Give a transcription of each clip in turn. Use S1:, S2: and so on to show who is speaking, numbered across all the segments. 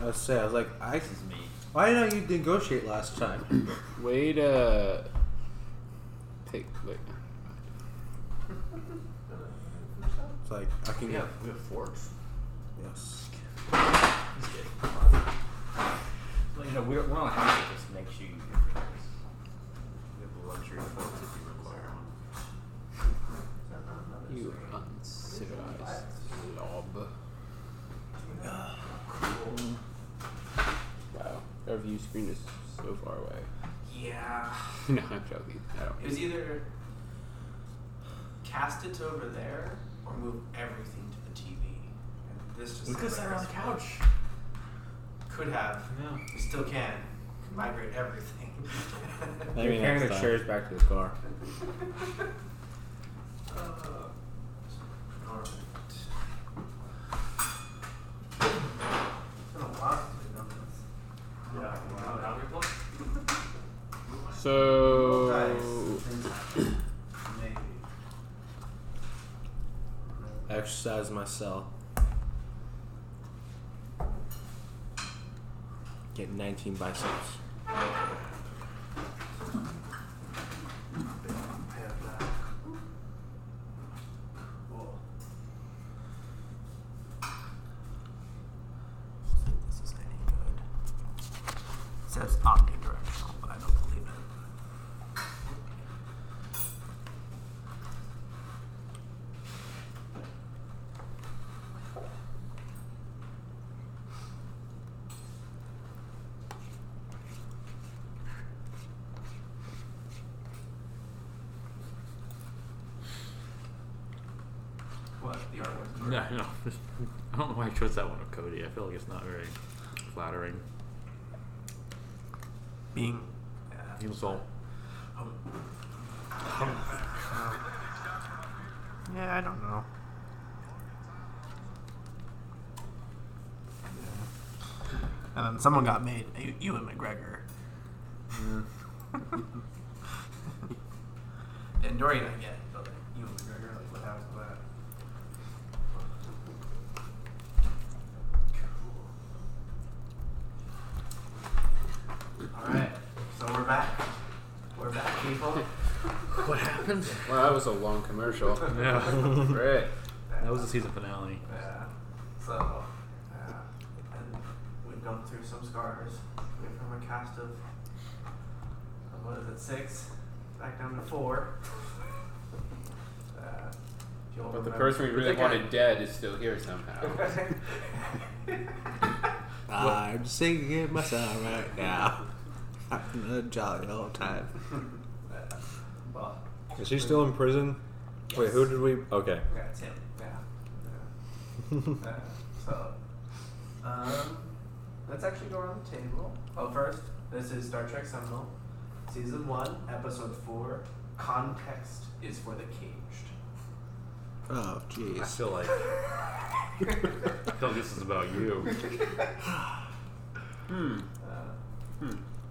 S1: I was sad. I was like, I,
S2: This is me.
S1: why didn't you negotiate last time?
S3: Way to take. Wait.
S1: It's like, I can
S2: We
S1: get.
S2: have, we have forks.
S1: Yes.
S2: Just kidding. Well, you know, we're, we're on half of this makes you. We have the luxury of forks if you require one.
S3: You uncivilized lob. Wow, our view screen is so far away.
S4: Yeah.
S3: no, I'm joking. I don't.
S4: It was either cast it to over there or move everything to the TV. And this just
S2: We could sit on the couch.
S4: Could have.
S2: Yeah.
S4: We still can. Could migrate everything.
S3: Maybe
S2: You're carrying
S3: next
S2: the
S3: time.
S2: chairs back to the car.
S4: uh, Alright. Been a while since we've done this.
S2: Yeah. Wow.
S3: So
S4: Dice. Maybe.
S1: Exercise myself. Get 19 biceps.
S4: Padlock. Cool. This is any good. It says omnidirectional, but I don't believe it. What? The artwork?
S5: No, no. I don't know why I chose that one of Cody. I feel like it's not very flattering.
S4: Being. Uh,
S5: He was all.
S4: uh, yeah, I don't know. And then someone got made. You, you and McGregor. and Dorian, I get it, but like, you and McGregor, like, what happened to that? Alright, so we're back. We're back, people.
S5: What happened?
S3: well, that was a long commercial.
S5: Yeah.
S3: Great.
S5: that was the season finale.
S4: Yeah. So, uh, and we've gone through some scars. We've from a cast of, of what is it, six, back down to four. Uh, if you all
S3: But the
S4: remember-
S3: person we really
S5: But they
S3: wanted dead is still here somehow. Oh,
S1: I'm singing my song right now. Having a jolly old time.
S4: Uh, well,
S1: Is he still in prison? Wait, who did we? Okay.
S4: yeah, it's him. Yeah. Uh, so, um, let's actually go around the table. Oh, first, this is Star Trek Seminole, Season 1, Episode 4. Context is for the caged.
S1: oh,
S5: I
S1: jeez.
S5: feel like. I feel like this is about you. Hmm.
S4: Uh,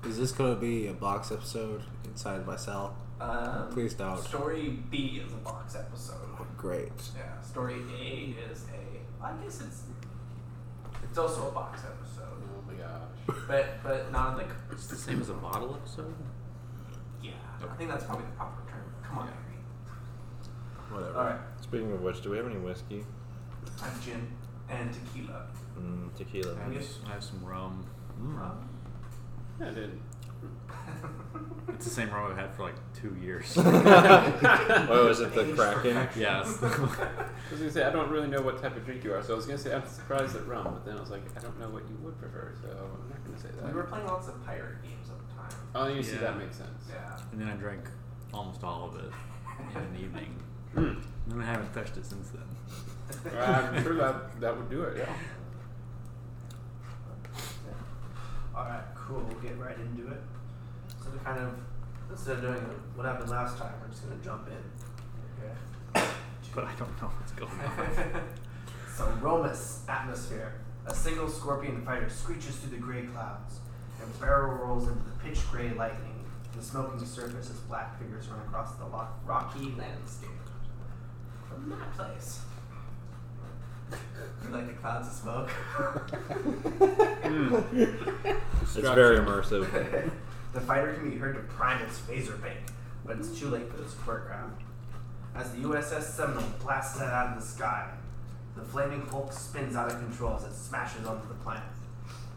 S1: Is this gonna be a box episode inside my cell?
S4: um,
S1: Please don't.
S4: Story B is a box episode.
S1: Great.
S4: Yeah, story A is a. I guess it's. It's also a box
S3: Oh
S4: episode,
S3: my gosh.
S4: but but not in the. c-
S5: It's the same as a bottle episode?
S4: Yeah, I
S5: Okay.
S4: think that's probably the proper term. Come on, Harry.
S1: Whatever.
S4: All right,
S6: Speaking of which, do we have any whiskey?
S4: I have gin and tequila.
S6: Mm, tequila.
S5: I have, I have some rum.
S2: Mm.
S4: Rum?
S3: I didn't.
S5: It's the same rum I've had for like two years.
S6: Oh, is it the
S4: Aged
S6: Kraken?
S4: perfection.
S5: yes.
S3: I was gonna say I don't really know what type of drink you are, so I was gonna say I'm surprised at rum, but then I was like I don't know what you would prefer, so I'm not gonna say
S4: we were
S3: that.
S4: playing lots of pirate games at the time.
S5: Uh.
S3: Oh, you see
S5: Yeah.
S3: that makes sense.
S4: Yeah.
S5: and then I drank almost all of it in an evening.
S3: Hmm.
S5: And I haven't touched it since then.
S3: Well, I'm sure that that would do it. Yeah.
S4: All right, cool. We'll get right into it. So to kind of instead of doing what happened last time, we're just gonna jump in. Okay.
S5: But I don't know what's going on.
S4: so Romus atmosphere. A single scorpion fighter screeches through the gray clouds and barrel rolls into the pitch gray lightning. The smoking surface as black figures run across the lo- rocky landscape. From that place. You like the clouds of smoke?
S3: Hmm.
S7: It's very immersive.
S4: the fighter can be heard to prime its phaser bank, but it's too late for this quick round. As the USS Seminole blasts it out of the sky, the flaming Hulk spins out of control as it smashes onto the planet.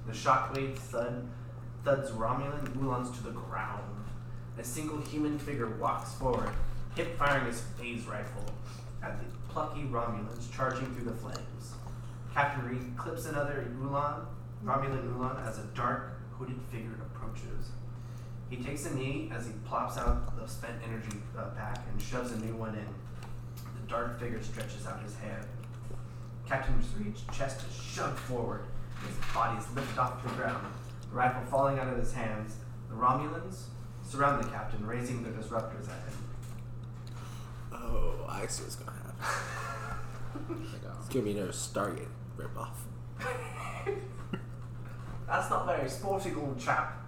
S4: The shockwave thud thuds Romulan Ulans to the ground. A single human figure walks forward, hip firing his phase rifle at the plucky Romulans charging through the flames. Captain Reed clips another Ulan, Romulan Ulan, as a dark, hooded figure approaches. He takes a knee as he plops out the spent energy uh, pack and shoves a new one in. The dark figure stretches out his hand. Captain Reed's chest is shoved forward, and his body is lifted off the ground, the rifle falling out of his hands. The Romulans surround the captain, raising their disruptors at him.
S1: Oh, I see what's gonna happen. It's gonna be another Stargate ripoff.
S4: That's not very sporting, old chap.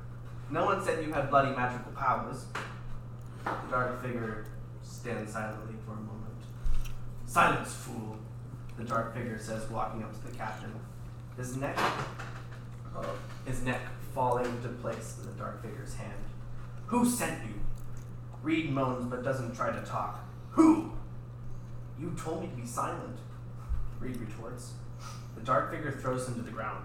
S4: No one said you had bloody magical powers. The dark figure stands silently for a moment. Silence, fool! The dark figure says, walking up to the captain. His neck, uh, his neck falling into place in the dark figure's hand. Who sent you? Reed moans but doesn't try to talk. Who? You told me to be silent. Reed retorts. The dark figure throws him to the ground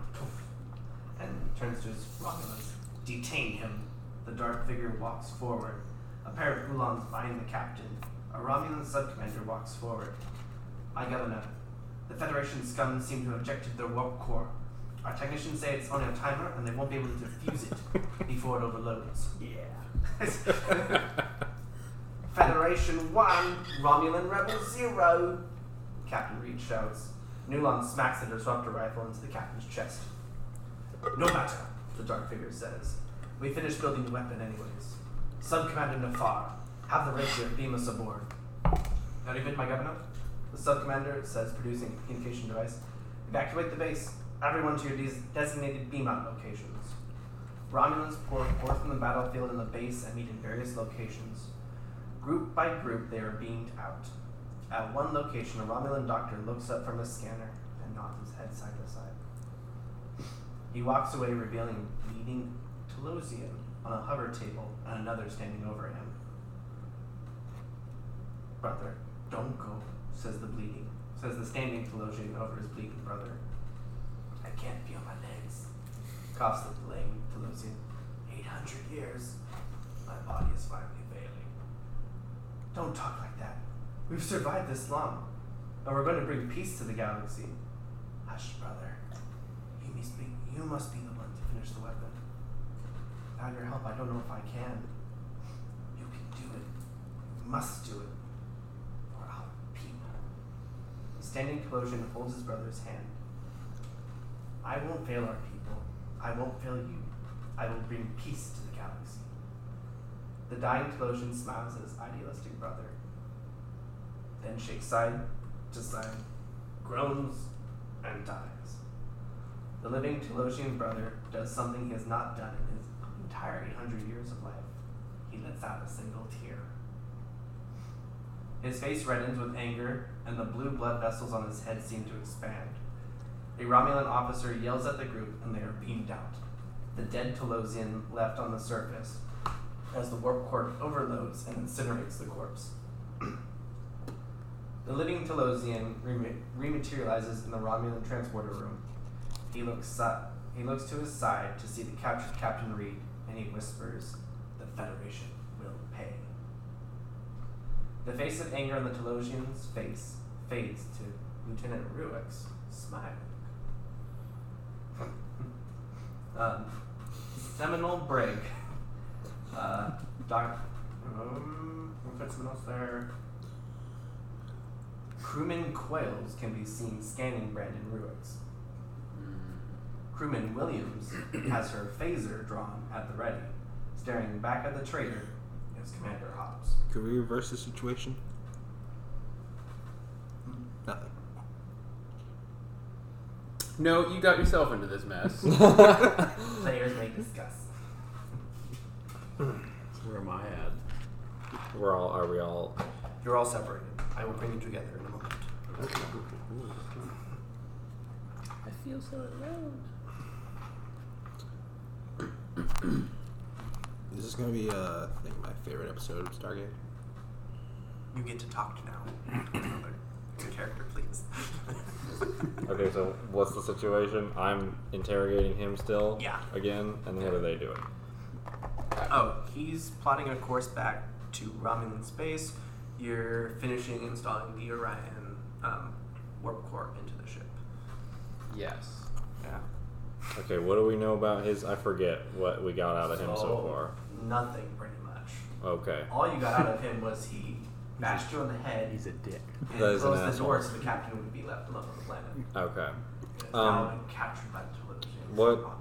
S4: and turns to his Romulus. Detain him. The dark figure walks forward. A pair of Ulans bind the captain. A Romulan subcommander walks forward. My governor, the Federation scum seem to have ejected their warp core. Our technicians say it's on a timer and they won't be able to defuse it before it overloads. Yeah. Federation 1, Romulan Rebel 0, Captain Reed shouts. Nulon smacks the disruptor rifle into the captain's chest. No matter, the dark figure says. We finished building the weapon anyways. Sub Commander Nafar, have the rapier beam us aboard. Not even my governor? The sub commander says, producing a communication device. Evacuate the base. Everyone to your des- designated beam out locations. Romulans pour forth from the battlefield and the base and meet in various locations. Group by group, they are beamed out. At one location, a Romulan doctor looks up from his scanner and nods his head side to side. He walks away, revealing a bleeding Telosian on a hover table and another standing over him. Brother, don't go, says the bleeding, says the standing Telosian over his bleeding brother. I can't feel my legs, coughs the delaying Telosian. 800 years. My body is finally failing. Don't talk like that. We've survived this long, and we're going to bring peace to the galaxy. Hush, brother. You must be, you must be the one to finish the weapon. Without your help, I don't know if I can. You can do it. You must do it. Or I'll peep. The standing Colossian holds his brother's hand. I won't fail our people. I won't fail you. I will bring peace to the galaxy. The dying Colossian smiles at his idealistic brother, then shakes side to side, groans, and dies. The living Telosian brother does something he has not done in his entire 800 years of life. He lets out a single tear. His face reddens with anger, and the blue blood vessels on his head seem to expand. A Romulan officer yells at the group, and they are beamed out. The dead Telosian left on the surface as the warp core overloads and incinerates the corpse. the living Telosian rema- rematerializes in the Romulan transporter room. He looks si- he looks to his side to see the captured Captain Reed, and he whispers, "The Federation will pay." The face of anger on the Telosian's face fades to Lieutenant Ruick's smile. um, seminal break. Uh, doc. Um, we'll put someone else there. Crewman Quails can be seen scanning Brandon Ruick's.
S5: Mm,
S4: Crewman Williams has her phaser drawn at the ready, staring back at the traitor as Commander Hobbs.
S1: Could we reverse the situation? Nothing.
S3: No, you got yourself into this mess.
S4: Players may discuss.
S5: Where am I at?
S7: We're all, are we all?
S4: You're all separated. I will bring you together in a moment.
S3: I feel so alone.
S1: This is gonna be, uh, I think my favorite episode of Stargate.
S4: You get to talk to now. Another Good character, please.
S8: Okay, so what's the situation? I'm interrogating him still.
S4: Yeah.
S8: Again, and what are they doing?
S4: Oh, he's plotting a course back to Ramen Space. You're finishing installing the Orion um, warp core into the ship.
S3: Yes.
S4: Yeah.
S8: Okay, what do we know about his? I forget what we got out of him so far.
S4: Nothing, pretty much.
S8: Okay.
S4: All you got out of him was he bashed you on the head
S5: He's a dick.
S4: and
S8: That is an
S4: closed the door so
S8: asshole.
S4: the captain would be left alone on the planet.
S8: Okay.
S4: It's now
S8: Um,
S4: been captured by the Television.
S8: what-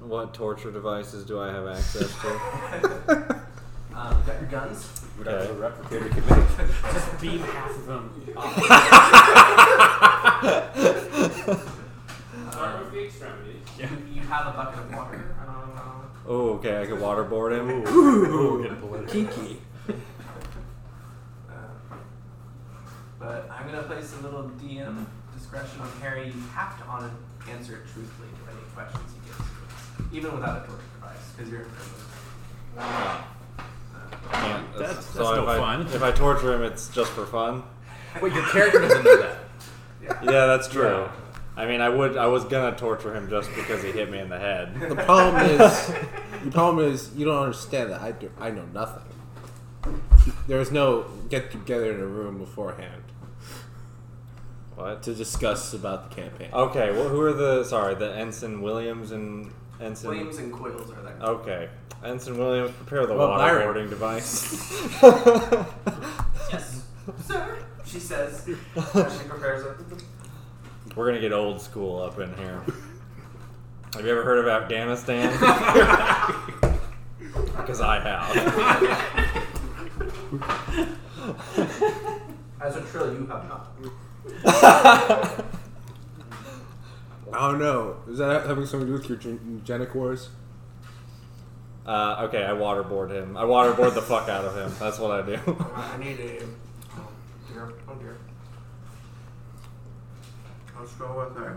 S8: What torture devices do I have access to?
S4: um, got your guns?
S8: Okay.
S3: replicator can make. Just beam half of them. off. Start with the extremities.
S4: You, Uh, you have a bucket of water. I don't know.
S8: Oh, okay. I can waterboard him.
S5: Ooh, getting political.
S1: Kinky.
S4: Uh, but I'm gonna place a little DM discretion on Harry. You have to on- answer truthfully to any questions he gives you, even without a torture device, because you're in prison.
S8: Yeah,
S5: That's- that's
S8: so if
S5: no
S8: I,
S5: fun.
S8: If I torture him, it's just for fun.
S5: Wait, your character doesn't know that.
S8: Yeah, that's true. I mean, I would. I was gonna torture him just because he hit me in the head.
S1: The problem is, the problem is, you don't understand that I do. I know nothing. There was no get together in a room beforehand
S8: What?
S1: to discuss about the campaign.
S8: Okay. Well, who are the? Sorry, the ensign Williams and ensign.
S4: Flames and coils are that.
S8: Okay, ensign Williams, prepare the
S1: Well, Byron.
S8: waterboarding device.
S4: Yes, sir. She says. as she prepares it.
S8: We're gonna get old school up in here. Have you ever heard of Afghanistan? Because I have.
S4: As a trill, you have not.
S1: I don't know. Is that having something to do with your gen- eugenic wars?
S8: Uh, okay, I waterboard him. I waterboard the fuck out of him. That's what I do.
S4: I need a. Oh dear. Oh dear. Let's go with a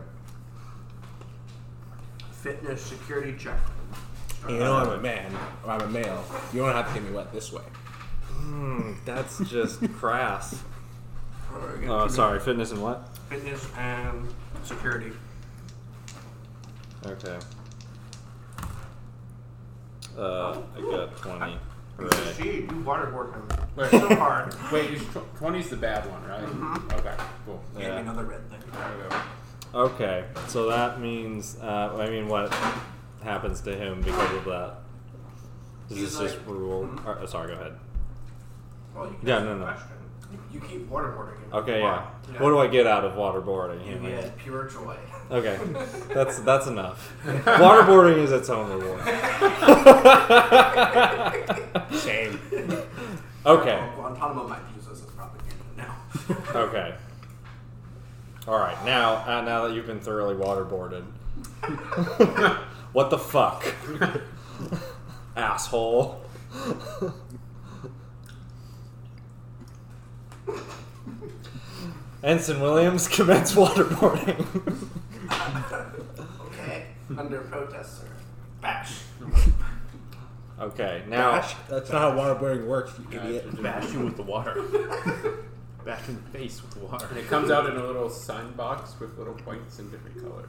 S4: fitness security check.
S1: And you know I'm a man, or I'm a male. You don't have to get me wet this way.
S8: Hmm, that's just crass.
S4: Alright,
S8: Oh, sorry. Fitness and what?
S4: Fitness and security.
S8: Okay. Uh, I got twenty. Right.
S4: She, you waterboard him
S3: Wait.
S4: so hard.
S3: Wait, is tw- 20's the bad one, right? Okay, cool.
S4: Give me
S8: Yeah.
S4: another red thing.
S3: There we go.
S8: Okay, so that means. Uh, I mean, what happens to him because of that? Is
S4: He's
S8: this just
S4: like- hmm?
S8: rule? Or, oh, sorry. Go ahead.
S4: Well, you can
S8: Yeah,
S4: ask
S8: no,
S4: the
S8: no.
S4: question. You keep waterboarding him.
S8: Okay. Yeah.
S4: Why?
S8: What do I get out of waterboarding
S4: You
S8: him?
S4: get pure joy.
S8: Okay, that's that's enough. Waterboarding is its own reward.
S1: Shame.
S8: Okay.
S4: Oh, Guantanamo might use this as propaganda now.
S8: Okay. All right. Now, uh, now that you've been thoroughly waterboarded, what the fuck, asshole? Ensign Williams commence waterboarding.
S4: okay. Under protest, sir. Bash.
S8: okay. Now,
S1: That's not how waterboarding works, you
S3: Yeah,
S1: idiot.
S5: Bash you with the water. Bash in the face with the water.
S3: And it comes out in a little sign box with little points in different colors.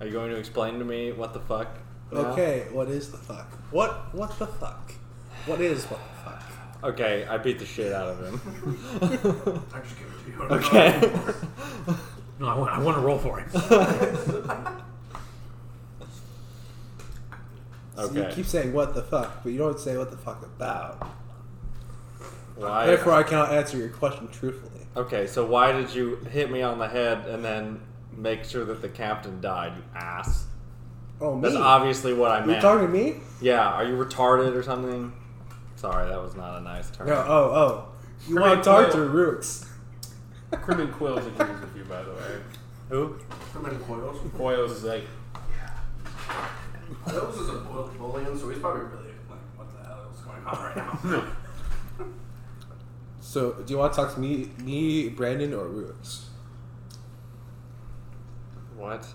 S8: are you going to explain to me what the fuck? now?
S1: Okay, what is the fuck? What what the fuck? What is what the fuck?
S8: Okay. I beat the shit out of him.
S4: I just give it to you.
S8: okay.
S5: No, I want, I want to roll for it.
S1: So
S8: okay.
S1: you keep saying what the fuck, but you don't say what the fuck about.
S8: Why?
S1: Therefore, I cannot answer your question truthfully.
S8: Okay, so why did you hit me on the head and then make sure that the captain died, you ass?
S1: Oh, me?
S8: That's obviously what I
S1: you
S8: meant.
S1: talking to me?
S8: yeah, are you retarded or something? Sorry, that was not a nice term.
S1: No, oh, oh. You
S3: Right,
S1: want to talk to
S3: well-
S1: Rooks.
S3: Crim and Quills agrees with you, by the way.
S8: Who?
S4: Criminal coils.
S3: Quills is like,
S4: Those is a bull- bullion, so he's probably really like, what the hell is going on right now?
S1: So, do you want to talk to me, me, Brandon, or Rooks?
S8: What?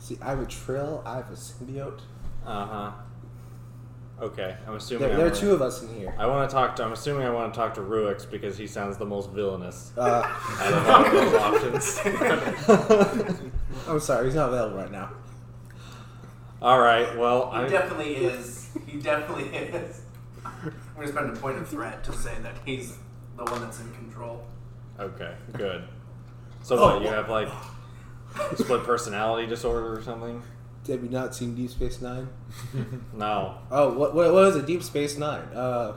S1: See, I have a Trill. I have a symbiote.
S8: Uh huh. Okay, I'm assuming.
S1: There,
S8: I'm
S1: there are
S8: right.
S1: two of us in here.
S8: I want to talk to. I'm assuming I want to talk to Ruix because he sounds the most villainous
S1: Uh,
S8: out of all those options.
S1: I'm sorry, he's not available right now.
S8: all right. Well,
S9: He
S8: I,
S9: definitely is. He definitely is. I'm gonna spend a point of threat to say that he's the one that's in control.
S8: okay. Good. So
S1: Oh.
S8: what? You have like split personality disorder or something?
S1: Have you not seen Deep Space Nine?
S8: No.
S1: Oh, what what, what is it? Deep Space Nine. Uh,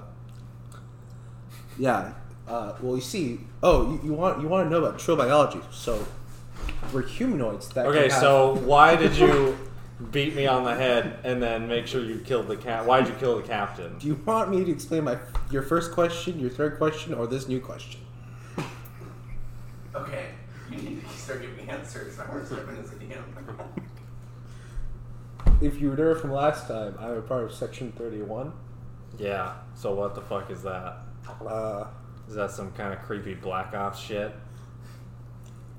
S1: yeah. Uh, well, you see. Oh, you, you want you want to know about Trill biology? So we're humanoids. That can
S8: Okay.
S1: have-
S8: So why did you beat me on the head and then make sure you killed the cat? Why did you kill the captain?
S1: Do you want me to explain my your first question, your third question, or this new question?
S9: Okay, you need to start giving answers. I'm serving as a DM.
S1: If you remember from last time, I'm a part of Section Thirty-One.
S8: Yeah. So what the fuck is that?
S1: Uh,
S8: Is that some kind of creepy black ops shit?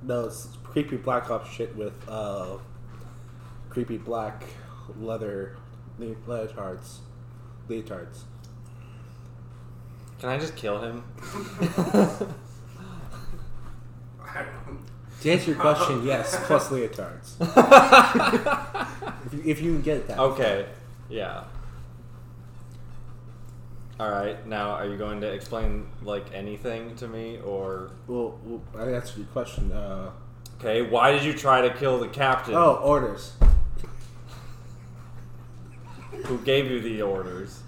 S1: no, it's creepy black ops shit with uh, creepy black leather le- leotards, leotards.
S8: Can I just kill him?
S1: To answer your question, yes, plus leotards. If you, if you can get that,
S8: okay. Yeah. All right. Now, are you going to explain like anything to me, or
S1: well, well, I answered your question. Uh,
S8: okay? Why did you try to kill the captain?
S1: oh, orders.
S8: Who gave you the orders?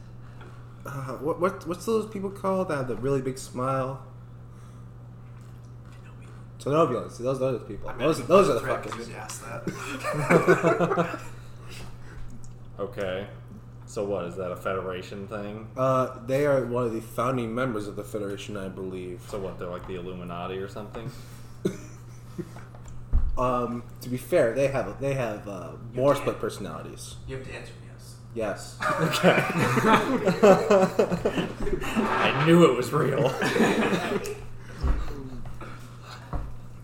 S1: Uh, what, what what's those people called that have the really big smile? Tenobulans. Those those are the people. Those those are the
S9: Right, 'cause
S1: fuckers.
S9: you'd ask that.
S8: Okay. So what is that a federation thing?
S1: Uh, they are one of the founding members of the Federation, I believe.
S8: So what? They're like the Illuminati or something?
S1: Um, to be fair, they have they have uh,
S9: You
S1: more
S9: can't.
S1: split personalities.
S9: You have to answer yes.
S1: Yes.
S8: Okay. I knew it was real.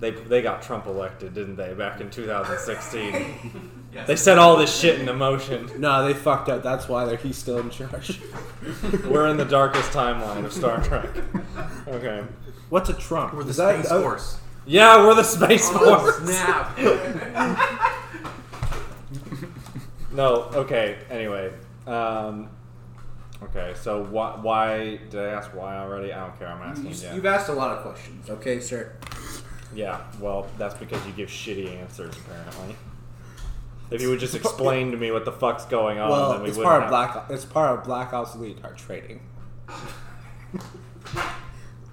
S8: they they got Trump elected, didn't they? Back in 2016.
S9: Yes.
S8: They set all this shit into motion.
S1: No, they fucked up. That's why they're, he's still in charge.
S8: We're in the darkest timeline of Star Trek. Okay.
S1: What's a Trump?
S5: We're the
S1: Is that-
S5: Space
S1: oh,
S5: Force.
S8: Yeah, we're the Space
S5: Oh,
S8: Force.
S5: snap!
S8: No, okay. Anyway, um, okay. So why, why did I ask why already? I don't care. I'm asking. yeah.
S1: asked a lot of questions. Okay, sir.
S8: Yeah, well, that's because you give shitty answers, apparently. If you would just explain to me what the fuck's going on, then
S1: well,
S8: we
S1: it's
S8: wouldn't
S1: part of
S8: have-
S1: Black. It's part of Black Ops leotard trading.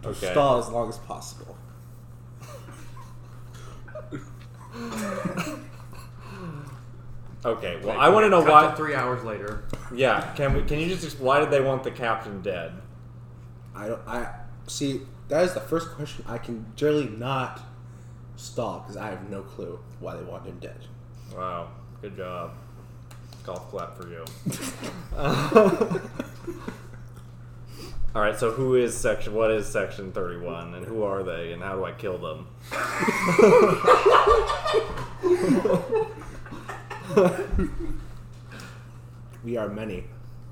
S8: Okay.
S1: Stall as long as possible.
S8: Okay. Well, I want to know
S5: Cut
S8: why.
S5: Three hours later.
S8: Yeah. Can we? Can you just? ex- Why did they want the captain dead?
S1: I don't. I see. That is the first question I can generally not stall because I have no clue why they want him dead.
S8: Wow. Good job. Golf clap for you. All right. So who is section? What is section thirty-one, and who are they, and how do I kill them?
S1: We are many.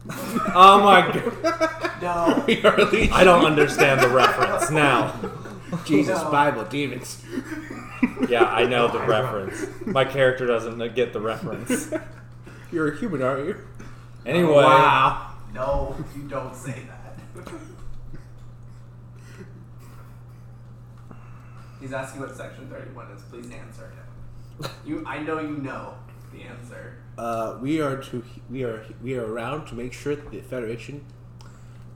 S8: Oh my god!
S9: No.
S1: We are legion.
S8: I don't understand the reference now.
S1: Jesus,
S9: No.
S1: Bible, demons.
S8: Yeah, I know the reference. My character doesn't get the reference.
S1: You're a human, aren't you?
S8: Anyway,
S1: Wow.
S9: No, you don't say that. He's asking what section 31 is. Please answer him. You, I know you know the answer.
S1: Uh, we are to. We are. We are around to make sure that the Federation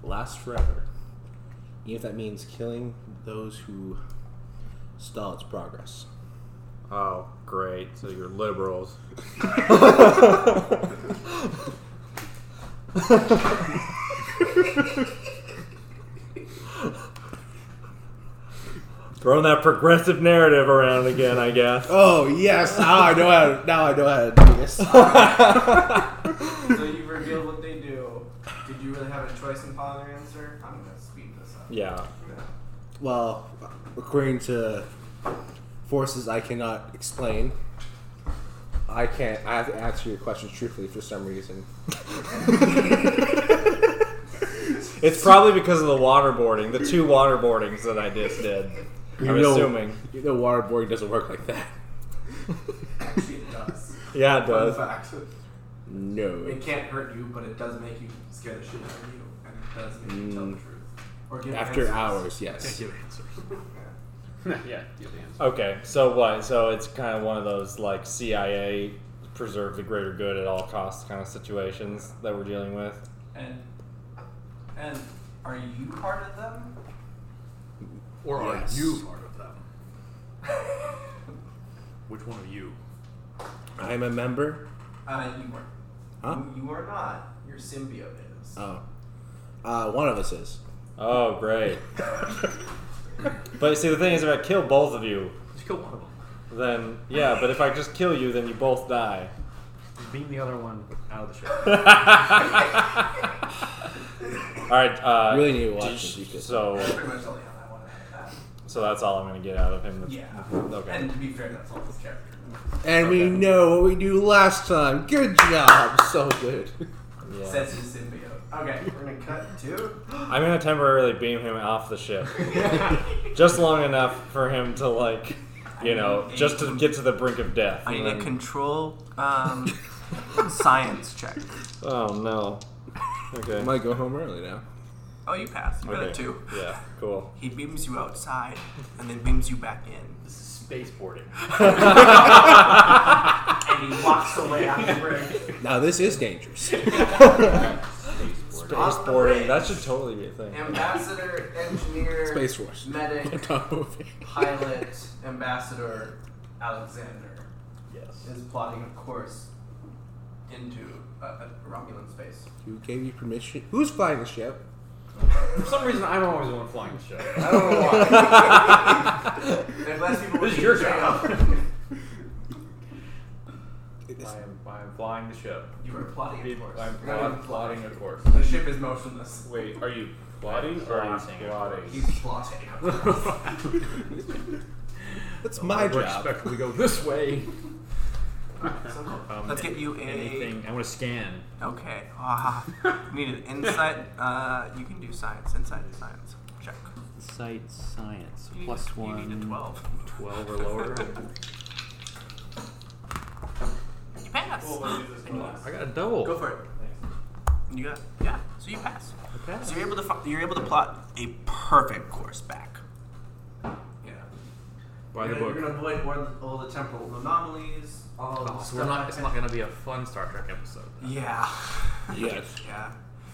S1: lasts forever, even if that means killing those who stall its progress.
S8: Oh, great. So you're liberals. Throwing that progressive narrative around again, I guess.
S1: Oh yes! Now I know how. To, now I know how to do this.
S9: So you revealed what they do. Did you really have a choice in following their answer? I'm going to speed this up.
S8: Yeah.
S1: Well, according to forces I cannot explain, I can't. I have to answer your questions truthfully for some reason.
S8: It's probably because of the waterboarding, the two waterboardings that I just did. I'm
S1: You know-
S8: assuming.
S1: You know, waterboarding doesn't work like that.
S5: Actually, it does.
S8: Yeah, it
S5: Fun
S8: does.
S5: fact.
S1: No.
S5: It can't hurt you, but it does make you scare the shit out of you, and it does make you tell the truth. Or give
S1: After
S5: answers.
S1: hours, yes.
S9: give answers.
S3: yeah, do the answer.
S8: Okay, so what? So it's kind of one of those like CIA preserve the greater good at all costs kind of situations that we're dealing with.
S5: And and are you part of them?
S9: Or are
S1: Yes.
S9: you part of them? Which one are you?
S1: I'm a member.
S5: Uh, you are.
S1: Huh?
S5: You, you are not. Your symbiote is.
S1: Oh. Uh, one of us is.
S8: Oh, great. but see, the thing is, if I kill both of you,
S9: Just kill one of them.
S8: then yeah. But if I just kill you, then you both die.
S9: Beam the other one out of the show.
S8: all right. Uh,
S1: Really need to watch
S8: sh-
S1: this because-
S5: That's
S8: So,
S5: pretty much all you have. I want to add
S8: so that's all I'm gonna get out of him.
S5: that. Yeah.
S8: Okay.
S5: And to be fair, that's all this character.
S1: And we
S8: Okay.
S1: know what we do last time. Good job. So good.
S8: Yeah.
S5: Says his symbiote. Okay, we're gonna cut to.
S8: I'm gonna temporarily beam him off the ship, just long enough for him to like, you know, just to get to the brink of death.
S5: I
S8: and
S5: need a
S8: then-
S5: control um, science check.
S8: oh no.
S1: I
S8: Okay.
S1: might go home early now.
S5: Oh, you passed. You got
S8: okay.
S5: a two.
S8: Yeah. Cool.
S5: He beams you outside and then beams you back in.
S10: This is spaceporting.
S5: And he walks away on the bridge.
S1: Now this is dangerous.
S10: spaceporting.
S8: Space
S5: On the
S8: boarding. That
S5: bridge.
S8: should totally be a thing.
S5: Ambassador, engineer,
S1: Space Force. On
S5: medic,
S1: top of it.
S5: pilot, ambassador Alexander
S10: Yes.
S5: is plotting a course into uh, uh, Romulan space.
S1: Who gave you permission? Who's flying the ship?
S3: For some reason, I'm always the one flying the show.
S5: I don't know why. There's less people
S3: This is
S5: looking
S3: your
S5: to train
S3: job.
S5: up.
S1: It's-
S9: I am, I am flying the ship.
S5: You are plotting a course.
S9: I'm
S5: You're not
S9: plot,
S5: even
S9: plotting a course.
S5: The ship is motionless.
S3: Wait, are you plotting or are you
S10: Plotting.
S3: plotting?
S5: He's plotting.
S1: That's my
S9: We're
S1: job.
S9: expected to go this way.
S5: So-
S9: Um,
S5: Let's get you a-
S9: anything. I want to scan.
S5: Okay. Ah, need an insight. Uh, you can do science. Insight and science. Check.
S9: Sight science
S5: You need
S9: plus
S5: a-
S9: one.
S5: You need a twelve.
S9: Twelve or lower.
S5: You pass.
S9: I got a double.
S5: Go for it. You got yeah. So you pass.
S9: Okay.
S5: So you're able to fi- you're able to plot a perfect course back. Yeah.
S9: Buy the
S5: you're,
S9: book.
S5: You're gonna avoid all the, all the temporal anomalies. All the
S9: Oh, so
S5: stuff.
S9: we're not, it's not going to be a fun Star Trek episode.
S5: Yeah.
S1: Yes.
S5: yeah.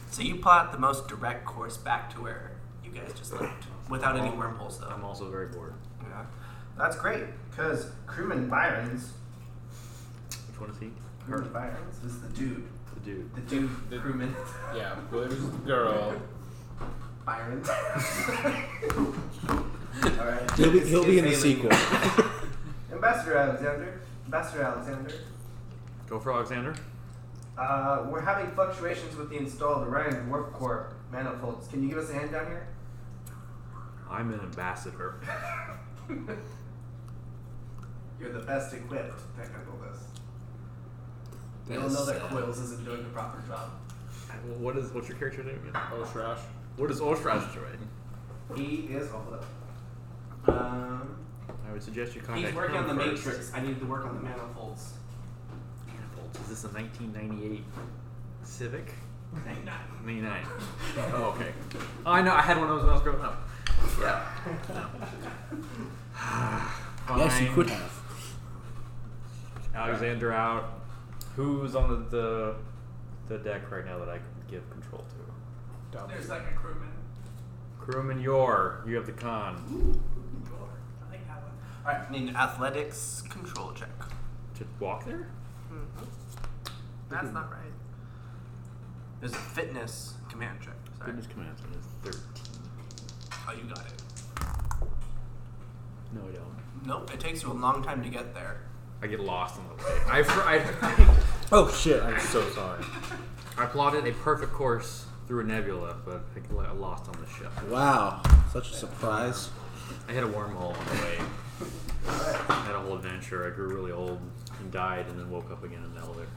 S5: So you plot the most direct course back to where you guys just left, without any wormholes though.
S9: I'm also very bored.
S5: Yeah. That's great, because crewman Byron's
S9: Which one is he?
S5: crewman Byron's is the dude.
S9: The dude.
S5: The dude
S3: The-
S5: crewman
S3: Yeah, Williams girl.
S5: Byron's. Alright.
S1: He'll be, he'll be in the
S5: It's
S1: sequel.
S5: alien. Ambassador Alexander. Ambassador Alexander.
S9: Go for Alexander.
S5: Uh, we're having fluctuations with the installed Orion Warp Core manifolds. Can you give us a hand down here?
S9: I'm an ambassador.
S5: You're the best equipped to handle this. We all
S1: That's
S5: know that
S1: sad.
S5: Coils isn't doing the proper job.
S9: Well, What is what's your character name again?
S3: Oh, Shrash.
S9: What is Oshrash doing?
S5: He is hold up. Um,
S9: I would suggest you contact.
S5: he's working
S9: him
S5: on the
S9: first.
S5: matrix. I need to work on the manifolds.
S9: Manifolds. Is this a 1998 Civic?
S5: Thank God.
S9: 99. oh, okay. Oh, I know. I had one of those when I was growing up.
S5: Yeah.
S9: Fine.
S1: Yes, you could have.
S9: Alexander out. Who's on the, the the deck right now that I can give control to?
S5: There's like a crewman.
S9: Crewman Yor, you have the con.
S5: I think that one. All right. Need an athletics control check.
S9: To walk there?
S5: That's not right. There's a fitness command check. Sorry.
S9: Goodness commands on this 13.
S5: Oh, you got it.
S9: No, I don't.
S5: Nope. It takes you a long time to get there.
S9: I get lost on the way. I, fr- I,
S8: Oh shit! I'm so sorry.
S9: I plotted a perfect course through a nebula, but I got lost on the ship.
S1: Wow. Such a surprise.
S9: I hit a wormhole on the way. I had a whole adventure. I grew really old and died and then woke up again in the elevator.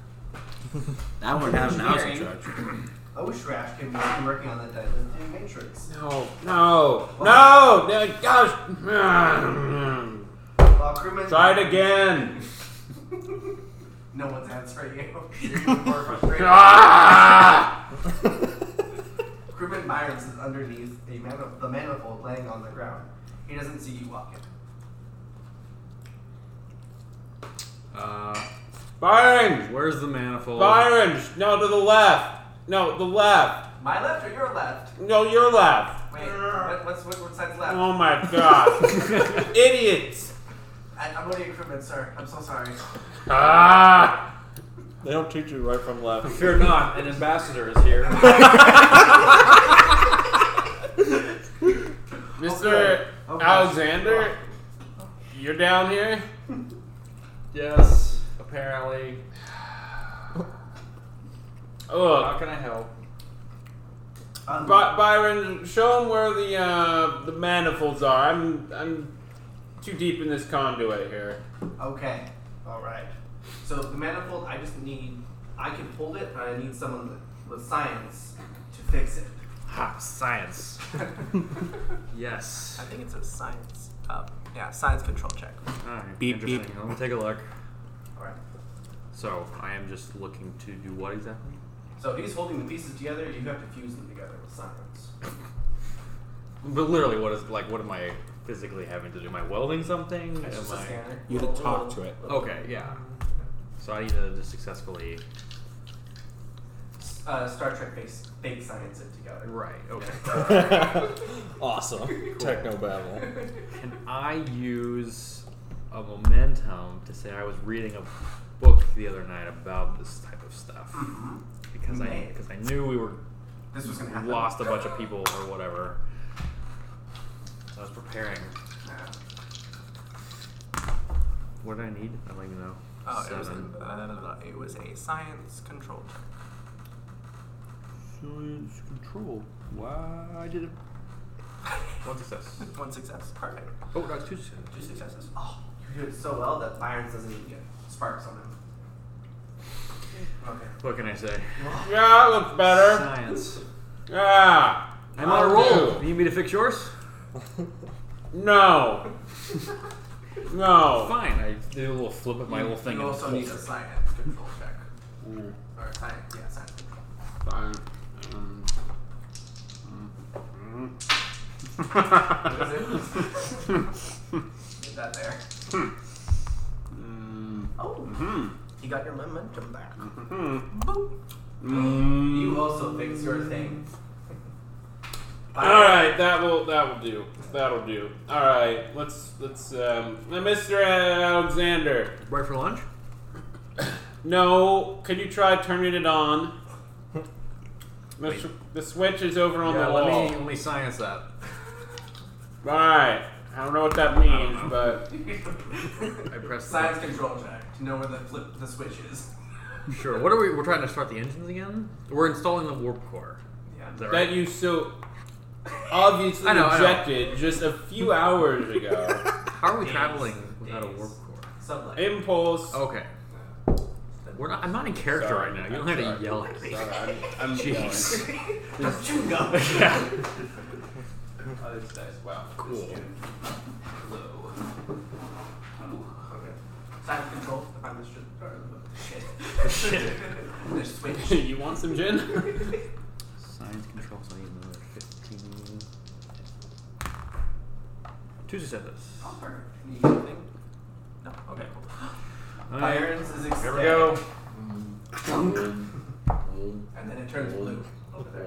S1: That one now now's in
S11: Engineering.
S1: charge.
S5: I wish Rash can be working on that dilithium matrix.
S3: No, no, no, no, gosh.
S5: While crewmen-
S9: Try it again.
S5: No one's answering you. You're even more frustrated.
S9: Ah!
S5: Crewman Myers is underneath a mani- the manifold laying on the ground. He doesn't see you walking.
S9: Uh,
S3: Byron,
S9: where's the manifold?
S3: Byron, no, to the left. No, the left.
S5: My left or your left?
S3: No, your left.
S5: Wait, what, what's, what, what side's left?
S3: Oh my god. Idiots.
S5: I, I'm one of your crewmen, sir. I'm so sorry.
S9: Ah!
S8: They don't teach you right from left.
S9: Fear not, an ambassador is here.
S3: Mr.
S5: Oh, gosh.
S3: Alexander, you're down here?
S9: yes, apparently. How
S3: Look,
S9: can I help?
S5: Um,
S3: By- Byron, show him where the uh, the manifolds are. I'm I'm too deep in this conduit here.
S5: Okay. All right. So the manifold, I just need. I can hold it, but I need someone with, with science to fix it.
S9: Ha, science. yes.
S5: think it's a science. Uh, yeah, science control check.
S9: Alright,
S1: Beep, beep.
S9: interesting. Let me take a look.
S5: All right.
S9: So, I am just looking to do what exactly?
S5: So he's holding the pieces together. You have to fuse them together with science.
S9: But literally, what is like? What am I physically having to do? Am I welding something?
S5: It's
S9: Am
S5: just a
S9: I-
S5: scanner.
S1: You have to talk to it.
S9: Okay, yeah. So I need to just successfully.
S5: Uh, Star Trek base fake science it together.
S9: Right. Okay.
S8: awesome. Techno babble.
S9: Can I use a momentum to say I was reading a book the other night about this type of stuff
S5: Mm-hmm.
S9: because I
S5: Right.
S9: because I knew we were
S5: This was gonna happen.
S9: lost a bunch of people or whatever. So I was preparing.
S5: Yeah.
S9: What did I need? I don't even know.
S4: Oh, it was, a,
S9: Seven.
S4: uh, it was a science control check.
S9: Science control. Why I did it? One success.
S4: One success. Perfect.
S9: Oh, that's two successes.
S4: Two successes.
S5: Oh, you do it so well that Byron's doesn't even get sparks on him. Okay.
S9: What can I say?
S3: Yeah, that looks better. Ah,
S9: Science.
S3: Yeah.
S9: I'm on a
S3: I'll
S9: roll. You need me to fix yours?
S3: do. No. No.
S9: Fine. I did a little flip of my little thing.
S5: You
S9: and
S5: also
S9: pulled
S5: need a
S9: it.
S5: science control check. Or science, yeah, science control.
S3: Fine. Um,
S5: Get that there.
S9: Hmm.
S5: Oh, you got your momentum back. You also fix your thing.
S3: All right, that will that will do. That'll do. All right, let's let's um, now, Mr. Alexander.
S9: Right for lunch?
S3: No, could you try turning it on? Mr. The switch is over on
S9: yeah,
S3: the
S5: Oh.
S9: let
S3: wall.
S9: me let me science that.
S3: All right, I don't know what that means, but
S9: I pressed.
S5: Science control check to know where the flip the switch is.
S9: the- Sure. What are we? We're trying to start the engines again. We're installing the warp core.
S5: Yeah.
S9: Is that right?
S3: that you so obviously
S9: I know, I know.
S3: rejected just a few hours ago.
S9: How are we traveling without
S5: Days.
S9: a warp core?
S5: Sublight.
S3: Impulse.
S9: Okay. We're not. I'm not in Oh, character
S3: Sorry,
S9: right now. You
S3: I'm
S9: don't have to
S3: sorry.
S9: yell at me.
S3: Sorry, I'm, I'm
S9: Jeez.
S5: Don't you know?
S9: yeah.
S11: Oh, this dice. Wow.
S9: Cool.
S11: Low.
S5: Okay. Science control. I found this shit. or the Shit. the switch.
S3: going. you want some gin?
S9: Science controls. I need another fifteen. Two successes.
S5: Copper. Need anything? No. Okay. Irons is extended.
S9: Here we go.
S5: And then it turns blue. Over there.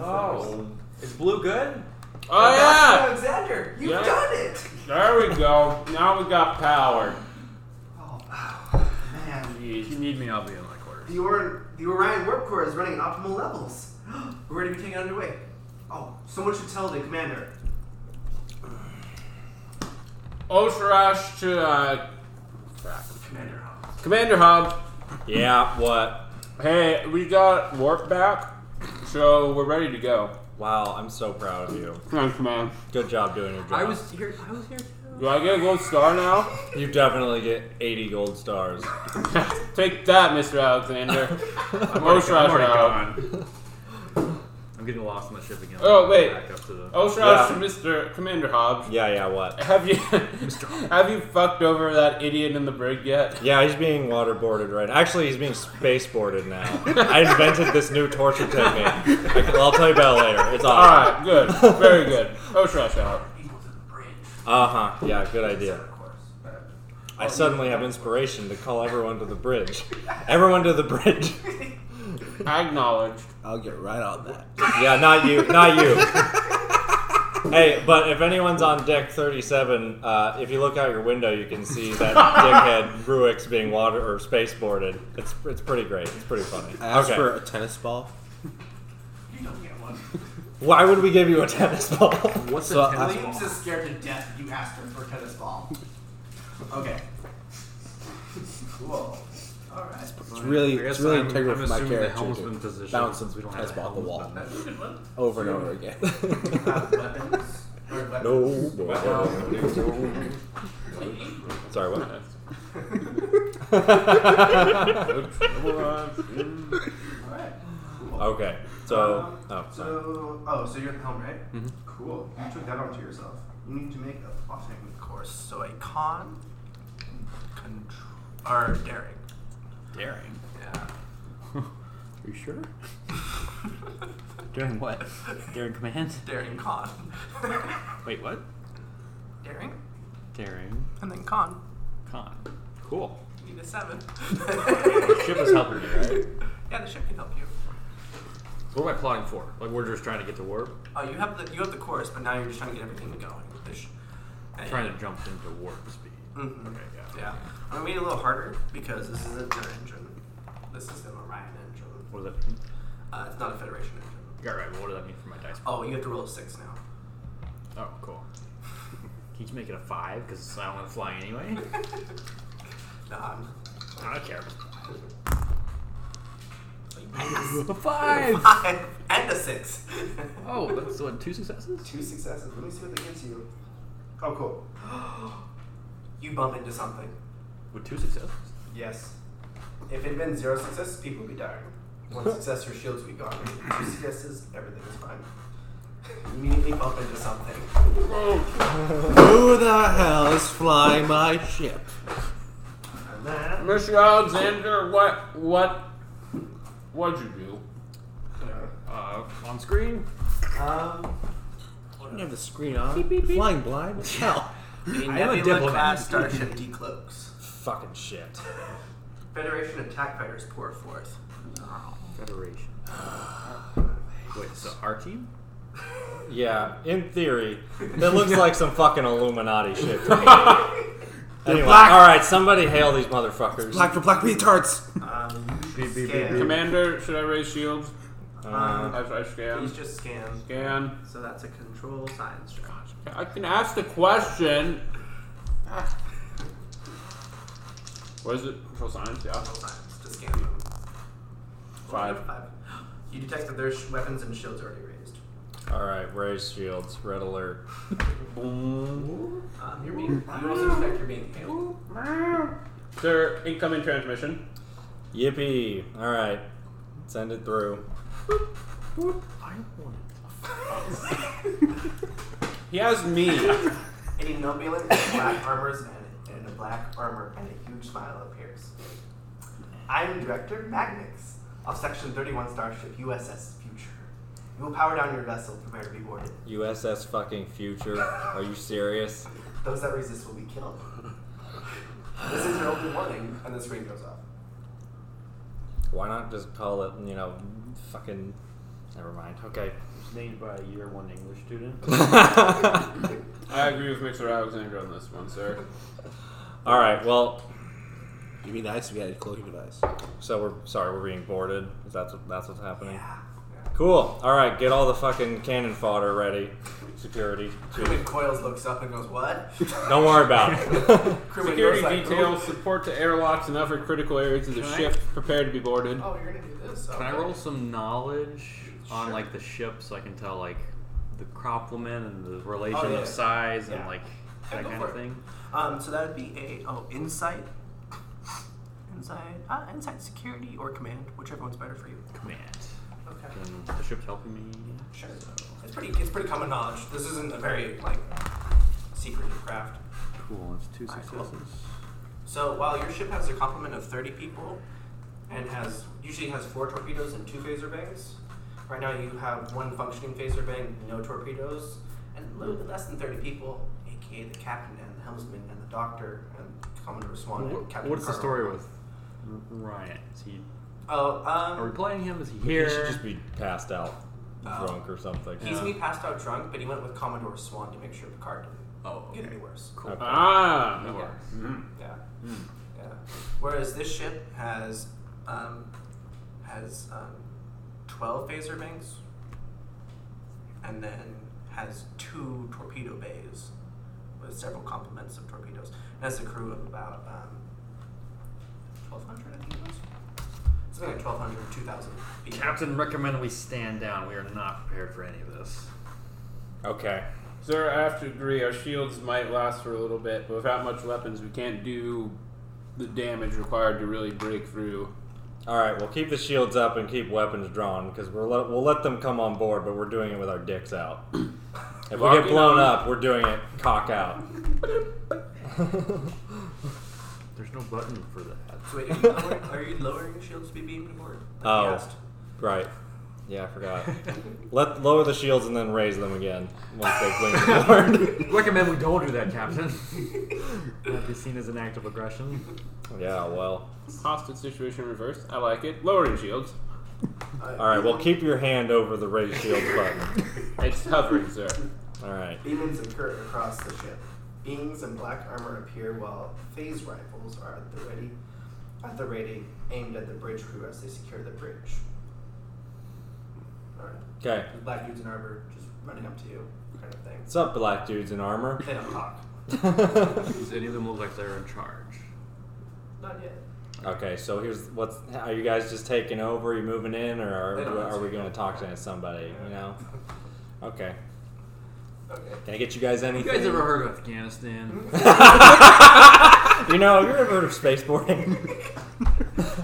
S9: Oh, is blue good?
S3: Oh yeah.
S5: Alexander, you've
S3: Yeah.
S5: done it!
S3: There we go. Now we got power.
S5: Oh, man.
S9: If you
S3: Jeez.
S9: need me, I'll be in my quarters.
S5: The, or- the Orion Warp Core is running optimal levels. We're going to be taken underway. Oh, someone should tell the commander.
S3: Osharash to uh,
S5: Commander Hobbs.
S3: Commander Hobbs.
S8: Yeah, what?
S3: Hey, we got warp back, so we're ready to go.
S8: Wow, I'm so proud of you.
S3: Thanks, man.
S8: Good job doing your job.
S5: Uh,
S9: I was here. I was here too.
S3: Do I get a gold star now?
S8: You definitely get 80 gold stars.
S3: Take that, Mr. Alexander.
S5: I'm already,
S3: Oh,
S5: I'm
S3: Shroud,
S5: already
S3: Shroud.
S5: gone. I'm getting lost on the ship again.
S3: Oh, wait.
S5: Back up to the-
S3: Oh, Shroud,
S8: Yeah.
S3: Mr. Commander Hobbs.
S8: Yeah, yeah, what?
S3: Have you have you fucked over that idiot in the brig yet?
S8: Yeah, he's being waterboarded right now. Actually, he's being spaceboarded now. I invented this new torture technique. I can, I'll tell you about it later. It's
S3: All
S8: awesome.
S3: right, good, very good. Oh, Shroud, out.
S9: Equal to the bridge.
S8: Uh huh. Yeah, good idea.
S9: Of course. but-
S8: I suddenly have inspiration to call everyone to the bridge. Everyone to the bridge.
S3: Acknowledged.
S1: I'll get right on that.
S8: Yeah, not you, not you. Hey, but if anyone's on deck 37, uh, if you look out your window, you can see that dickhead Ruick's being water or spaceboarded. It's it's pretty great. It's pretty funny.
S1: I asked
S8: Okay.
S1: for a tennis ball.
S9: You don't get one.
S8: Why would we give you a tennis ball?
S5: What's
S1: So,
S5: the
S1: I-
S5: tennis
S9: Williams
S5: ball?
S9: is scared to death that you asked her for a tennis ball. Okay. Cool. Alright.
S1: It's really,
S5: I guess
S1: it's really
S5: I'm-
S1: integral
S5: I'm
S1: for my
S5: assuming the
S1: character
S5: helmsman
S1: to
S5: position,
S1: bounce a
S5: since we don't
S1: tennis
S5: have a
S1: ball off the wall
S5: helmsman.
S9: That's a good one.
S1: over and over again.
S9: Have weapons. Or weapons.
S8: no. Sorry, what?
S9: Alright. Cool.
S8: okay, so
S9: Um,
S8: oh, sorry.
S9: so oh, so you're at the helm, right? Cool. You took that onto yourself. You need to make a plotting
S4: course. So a con, control, or daring.
S2: Daring.
S4: Yeah.
S2: Are you sure? Daring what? Daring command?
S4: Daring con.
S2: Wait, what?
S4: daring,
S2: Daring
S4: and then con.
S2: con. Cool.
S4: You need a seven.
S5: Ship is helping me, right?
S4: yeah, the ship can help you.
S5: What am I plotting for? Like we're just trying to get to warp,
S4: Oh, you have the you have the course, but now you're just trying to get everything to go. There's-
S5: trying to jump into warp speed.
S4: Mhm.
S5: Okay, yeah.
S4: Yeah, I'm gonna make it a little harder because this isn't your engine. This is an Orion engine.
S5: What does that mean?
S4: Uh, it's not a Federation engine.
S5: Yeah, right. But what does that mean for my dice?
S4: Oh, you have to roll a six now.
S5: Oh, cool. Can you make it a five? Because I don't want to fly anyway.
S4: No, I'm.
S5: I don't care.
S4: Pass.
S2: A five!
S4: Five and a six.
S2: Oh, that's what, two successes?
S9: two successes. Let me see what that gives you. Oh, cool.
S4: You bump into something.
S5: With two successes.
S9: Yes. If it had been zero successes, people would be dying. One success, your shields would be gone. Two successes, everything is fine. You immediately bump into something.
S1: Who the hell is flying my ship?
S9: And then.
S3: Mr. Alexander, what what what'd you do?
S5: Uh, on screen.
S9: Um,
S1: I don't have the screen on. Flying blind? What the hell?
S4: A
S5: am a
S4: Nebula class starship decloaks.
S8: Fucking shit.
S4: Federation attack fighters pour forth.
S5: Federation. Wait, so our team?
S8: Yeah, in theory, that looks like some fucking Illuminati shit to me. anyway,
S1: black.
S8: all right, somebody hail these motherfuckers.
S1: Black for black retards!
S9: um, you should Um,
S8: beep,
S9: scan.
S3: Commander, should I raise shields?
S8: Uh,
S3: As I scan.
S4: Please just scan.
S3: Scan.
S4: So that's a control science check.
S3: I can ask the question. Ah. What is it? Control science, yeah.
S4: Control science to scan them.
S3: Five.
S4: Five. You detect that their sh- weapons and shields are already raised.
S8: all right, raise shields, red alert.
S4: Um, you're being. You also detect you're being hailed.
S3: Sir, incoming transmission.
S8: Yippee! All right, send it through.
S3: He has me.
S9: A nobulent in black armors and, and a black armor and a huge smile appears. I'm Director Magnix of Section 31 Starship USS Future. You will power down your vessel, prepare to be boarded.
S8: USS fucking future. Are you serious?
S9: Those that resist will be killed. This is your open warning, and the screen goes off.
S8: Why not just call it, you know, fucking. Never mind. Okay.
S5: Named by a year one English student.
S3: I agree with Mixer Alexander on this one, sir.
S8: all right. Well,
S1: It'd be nice if we had a cloaking device.
S8: so we're sorry. We're being boarded. Is that what, that's what's happening?
S9: Yeah.
S8: Cool. All right, get all the fucking cannon fodder ready. Security.
S4: Crewman Coils looks up and goes, "What?"
S8: Don't worry about it.
S4: Crewman
S3: Security
S4: goes like,
S3: details, support to airlocks and other critical areas of the
S5: Can I-
S3: ship. Prepare to be boarded.
S4: Oh, you're gonna do this.
S5: Can I
S4: okay.
S5: roll some knowledge on
S4: Sure.
S5: like the ship so I can tell like the complement and the relation
S4: Oh, yeah.
S5: of size and
S4: Yeah.
S5: like that
S4: go
S5: kind
S4: for
S5: of
S4: it.
S5: thing.
S4: Um, so that would be a oh insight, inside, uh, inside security or command, whichever one's better for you.
S5: Command.
S4: Okay.
S5: And the ship's helping me.
S4: Sure. It's pretty. It's pretty common knowledge. This isn't a very like secret craft.
S5: Cool. It's two
S4: Alright, cool.
S5: successes.
S4: So while your ship has a complement of 30 people and has usually has four torpedoes and two phaser bangs, right now you have one functioning phaser bang, no torpedoes, and a little bit less than 30 people, aka the captain and the helmsman and the doctor and Commodore Swan and
S5: What,
S4: Captain.
S5: what's the
S4: Carter.
S5: story with R- Ryan? Is he?
S4: Oh,
S5: Are we
S4: um,
S5: playing him? Is he
S8: He
S5: here?
S8: should just be passed out,
S4: Oh.
S8: drunk or something.
S4: he's
S5: Yeah.
S4: me passed out drunk, but he went with Commodore Swan to make sure Picard didn't
S5: Oh,
S4: get
S5: okay.
S4: any worse.
S5: Cool.
S8: Okay.
S3: Ah, no
S4: Yeah.
S3: worries. Mhm.
S4: Yeah.
S5: Mm.
S4: Yeah. Whereas this ship has um, has um, twelve phaser banks, and then has two torpedo bays with several complements of torpedoes. And has a crew of about um, twelve hundred, I think it was. Something like 1,200, 2,000 people.
S5: Captain, recommend we stand down. We are not prepared for any of this.
S8: Okay.
S3: Sir, I have to agree. Our shields might last for a little bit, but without much weapons, we can't do the damage required to really break through.
S8: All right. We'll keep the shields up and keep weapons drawn because we're let, we'll let them come on board, but we're doing it with our dicks out. If we get
S3: Locking
S8: blown
S3: on.
S8: up, we're doing it cock out.
S5: There's no button for that.
S4: So wait, are you lowering, are you lowering your shields to be beamed aboard? Like he
S8: Oh.
S4: asked.
S8: right. Yeah, I forgot. Let lower the shields and then raise them again once they blink aboard.
S5: Recommend we don't do that, Captain. That'd be seen as an act of aggression.
S8: yeah. Well.
S3: Hostage situation reversed. I like it. Lowering shields.
S8: All right. Well, keep your hand over the raise shields button.
S3: It's hovering, sir.
S8: All right.
S9: Beamings occur across the ship. Beings in black armor appear while phase rifles are at the ready, at the ready, aimed at the bridge crew as they secure the bridge. All right.
S8: Okay.
S9: The black dudes in armor just running up to you, kind of thing.
S8: What's up, black dudes in armor?
S9: They don't talk.
S5: Does any of them look like they're in charge?
S9: Not yet.
S8: Okay, so here's what's. Are you guys just taking over? Are you moving in, or are,
S9: They don't
S8: are we
S9: answer.
S8: going to talk to somebody? You know. Okay.
S9: Okay.
S8: Can I get you guys
S5: You
S8: anything?
S5: guys ever heard of Afghanistan?
S8: You know, have you ever heard of spaceboarding?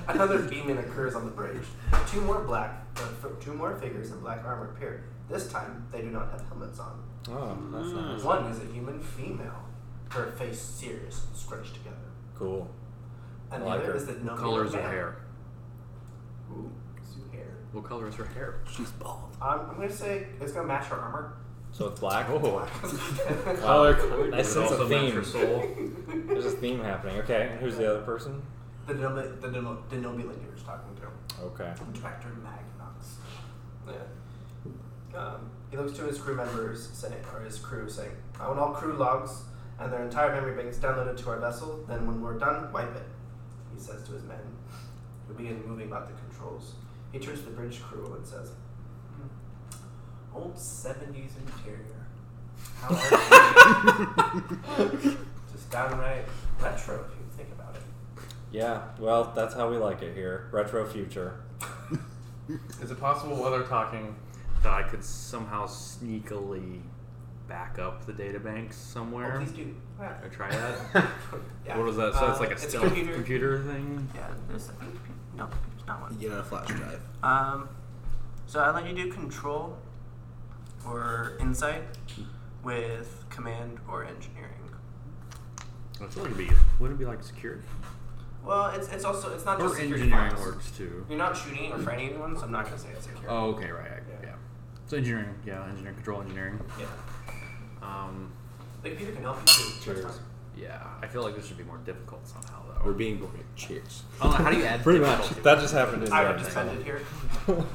S9: Another beaming occurs on the bridge. Two more black, uh, f- two more figures in black armor appear. This time, they do not have helmets on.
S8: oh, that's nice.
S9: One is a human female, her face serious and scrunched together.
S8: Cool.
S9: And
S8: Like
S9: the other
S8: her.
S9: is the no
S5: color is her
S9: male.
S5: hair?
S9: Ooh, zoo hair.
S5: What color is her hair?
S1: She's bald.
S9: Um, I'm gonna say it's gonna match her armor.
S8: So it's black.
S5: Oh,
S3: Color
S8: I
S5: Does it
S8: sense a
S5: also match her
S8: theme.
S5: soul.
S8: There's a theme happening. Okay, and who's the other person?
S9: the denomi- the deno- denobulant you was talking to.
S8: Okay.
S9: Director Magnox. Yeah. Um, he looks to his crew members saying, or his crew saying, "I want all crew logs and their entire memory banks downloaded to our vessel. Then when we're done, wipe it." He says to his men, who begin moving about the controls. He turns to the bridge crew and says, "Hmm, "Old seventies interior. How are Just downright retro if you think about it."
S8: Yeah. Well, that's how we like it here. Retro future.
S12: Is it possible while they're talking?
S5: That I could somehow sneakily back up the data banks
S9: Oh,
S5: somewhere.
S9: please do. Yeah.
S5: I try that.
S9: Yeah.
S5: What is that? So it's
S4: Uh,
S5: like a
S4: it's
S5: stealth
S4: computer.
S5: computer. thing.
S4: Yeah, there's a no, there's not one.
S1: Get on a flash drive.
S4: Um, so I let you do control or insight with command or engineering.
S5: That's what it'd be. Wouldn't it be like security?
S4: Well, it's it's also it's not
S5: Or
S4: just security
S5: engineering
S4: files.
S5: works too.
S4: You're not shooting or fighting anyone, so I'm not gonna say it's security.
S5: Oh, okay, right. I,
S4: Yeah.
S5: yeah. So engineering, yeah, engineering, control engineering.
S4: Yeah,
S5: Um,
S4: the computer can help you too. that's
S8: Cheers.
S4: fine.
S5: yeah, I feel like this should be more difficult somehow, though.
S1: We're being boring. Cheers.
S5: Oh, how do you add
S8: Pretty much.
S5: difficulty?
S8: That just happened. in
S4: I
S8: the
S4: would just end it here.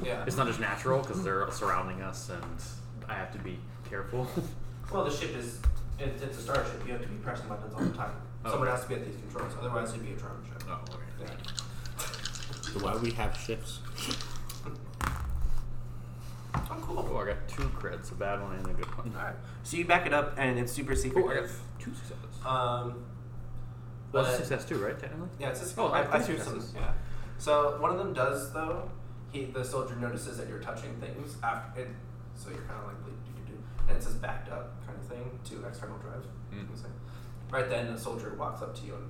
S4: Yeah.
S5: It's not just natural because they're surrounding us, and I have to be careful.
S4: Well, the ship is it's, it's a starship. You have to be pressing buttons all the time.
S5: Oh.
S4: Someone has to be at these controls, otherwise it'd be a drone ship.
S5: oh, okay.
S1: So why we have shifts?
S4: Oh, cool.
S5: Oh, I got two creds, a bad one and a good one.
S4: All right. So you back it up, and it's super
S5: Oh, I got
S4: secretive.
S5: two successes.
S4: Um,
S5: Well,
S4: but-
S5: that's a success too, right? Technically.
S4: Yeah, it's just.
S5: Oh, I-
S4: I, I,
S5: I
S4: threw
S5: see
S4: some.
S5: this.
S4: Yeah. So one of them does though. He the soldier notices that you're touching things after it, so you're kind of like bleep, do, do, do. and it says backed up kind of thing to external drive.
S5: Mm.
S4: It's like- Right then, a soldier walks up to you and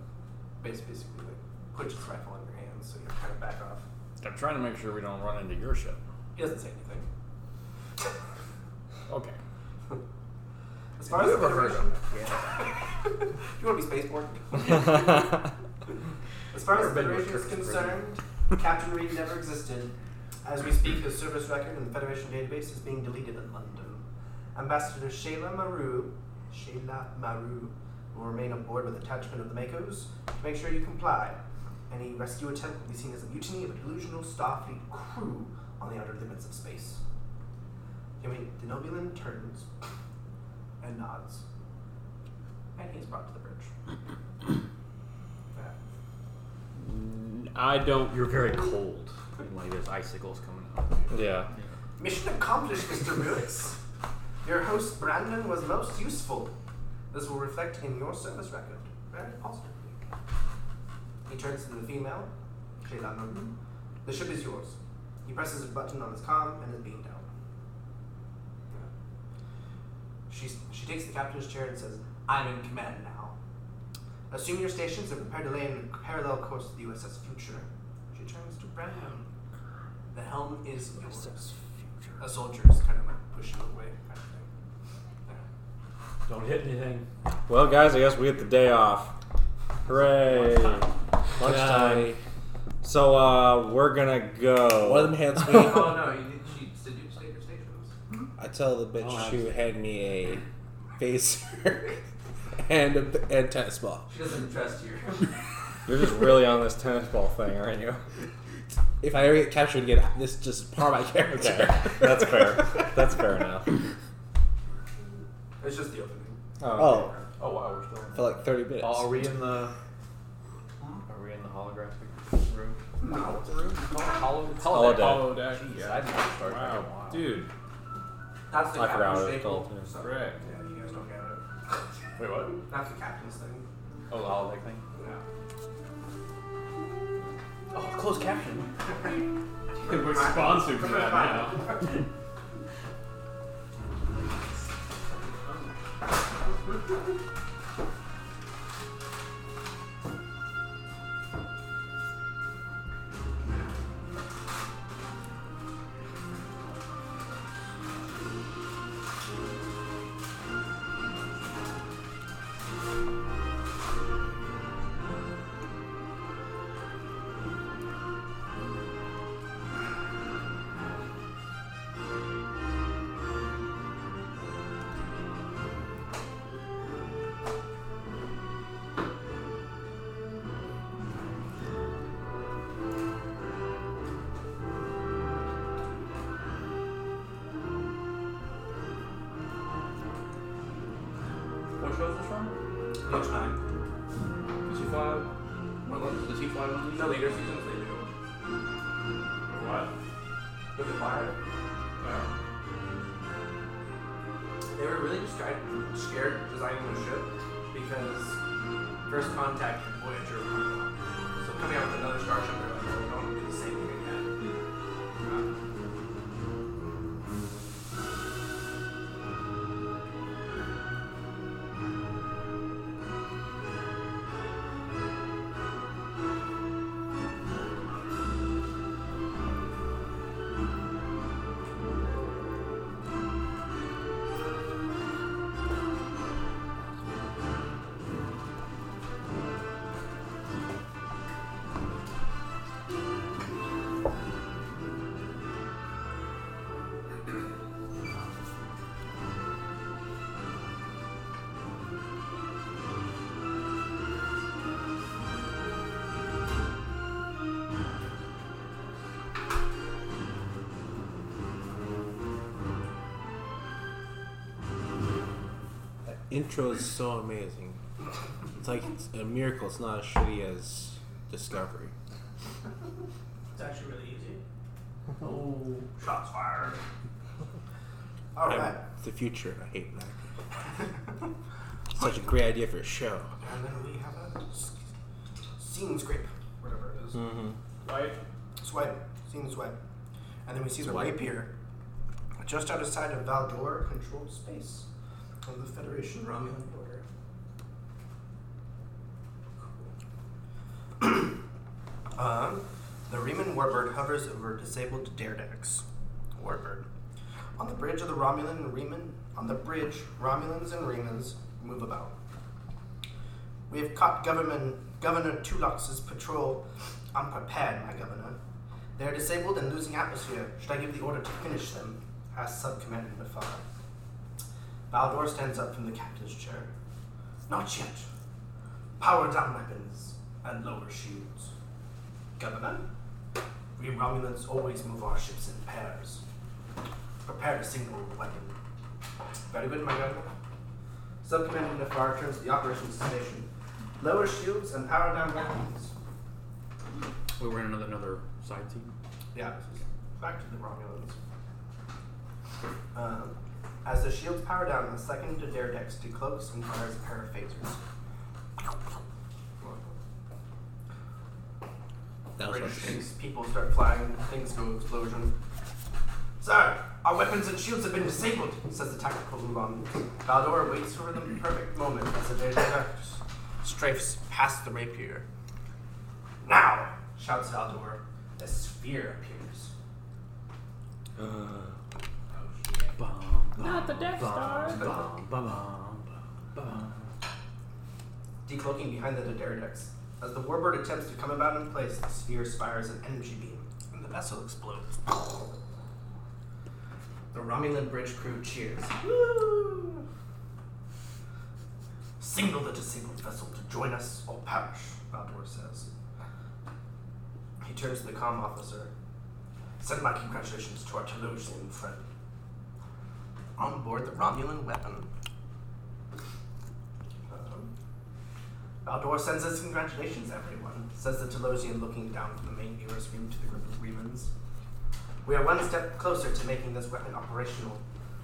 S4: basically, basically like, puts his rifle in your hands, so you have to kind of back off.
S5: I'm trying to make sure we don't run into your ship.
S4: He doesn't say anything.
S5: Okay.
S4: As far as
S13: you
S4: the
S13: ever heard
S4: Federation,
S13: of
S4: you want to be spaceborne? as far as
S13: Never
S4: the
S13: been to a
S4: Federation is
S13: Turkish
S4: concerned, Captain Reed never existed. As we speak, his service record in the Federation database is being deleted in London. Ambassador Shayla Maru, Shayla Maru, will remain on board with attachment of the Makos to make sure you comply. Any rescue attempt will be seen as a mutiny of a delusional Starfleet crew on the outer limits of space. I mean, Denobulan turns and nods. And he's brought to the bridge. Yeah.
S5: I don't. You're very cold. And like there's icicles coming out. of you.
S8: Yeah.
S4: Mission accomplished, Mr. Ruiz. Your host, Brandon, was most useful. This will reflect in your service record very positively. He turns to the female, Shayla Norton. The ship is yours. He presses a button on his comm and is beamed down. She, she takes the captain's chair and says, I'm in command now. Assume your stations and prepare to lay in a parallel course to the USS Future. She turns to Brandon. The helm is yours. A soldier is kind of like pushing away, kind of thing. Yeah.
S8: Don't hit anything. Well, guys, I guess we get the day off. Hooray! Lunchtime. So uh, we're gonna go.
S1: One of them hands me.
S4: oh no, you did, she said you stayed your stations.
S1: I tell the
S5: Oh,
S1: bitch to hand me a phaser and a and tennis ball.
S4: She doesn't trust you.
S8: You're just really on this tennis ball thing, aren't you?
S1: If I ever get captured again, this is just part of my character.
S8: Okay, that's fair. That's fair enough. Um,
S4: it's just the opening.
S1: Oh,
S13: Oh wow, we're still. In
S1: for like thirty minutes.
S5: Oh, are we in the? Are we in the holographic room?
S4: No, it's a room.
S5: Holo,
S8: Holodeck.
S3: Holodeck,
S5: Jeez,
S3: yeah.
S5: I didn't start
S3: Wow,
S5: thinking, wow.
S3: dude,
S4: That's the
S8: I forgot
S4: captain's
S8: what it's
S4: staple,
S8: called, yeah.
S4: so-
S3: Rick.
S4: Yeah, you guys don't get it.
S5: Wait, what?
S4: That's the captain's thing.
S5: Oh, the holodeck thing.
S4: Yeah.
S5: Oh, closed caption.
S3: We're sponsored for that now.
S5: What show is this from?
S4: Which time?
S5: Does he fly? What? Does he fly one of these?
S4: The later seasons they do.
S5: What?
S4: With the fire. Oh. They were really just guy- scared designing the ship because First Contact and Voyager were coming out. So coming out with another starship, they're like, oh, we don't want to do the same thing again. Uh,
S1: That intro is so amazing. It's like it's a miracle. It's not as shitty as Discovery.
S4: it's actually really easy. Oh, shots fired. All
S1: I'm-
S4: right.
S1: It's the future. and I hate that. Such a great idea for a show.
S4: And then we have a s- scene scrape, whatever it is.
S3: Right?
S4: Swipe, scene swipe. And then we see the
S1: Swipe.
S4: rapier just outside of Valdor, controlled space on the Federation Romulan border. um, the Riemann Warbird hovers over disabled Daredex Warbird. On the bridge of the Romulan and Riemann, on the bridge, Romulans and Riemans move about. We have caught government, Governor Tulox's patrol unprepared, my governor. They are disabled and losing atmosphere. Should I give the order to finish them? asks Subcommander Bafar. Baldor stands up from the captain's chair. Not yet. Power down weapons and lower shields. Governor, we Romulans always move our ships in pairs. Prepare to signal the weapon. Very good, my governor. Subcommander Nafar turns to the operations station. Lower shields and power down weapons.
S5: We were in another, another side team.
S4: Yeah, this is back to the Romulans. Um, as the shields power down, the second to Daredex decloaks and fires a pair of phasers.
S1: That was
S4: British
S1: what
S4: things, people start flying, things go explosion. Sir, our weapons and shields have been disabled, says the tactical Ulan. Baldor waits for the perfect moment as the Daredex strafes past the rapier. Now, shouts Valdor. A sphere appears. Oh,
S5: Not the Death Star.
S4: decloaking behind the Dideridex. As the warbird attempts to come about in place, the sphere spires an energy beam, and the vessel explodes. The Romulan bridge crew cheers. Woo! Signal the disabled vessel to join us or perish, Valdor says. He turns to the comm officer. Send my congratulations to our Telosian friend. On board the Romulan weapon. Um, Aldor sends his congratulations, everyone, says the Telosian, looking down from the main viewer screen to the group of Remans. We are one step closer to making this weapon operational.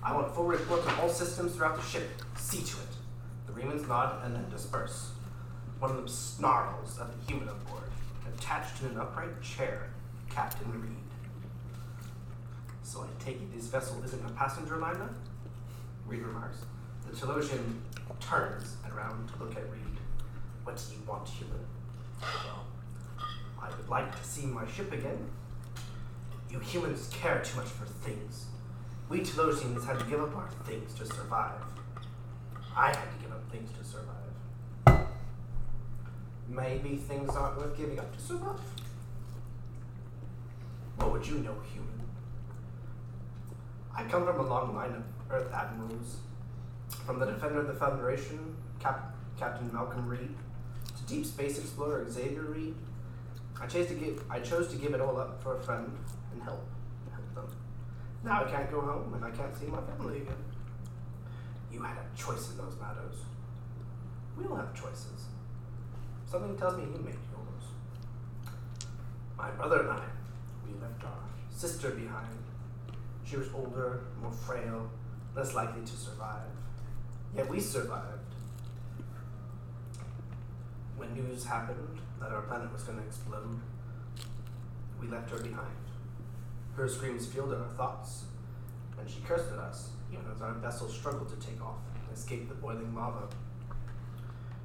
S4: I want full reports on all systems throughout the ship. See to it. The Remans nod and then disperse. One of them snarls at the human on board, attached to an upright chair, Captain Reed. So I take it this vessel isn't a passenger liner? Reed remarks. The Telosian turns around to look at Reed. What do you want, human? Well, I would like to see my ship again. You humans care too much for things. We Telosians had to give up our things to survive. I had to give up things to survive. Maybe things aren't worth giving up to survive? What would you know, human? I come from a long line of Earth admirals, from the Defender of the Federation, Cap- Captain Malcolm Reed, to Deep Space Explorer Xavier Reed. I chose to give I chose to give it all up for a friend and help help them. Now I can't go home and I can't see my family again. You had a choice in those matters. We all have choices. Something tells me you made yours. My brother and I, we left our sister behind. She was older, more frail, less likely to survive. Yet we survived. When news happened that our planet was going to explode, we left her behind. Her screams filled our thoughts, and she cursed at us, even as our vessel struggled to take off and escape the boiling lava.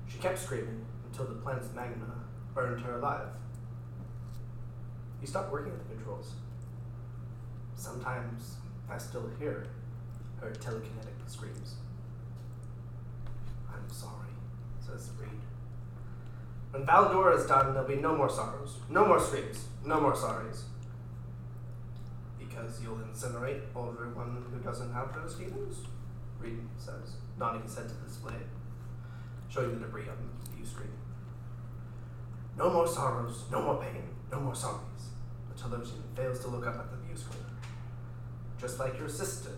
S4: She kept screaming until the planet's magma burned her alive. You stopped working at the controls. Sometimes I still hear her telekinetic screams. I'm sorry, says Reed. When Valdor is done, there'll be no more sorrows, no more screams, no more sorries. Because you'll incinerate everyone who doesn't have those feelings? Reed says, nodding his head to the display, showing the debris on the view screen. No more sorrows, no more pain, no more sorries. The Telosian fails to look up at the view screen. Just like your sister,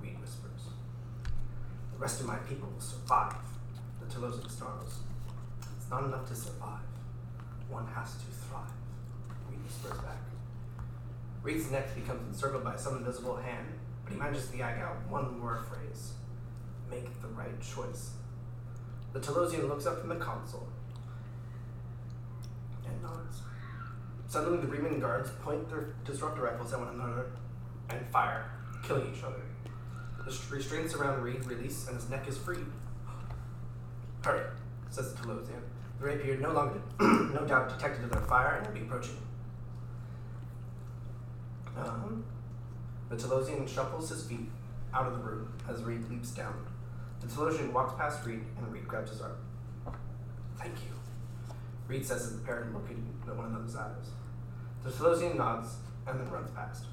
S4: Reed whispers. The rest of my people will survive, the Telosian snarls. It's not enough to survive. One has to thrive. Reed whispers back. Reed's neck becomes encircled by some invisible hand, but he manages to yank out one word phrase. Make the right choice. The Telosian looks up from the console and nods. Suddenly, the Riemann guards point their disruptor rifles at one another and fire, killing each other. The sh- restraints around Reed release, and his neck is freed. Hurry, says the Telosian. The rapier no longer, no doubt, detected their fire and will be approaching. Um, the Telosian shuffles his feet out of the room as Reed leaps down. The Telosian walks past Reed, and Reed grabs his arm. Thank you, Reed says as the pair look into one another's eyes. The Telosian nods and then runs past.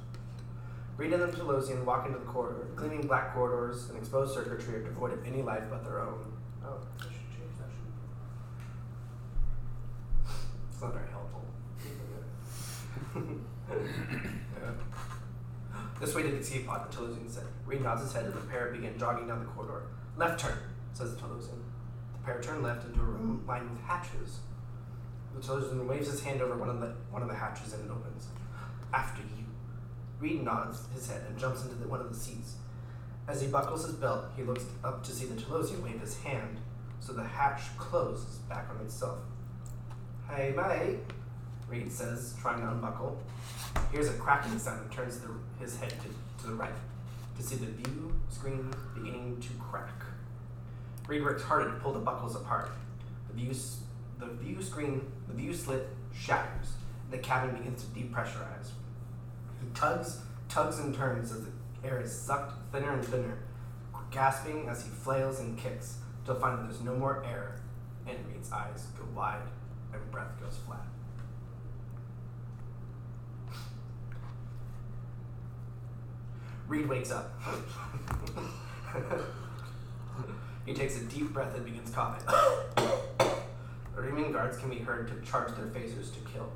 S4: Reed and the Pelosian walk into the corridor, gleaming black corridors and exposed circuitry are devoid of any life but their own. Oh, I should change that. shouldn't I? It's not very helpful. Yeah. This way to the teapot, the Telosian said. Reed nods his head and the pair begin jogging down the corridor. Left turn, says the Telosian. The pair turn left into a room lined with hatches. The Telosian waves his hand over one of the one of the hatches and it opens. After you. Reed nods his head and jumps into the, one of the seats. As he buckles his belt, he looks up to see the Telosian wave his hand, so the hatch closes back on itself. Hey, mate, Reed says, trying to unbuckle. Hears a cracking sound and turns the, his head to, to the right to see the view screen beginning to crack. Reed works harder to pull the buckles apart. The view, s- the view screen, the view slit shatters, and the cabin begins to depressurize. He tugs, tugs, and turns as the air is sucked thinner and thinner, gasping as he flails and kicks, till finally there's no more air, and Reed's eyes go wide and breath goes flat. Reed wakes up. he takes a deep breath and begins coughing. the Riemann guards can be heard to charge their phasers to kill.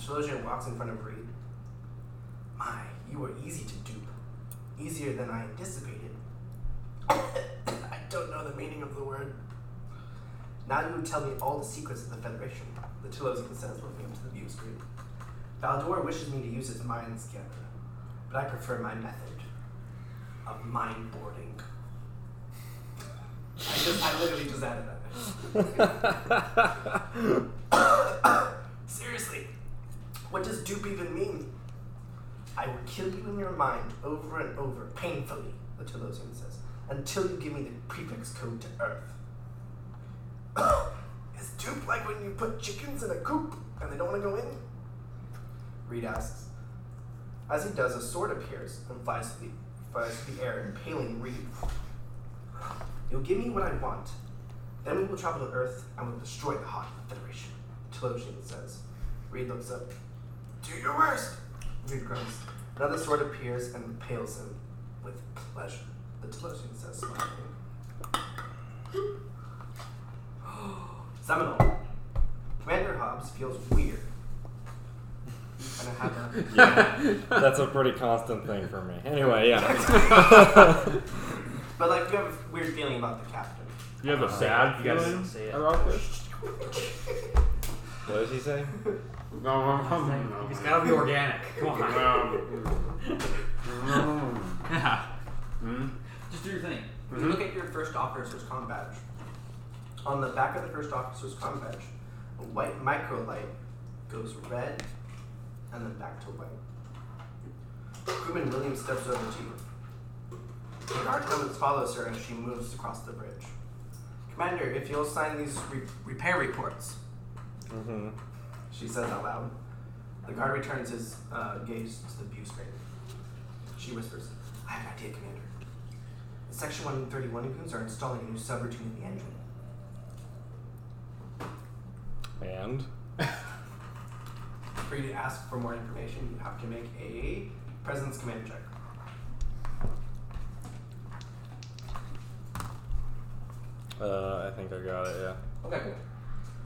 S4: Shalosian walks in front of Reed. My, you were easy to dupe. Easier than I anticipated. I don't know the meaning of the word. Now you tell me all the secrets of the Federation, the Tulosian says, looking up to the view screen. Valdor wishes me to use his mind scanner, but I prefer my method of mind boarding. I, just, I literally just added that. Seriously, what does dupe even mean? I will kill you in your mind over and over, painfully, the Telosian says, until you give me the prefix code to Earth. Is dupe like when you put chickens in a coop and they don't want to go in? Reed asks. As he does, a sword appears and flies through the, flies through the air, impaling Reed. You'll give me what I want. Then we will travel to Earth and will destroy the heart of the Federation, Telosian says. Reed looks up. Do your worst! Reed grunts. Another sword appears and impales him with pleasure. The Telosian says, smiling. Seminole. Commander Hobbs feels weird. And I have a
S8: That's a pretty constant thing for me. Anyway, yeah.
S4: But like you have a weird feeling about the captain.
S3: You have a sad
S5: you guys
S3: feeling
S5: say it.
S3: about this?
S8: What does he say?
S3: No, no, no, no.
S5: It's gotta be organic. Come on. Yeah.
S2: Just do your thing.
S4: You look at your first officer's comm badge. On the back of the first officer's comm badge, a white micro light goes red and then back to white. Crewman Williams steps over to you. The guard comes follows her as she moves across the bridge. Commander, if you'll sign these re- repair reports,
S8: Mm-hmm.
S4: she says out loud. The guard returns his uh, gaze to the view screen. She whispers, I have an idea, Commander. The Section 131 goons are installing a new subroutine in the engine.
S8: And
S4: For you to ask for more information, you have to make a presence command check.
S8: uh, I think I got it. Yeah.
S4: Okay, cool.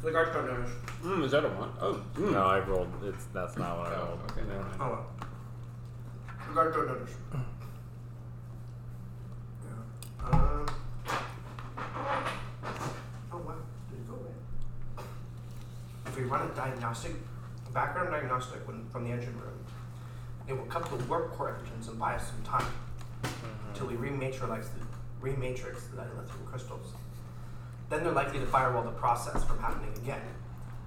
S4: So the guards don't notice.
S3: Mm, is that a one? Oh, mm.
S8: No, I rolled. It's that's not what I rolled.
S3: Okay, never mind.
S4: Oh well. The guards don't notice. yeah. Uh, oh wow, did it go away? If we run a diagnostic, a background diagnostic when, from the engine room, it will cut the warp core engines and buy us some time until we rematrix the rematrix the dilithium crystals. Then they're likely to firewall the process from happening again,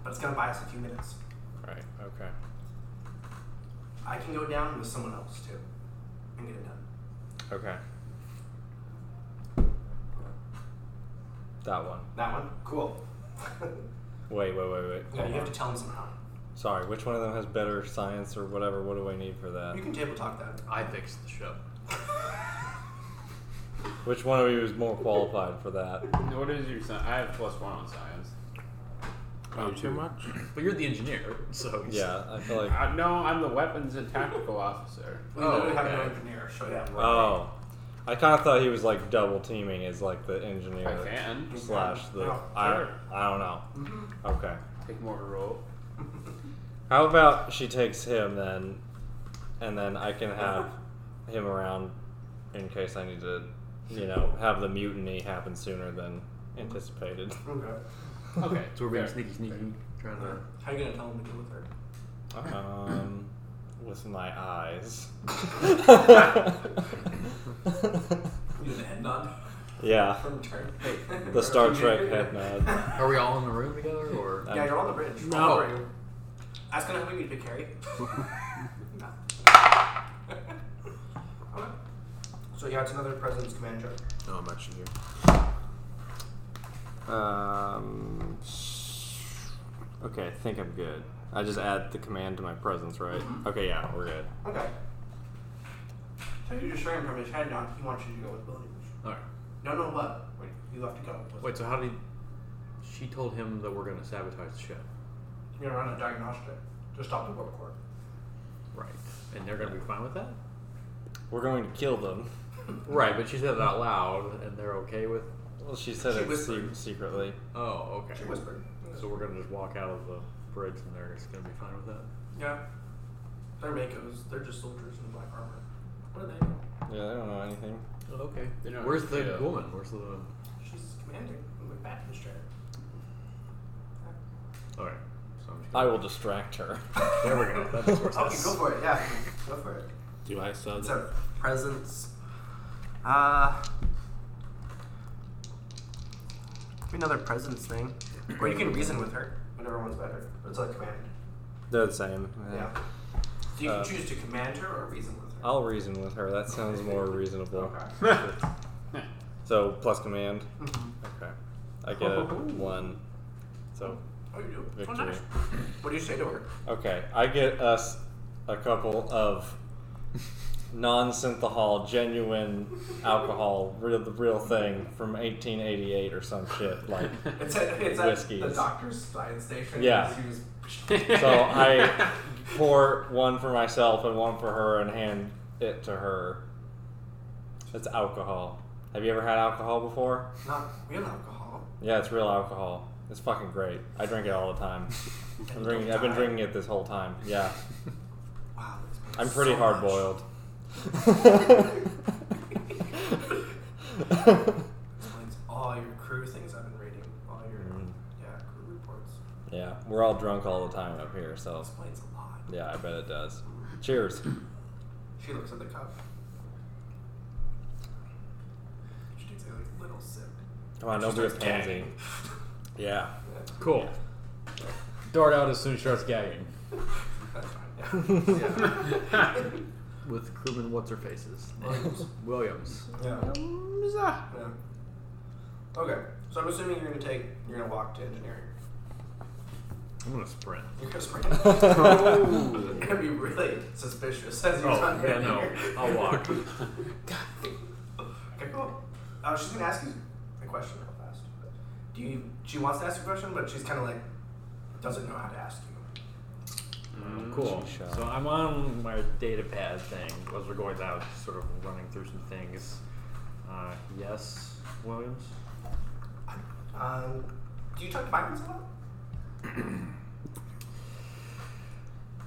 S4: but it's gonna buy us a few minutes.
S8: Right. Okay.
S4: I can go down with someone else too and get it done.
S8: Okay. That one.
S4: That one? Cool.
S8: Wait, wait, wait, wait.
S4: yeah,
S8: Hold
S4: you have
S8: on.
S4: to tell him somehow.
S8: Sorry, which one of them has better science or whatever? What do I need for that?
S4: You can table talk that.
S5: I fixed the ship.
S8: Which one of you is more qualified for that?
S3: What is your science? I have plus one on science.
S1: Oh, too much?
S5: But you're the engineer, so
S8: Yeah, I feel like.
S3: I, Uh, no, I'm the weapons and tactical officer.
S4: We
S5: Oh,
S4: literally have
S5: okay.
S4: no engineer show up.
S8: Oh. I kind of thought he was like double teaming as like the engineer
S3: I can
S8: slash the.
S4: Oh, Mm-hmm.
S8: I,
S3: sure.
S8: I don't know. Okay.
S3: take more of a role.
S8: How about she takes him then, and then I can have him around in case I need to, you know, have the mutiny happen sooner than anticipated.
S4: Okay.
S3: Okay,
S5: So we're being
S3: fair.
S5: sneaky, sneaky, trying to.
S4: How are you gonna tell him to deal with her?
S8: Um, with my eyes.
S4: You did a head nod
S8: yeah,
S4: from turn.
S8: the Star Trek head nod.
S5: Are we all in the room together, or
S4: Yeah, you're on the bridge.
S1: No.
S4: All right. Ask him how many we need to carry. no. okay. So yeah, it's another president's command check.
S1: No, Oh, I'm actually here.
S8: Um. Okay, I think I'm good. I just add the command to my presence, right?
S4: Mm-hmm.
S8: Okay, yeah, we're good.
S4: Okay. So you just showing him his head nod. He wants you to go with Williams.
S5: all right?
S4: No, no, what? Wait, you have to go.
S5: Wait, so how did she told him that we're gonna sabotage the ship,
S4: You're gonna run a diagnostic to stop the warp core.
S5: right? And they're gonna be fine with that,
S8: We're going to kill them.
S5: right? But she said it out loud, and they're okay with.
S8: Well, she said
S4: She
S8: it se-
S4: whispered.
S8: secretly.
S5: Oh, okay.
S4: She whispered.
S5: So we're gonna just walk out of the bridge, and they're just gonna be fine with that.
S4: Yeah. They're Makos. They're just soldiers in black armor. What are they? doing?
S8: Yeah, they don't know anything.
S5: Oh, okay.
S3: They don't
S5: Where's
S3: have
S5: the
S3: to kill.
S5: woman? Where's the?
S4: She's commanding. I'm like back in the chair.
S5: All right. So I'm just
S8: I
S5: gonna-
S8: will distract her.
S5: There we go. That makes more
S4: Okay,
S5: sense.
S4: go for it. Yeah, go for it.
S1: Do I still
S4: It's a presence. Uh, another presence thing. Or you can reason with her. Whatever one's better. But it's like command.
S8: They're the same.
S4: Yeah. So you
S8: Uh,
S4: can choose to command her or reason with her.
S8: I'll reason with her. That sounds more reasonable.
S4: Okay.
S8: So plus command.
S4: Mhm.
S8: Okay. I get a one. So
S4: Oh, you do. Oh,
S8: victory.
S4: nice. What do you say to her?
S8: Okay. I get us a couple of non-synthahol, genuine alcohol, real the real thing from 1888 or some shit. Like
S4: It's at, it's at the
S8: Whiskies.
S4: doctor's science station.
S8: Yeah.
S4: She was-
S8: so I pour one for myself and one for her and hand it to her. It's alcohol. Have you ever had alcohol before?
S4: not real alcohol.
S8: Yeah, it's real alcohol. It's fucking great. I drink it all the time. I'm drinking, I've been drinking it this whole time. Yeah,
S4: Wow. this means
S8: I'm pretty
S4: so
S8: hard
S4: much.
S8: boiled.
S4: explains all your crew things I've been reading, all your
S8: Mhm.
S4: yeah crew reports.
S8: yeah, we're all drunk all the time up here, so
S4: Explains a lot.
S8: yeah, I bet it does. Cheers.
S4: She looks at the cup. She takes a like, little sip.
S8: Come on, don't be a pansy. Yeah.
S5: Cool. Dart out as soon as she starts gagging.
S4: That's fine. Yeah.
S5: With crewman what's her faces?
S4: Williams.
S5: Williams.
S4: yeah. yeah. Okay, so I'm assuming you're gonna take, you're gonna walk to engineering.
S5: I'm gonna sprint.
S4: You're gonna spray. it. You're gonna be really suspicious as you
S5: Oh,
S4: run
S5: yeah,
S4: in
S5: no.
S4: here.
S5: I'll walk.
S4: okay, cool. Uh, she's gonna ask you a question real fast. Do you? She wants to ask you a question, but she's kind of like doesn't know how to ask you.
S5: Cool.
S8: She shall.
S5: So I'm on my data pad thing as we're going down, just sort of running through some things. Uh, yes, Williams.
S4: Um, do you talk to Vikings a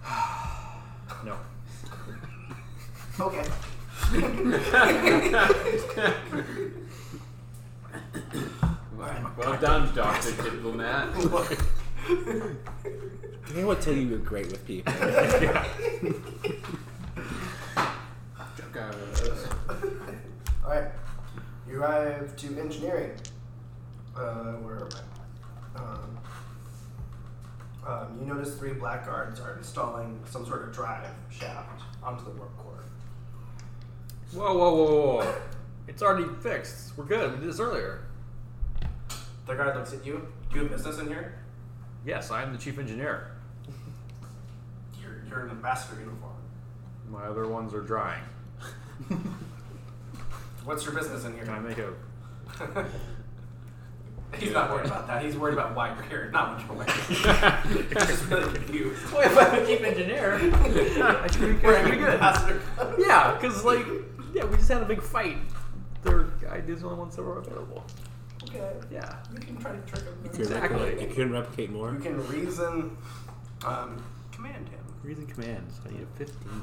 S4: lot?
S5: No.
S4: Okay.
S3: Well done, Doctor Diplomat.
S1: I would tell you you're great with people.
S4: All right. You arrive to engineering. Uh, where am I? Um, um, you notice three black guards are installing some sort of drive shaft onto the warp core.
S9: Whoa, whoa, whoa, whoa! It's already fixed. We're good. We did this earlier.
S4: The guard looks at you. Do you have business in here?
S9: Yes, I am the chief engineer.
S4: You're, you're in ambassador uniform.
S9: My other ones are drying.
S4: What's your business in here?
S9: Can I make a?
S4: He's not worried about that. He's worried about why you're here, not what you're wearing. He's just really confused.
S9: Wait, if I'm a chief engineer, I should be
S4: Wearing
S9: pretty good.
S4: ambassador clothes.
S9: Yeah, because like, yeah, we just had a big fight. Their ideas were the ones that were available.
S4: Okay.
S9: Yeah.
S4: You can try to trick him.
S1: Couldn't
S9: Exactly.
S1: replicate- You couldn't replicate more.
S4: You can reason, um, command him.
S9: Reason commands. I need a fifteen.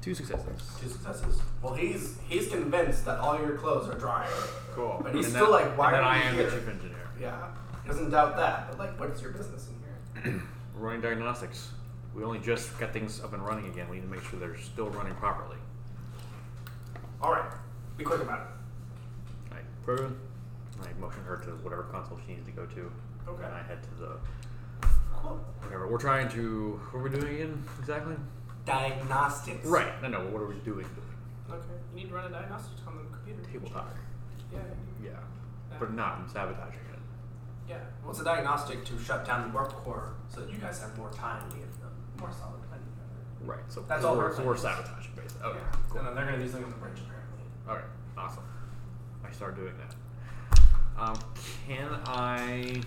S9: Two successes.
S4: Two successes. Well, he's he's convinced that all your clothes are dry.
S9: Cool.
S4: But he's still like, why
S9: and then
S4: are
S9: I
S4: you
S9: am
S4: here?
S9: the chief engineer.
S4: Yeah. He doesn't doubt that, but like, what's your business in here?
S9: We're running diagnostics. We only just got things up and running again. We need to make sure they're still running properly.
S4: All right. Be quick about
S9: I proven. I motion her to whatever console she needs to go to.
S4: it. Okay.
S9: And I head to the
S4: Cool.
S9: whatever. We're trying to. What are we doing again exactly?
S4: Diagnostics.
S9: Right. No, no. What are we doing?
S4: Okay. You need to run a diagnostics on the computer.
S9: Table talk.
S4: Yeah.
S9: Yeah. But not in sabotaging it.
S4: Yeah. Well, it's a diagnostic to shut down the warp core so that you guys have more time to give them more solid planning.
S9: Right. So
S4: That's
S9: so
S4: all
S9: we're,
S4: we're
S9: so we're
S4: playing.
S9: sabotaging basically. Okay. Cool.
S4: And then they're gonna do something with the bridge apparently.
S9: All right, awesome. I start doing that. Um, can I,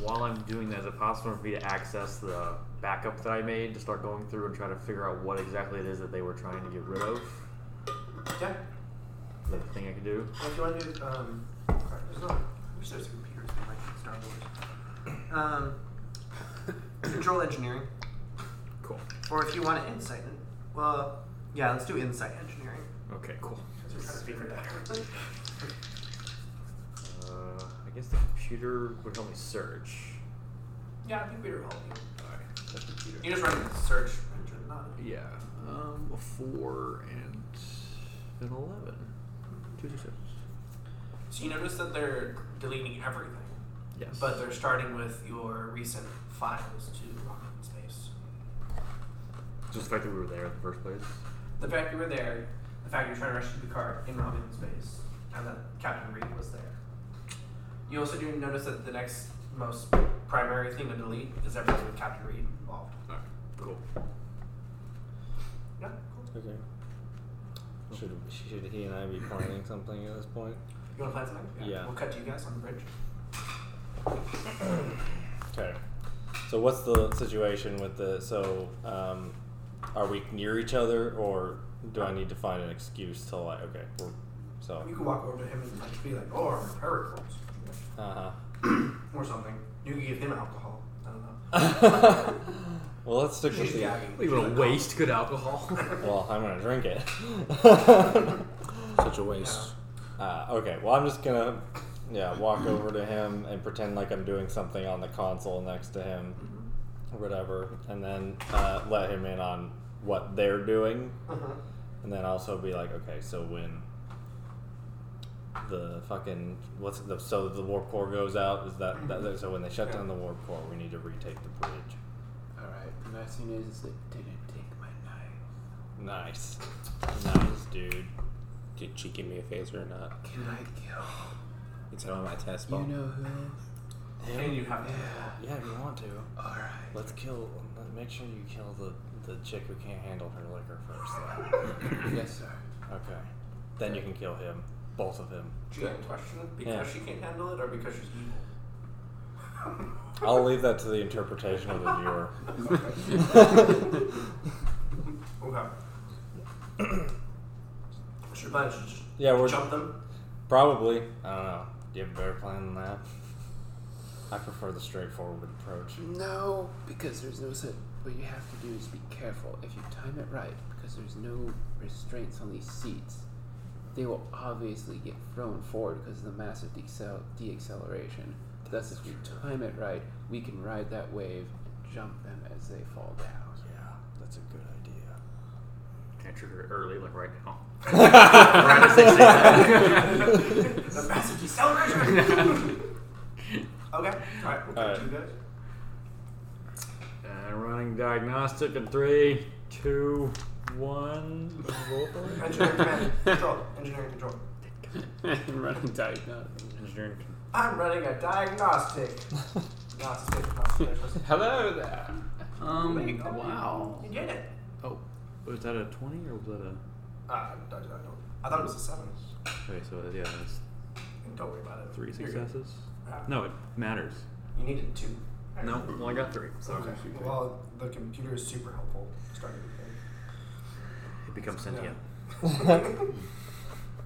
S9: while I'm doing that, is it possible for me to access the backup that I made to start going through and try to figure out what exactly it is that they were trying to get rid of?
S4: Yeah.
S9: Is that a thing I could do?
S4: Well, if you want to do, um, sorry, there's no. I wish there was a computer thing like Star Wars. Um, control engineering,
S9: Cool.
S4: or if you want to insight. en- Well, yeah, let's do insight engineering.
S9: Okay, cool.
S4: That's even better.
S9: Uh, I guess the computer would help me search.
S4: Yeah, I think we were helping.
S9: All right, that's computer.
S4: You just run the search engine, not.
S9: Yeah. Um, a four and an eleven. Two successes.
S4: So you notice that they're deleting everything,
S9: Yes.
S4: but they're starting with your recent files to rocket in space.
S9: just the fact that we were there in the first place.
S4: The fact you were there, the fact you're trying to rescue Picard in Robin space, and that Captain Reed was there. You also do notice that the next most primary thing to delete is everything with Captain Reed involved.
S9: Alright, cool.
S4: Yeah, cool.
S1: Okay. Should should he and I be planning something at this point?
S4: You want to plan something?
S1: Yeah.
S4: We'll cut to you guys on the bridge.
S8: Okay. So what's the situation with the? So, um, are we near each other, or do I need to find an excuse to like? Okay. We're, so.
S4: You can walk over to him and like, be like, oh, our repair reports,"
S8: Uh
S4: Or something. You can give him alcohol. I don't know.
S8: huh. well, let's stick
S4: She's
S8: with the.
S4: gagging.
S9: Leave it a waste good alcohol.
S8: Well, I'm gonna drink it. uh,
S1: Such a waste.
S8: okay. Well, I'm just gonna, yeah, walk over to him and pretend like I'm doing something on the console next to him, or whatever, and then uh, let him in on what they're doing
S4: Uh-huh.
S8: And then also be like, okay, so when the fucking what's the so the warp core goes out is that, that so when they shut down the warp core we need to retake the bridge.
S3: Alright, the nice thing is, is they didn't take my knife.
S8: Nice, nice, dude.
S1: Did she give me a phaser or not?
S3: Can I kill
S1: It's on my test ball.
S3: you know who?
S4: And you have to.
S8: Yeah, if you want to,
S3: Alright.
S8: let's kill. let- Make sure you kill the the chick who can't handle her liquor first.
S3: yes, sir.
S8: Though. Okay, then you can kill him, both of him.
S4: Do you have a question? Because she can't handle it, or because she's evil?
S8: I'll leave that to the interpretation of the viewer.
S4: Okay. What's your plan? Just
S8: Yeah, we're
S4: Jump them?
S8: Probably. I don't know. Do you have a better plan than that? I prefer the straightforward approach.
S3: No, because there's no such. What you have to do is be careful. If you time it right, because there's no restraints on these seats, they will obviously get thrown forward because of the massive decel- deacceleration. Thus, if we time it right, we can ride that wave and jump them as they fall down.
S8: Yeah, that's a good idea.
S9: Can I trigger it early, like right now?
S4: The massive deceleration! okay. Alright, we'll
S8: All
S4: cut
S8: right.
S4: to you guys.
S9: And running diagnostic in three,
S5: two, one. Roll for it.
S4: Engineering command. control. Engineering control.
S2: and running diagonal.
S5: Engineering.
S4: I'm running a diagnostic. Diagnostic. diagnostic.
S2: Hello there.
S5: Um.
S4: Wait,
S5: Wow.
S4: You did it.
S5: Oh, was that a twenty or was that a?
S4: Uh, I, I, I, don't- I thought it was a seven.
S5: Okay, so yeah, that's
S4: Don't worry about it.
S5: three
S4: You're good.
S5: successes.
S4: Uh,
S5: No, it matters.
S4: You needed two.
S5: No, well I got three, so
S4: Okay. Well, the computer is super helpful. Starting to think.
S5: it becomes sentient.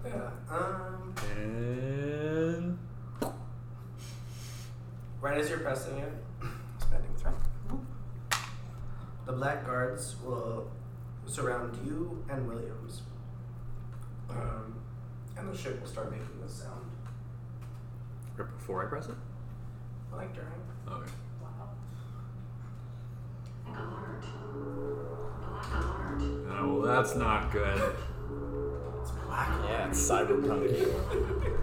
S4: Yeah. Um,
S5: And
S4: right as you're pressing it, spending through. The black guards will surround you and Williams. Um, and the ship will start making this sound.
S5: right before I press it.
S4: Like during.
S5: Okay. Oh, well, that's not good.
S4: It's black.
S1: Yeah, it's cyberpunk.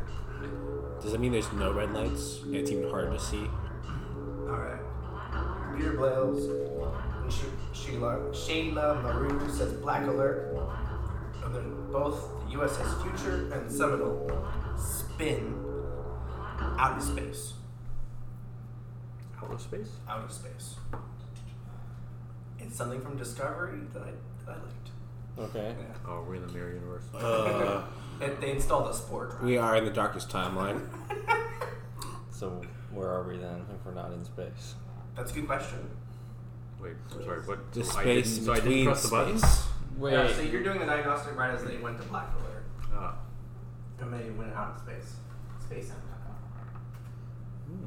S1: Does that mean there's no red lights? And it's even hard to see.
S4: Alright. Computer Blails and she, Sheila, Sheila LaRue says black alert. And then both the USS Future and Seminole spin out of space.
S5: Outer space.
S4: out of space. It's something from Discovery that I, that I liked.
S1: Okay.
S5: Oh, we're in the mirror universe.
S1: Uh,
S4: It, they installed a spore drive.
S1: we are in the darkest timeline.
S8: So where are we then if we're not in space?
S4: That's a good question.
S5: Wait, I'm sorry. What?
S1: The
S5: so I didn't,
S1: space
S5: so I didn't
S1: between
S5: press the button.
S1: space.
S2: Wait.
S4: Yeah, so you're doing the diagnostic right as they went to Black Alert,
S5: Ah.
S4: and they went out of space. Space out. And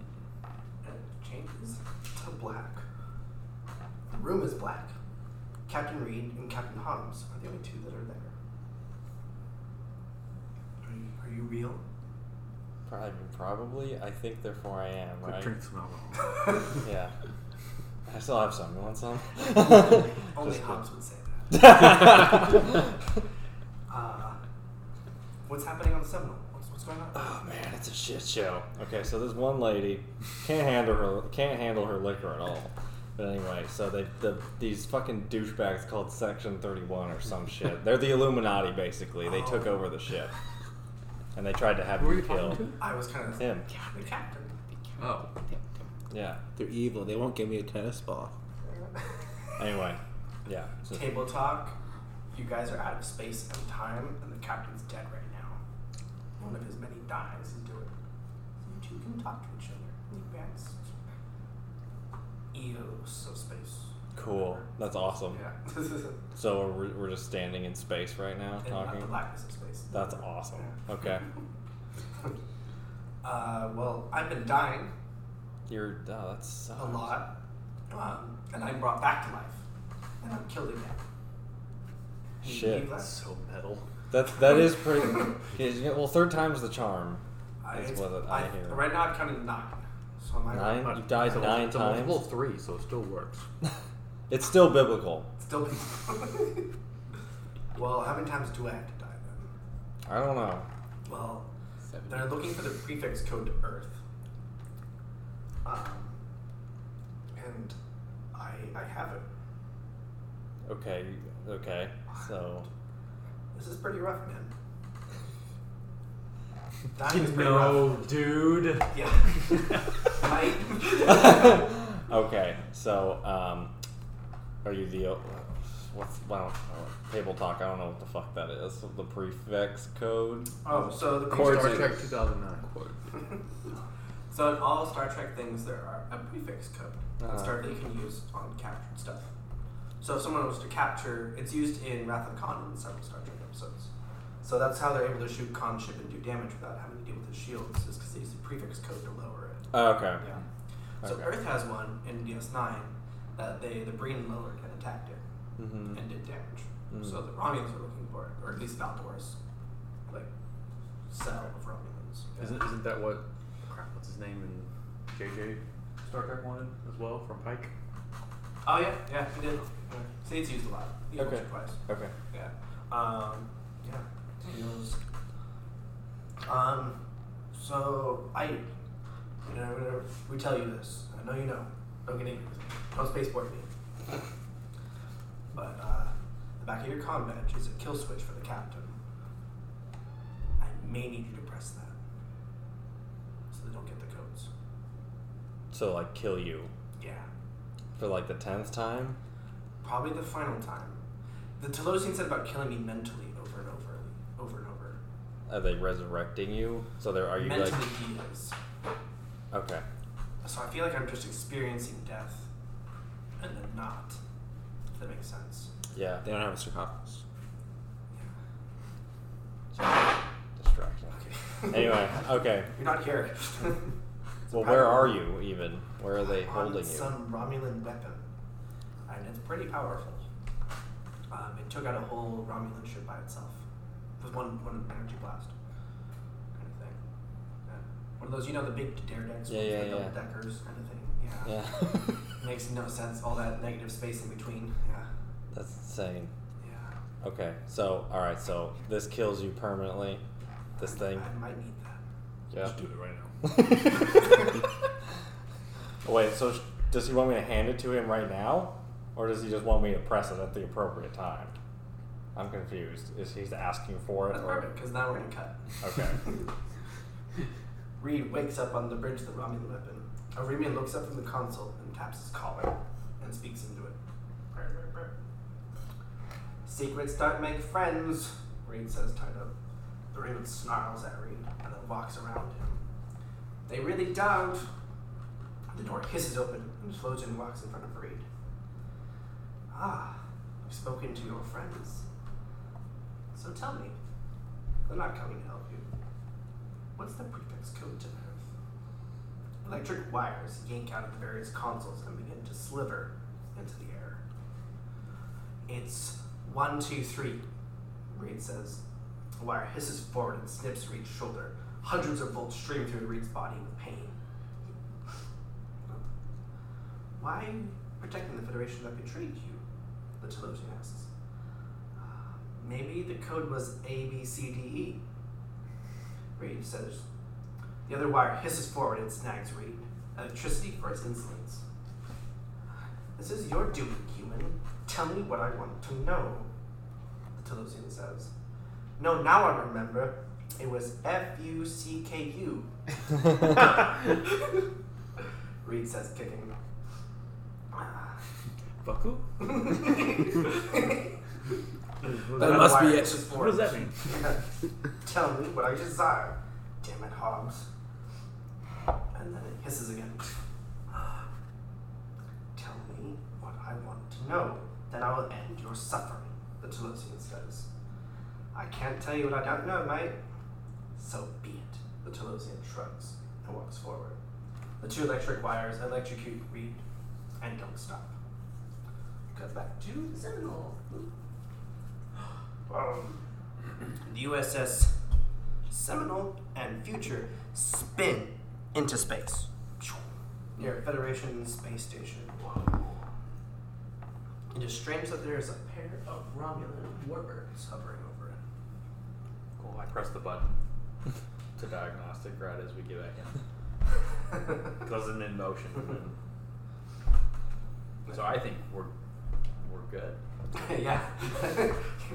S4: it changes to black. The room is black. Captain Reed and Captain Holmes are the only two that are there. Are you, are you real?
S8: Probably, probably. I think therefore I am.
S5: Quit
S8: Right.
S5: drinking some alcohol.
S8: Yeah. I still have some. You want some?
S4: Only
S8: Just
S4: Hobbs would say that.
S8: kidding.
S4: Uh, what's happening on the Seminole? What's, what's going on?
S8: Oh man, it's a shit show. Okay, so this one lady can't handle her can't handle her liquor at all. But anyway, so they the, these fucking douchebags called Section Thirty One or some shit. They're the Illuminati basically. They took over the ship, and they tried to have you killed.
S4: I was kind of
S8: Him.
S4: the captain.
S5: Oh.
S8: Yeah.
S1: They're evil. They won't give me a tennis ball.
S8: Anyway, yeah. So,
S4: Table talk. You guys are out of space and time, and the captain's dead right now. One of his many dies into it. So you two can talk to each other. You guys. Eos of space.
S8: cool. That's awesome.
S4: Yeah. and
S8: So we're, we're just standing in space right now
S4: not the
S8: talking.
S4: blackness of space.
S8: That's awesome. Okay.
S4: Uh, well, I've been dying
S8: You're. Oh, that's
S4: a lot, um, and I'm brought back to life, and I'm killed again. And you
S8: Shit.
S4: leave us?
S5: So metal.
S8: That's that is pretty. 'cause, yeah, Well, third time's the charm.
S4: I,
S8: That's what I hear.
S4: Right now, I've counted nine. So am I
S8: Nine.
S5: But
S8: You've died
S5: it's a-
S8: nine
S5: it's a multiple
S8: times?
S5: of three, so it still works.
S8: It's still biblical.
S4: Still. well, how many times do I have to die then?
S8: I don't know.
S4: Well,
S2: Seven.
S4: they're looking for the prefix code to Earth. Um, and I, I have it.
S8: Okay, okay. So
S4: This is pretty rough, man. Dying is pretty rough.
S5: dude.
S4: Yeah. Right?
S8: okay, so um, are you the what's well uh, table talk? I don't know what the fuck that is. The prefix code.
S4: oh, so the
S12: Star Trek 2009.
S4: So in all Star Trek things, there are a prefix code that
S8: Uh-huh.
S4: Starfleet can use on captured stuff. So if someone was to capture, it's used in Wrath of Khan in several Star Trek episodes. So that's how they're able to shoot Khan's ship and do damage without having to deal with his shields, is because they use the prefix code to lower it.
S8: Oh, okay.
S4: Yeah. So
S8: Okay.
S4: Earth has one in DS9 that they the Breen lowered and attacked it
S8: Mm-hmm.
S4: and did damage.
S8: Mm.
S4: So the Romulans are looking for it, or at least Valdor's like cell of Romulans.
S5: Isn't, isn't that what? Crap, what's his name in JJ Star Trek wanted as well from Pike?
S4: Oh yeah, yeah, he did. Yeah. See, it's used a lot. He
S8: Okay.
S4: used it Twice.
S8: Okay.
S4: Yeah. Um, yeah. He knows. Um, so I, you know, whenever we tell you this, I know you know. Don't get angry. with me. Don't spaceport me. But uh, the back of your comm badge is a kill switch for the captain. I may need you to press that. So they don't get the codes.
S8: So like kill you
S4: Yeah.
S8: for like the tenth time.
S4: Probably the final time. The Telosian said about killing me mentally over and over, over and over.
S8: Are they resurrecting you? So there are you
S4: mentally,
S8: like
S4: he is.
S8: okay.
S4: So I feel like I'm just experiencing death and then not. If that makes sense.
S8: Yeah.
S1: They don't have a sarcophagus.
S8: Distraction.
S4: Okay.
S8: Anyway, okay.
S4: You're not here.
S8: Well, where are you even? Where are they holding you?
S4: Some Romulan weapon. And it's pretty powerful. Um, it took out a whole Romulan ship by itself. With one, one energy blast. Kind of thing. Yeah. One of those, you know, the big dare decks,
S8: Yeah,
S4: ones,
S8: yeah,
S4: the
S8: yeah.
S4: double deckers kind of thing. Yeah.
S8: Yeah.
S4: Makes no sense, all that negative space in between. Yeah.
S8: That's insane.
S4: Yeah.
S8: Okay, so all right, so this kills you permanently. This thing.
S4: I might need that.
S8: Yeah.
S12: Just do it right now.
S8: Wait, so sh- does he want me to hand it to him right now, or does he just want me to press it at the appropriate time? I'm confused. Is he's asking for it?
S4: That's
S8: Or...
S4: perfect, because now we're going to cut.
S8: Okay.
S4: Reed wakes up on the bridge of the Romulan weapon. Aremian looks up from the console and taps his collar and speaks into it. Brr, brr, brr. Secrets don't make friends, Reed says, tied up. The Raven snarls at Reed and then walks around him. They really don't. The door hisses open and Flojan walks in front of Reed. Ah, you've spoken to your friends. So tell me, they're not coming to help you. What's the prefix code to nerve? Electric wires yank out of the various consoles and begin to sliver into the air. It's one, two, three, Reed says. A wire hisses forward and snips Reed's shoulder. Hundreds of volts stream through Reed's body with pain. Why protecting the Federation that betrayed you? The Telosian asks. Uh, Maybe the code was ABCDE. Reed says. The other wire hisses forward and snags Reed. Electricity for its insolence. This is your doing, human. Tell me what I want to know, the Telosian says. No, now I remember. It was F U C K U. Reed says, kicking.
S5: Fuku?
S4: That
S2: must be it.
S5: What does that mean?
S4: Tell me what I desire. Damn it, Hobbs. And then it hisses again. Tell me what I want to know. Then I will end your suffering, the Telosian says. I can't tell you what I don't know, mate. So be it, the Telosian shrugs and walks forward. The two electric wires electrocute Reed and don't stop. Cut back to the Seminole. Um, the USS Seminole and Future spin into space near Federation Space Station. It is strange that there is a pair of Romulan warbirds hovering over it.
S5: Cool, I press the button to diagnostic right as we get back in. Because I'm in motion. So I think we're we're good.
S4: yeah,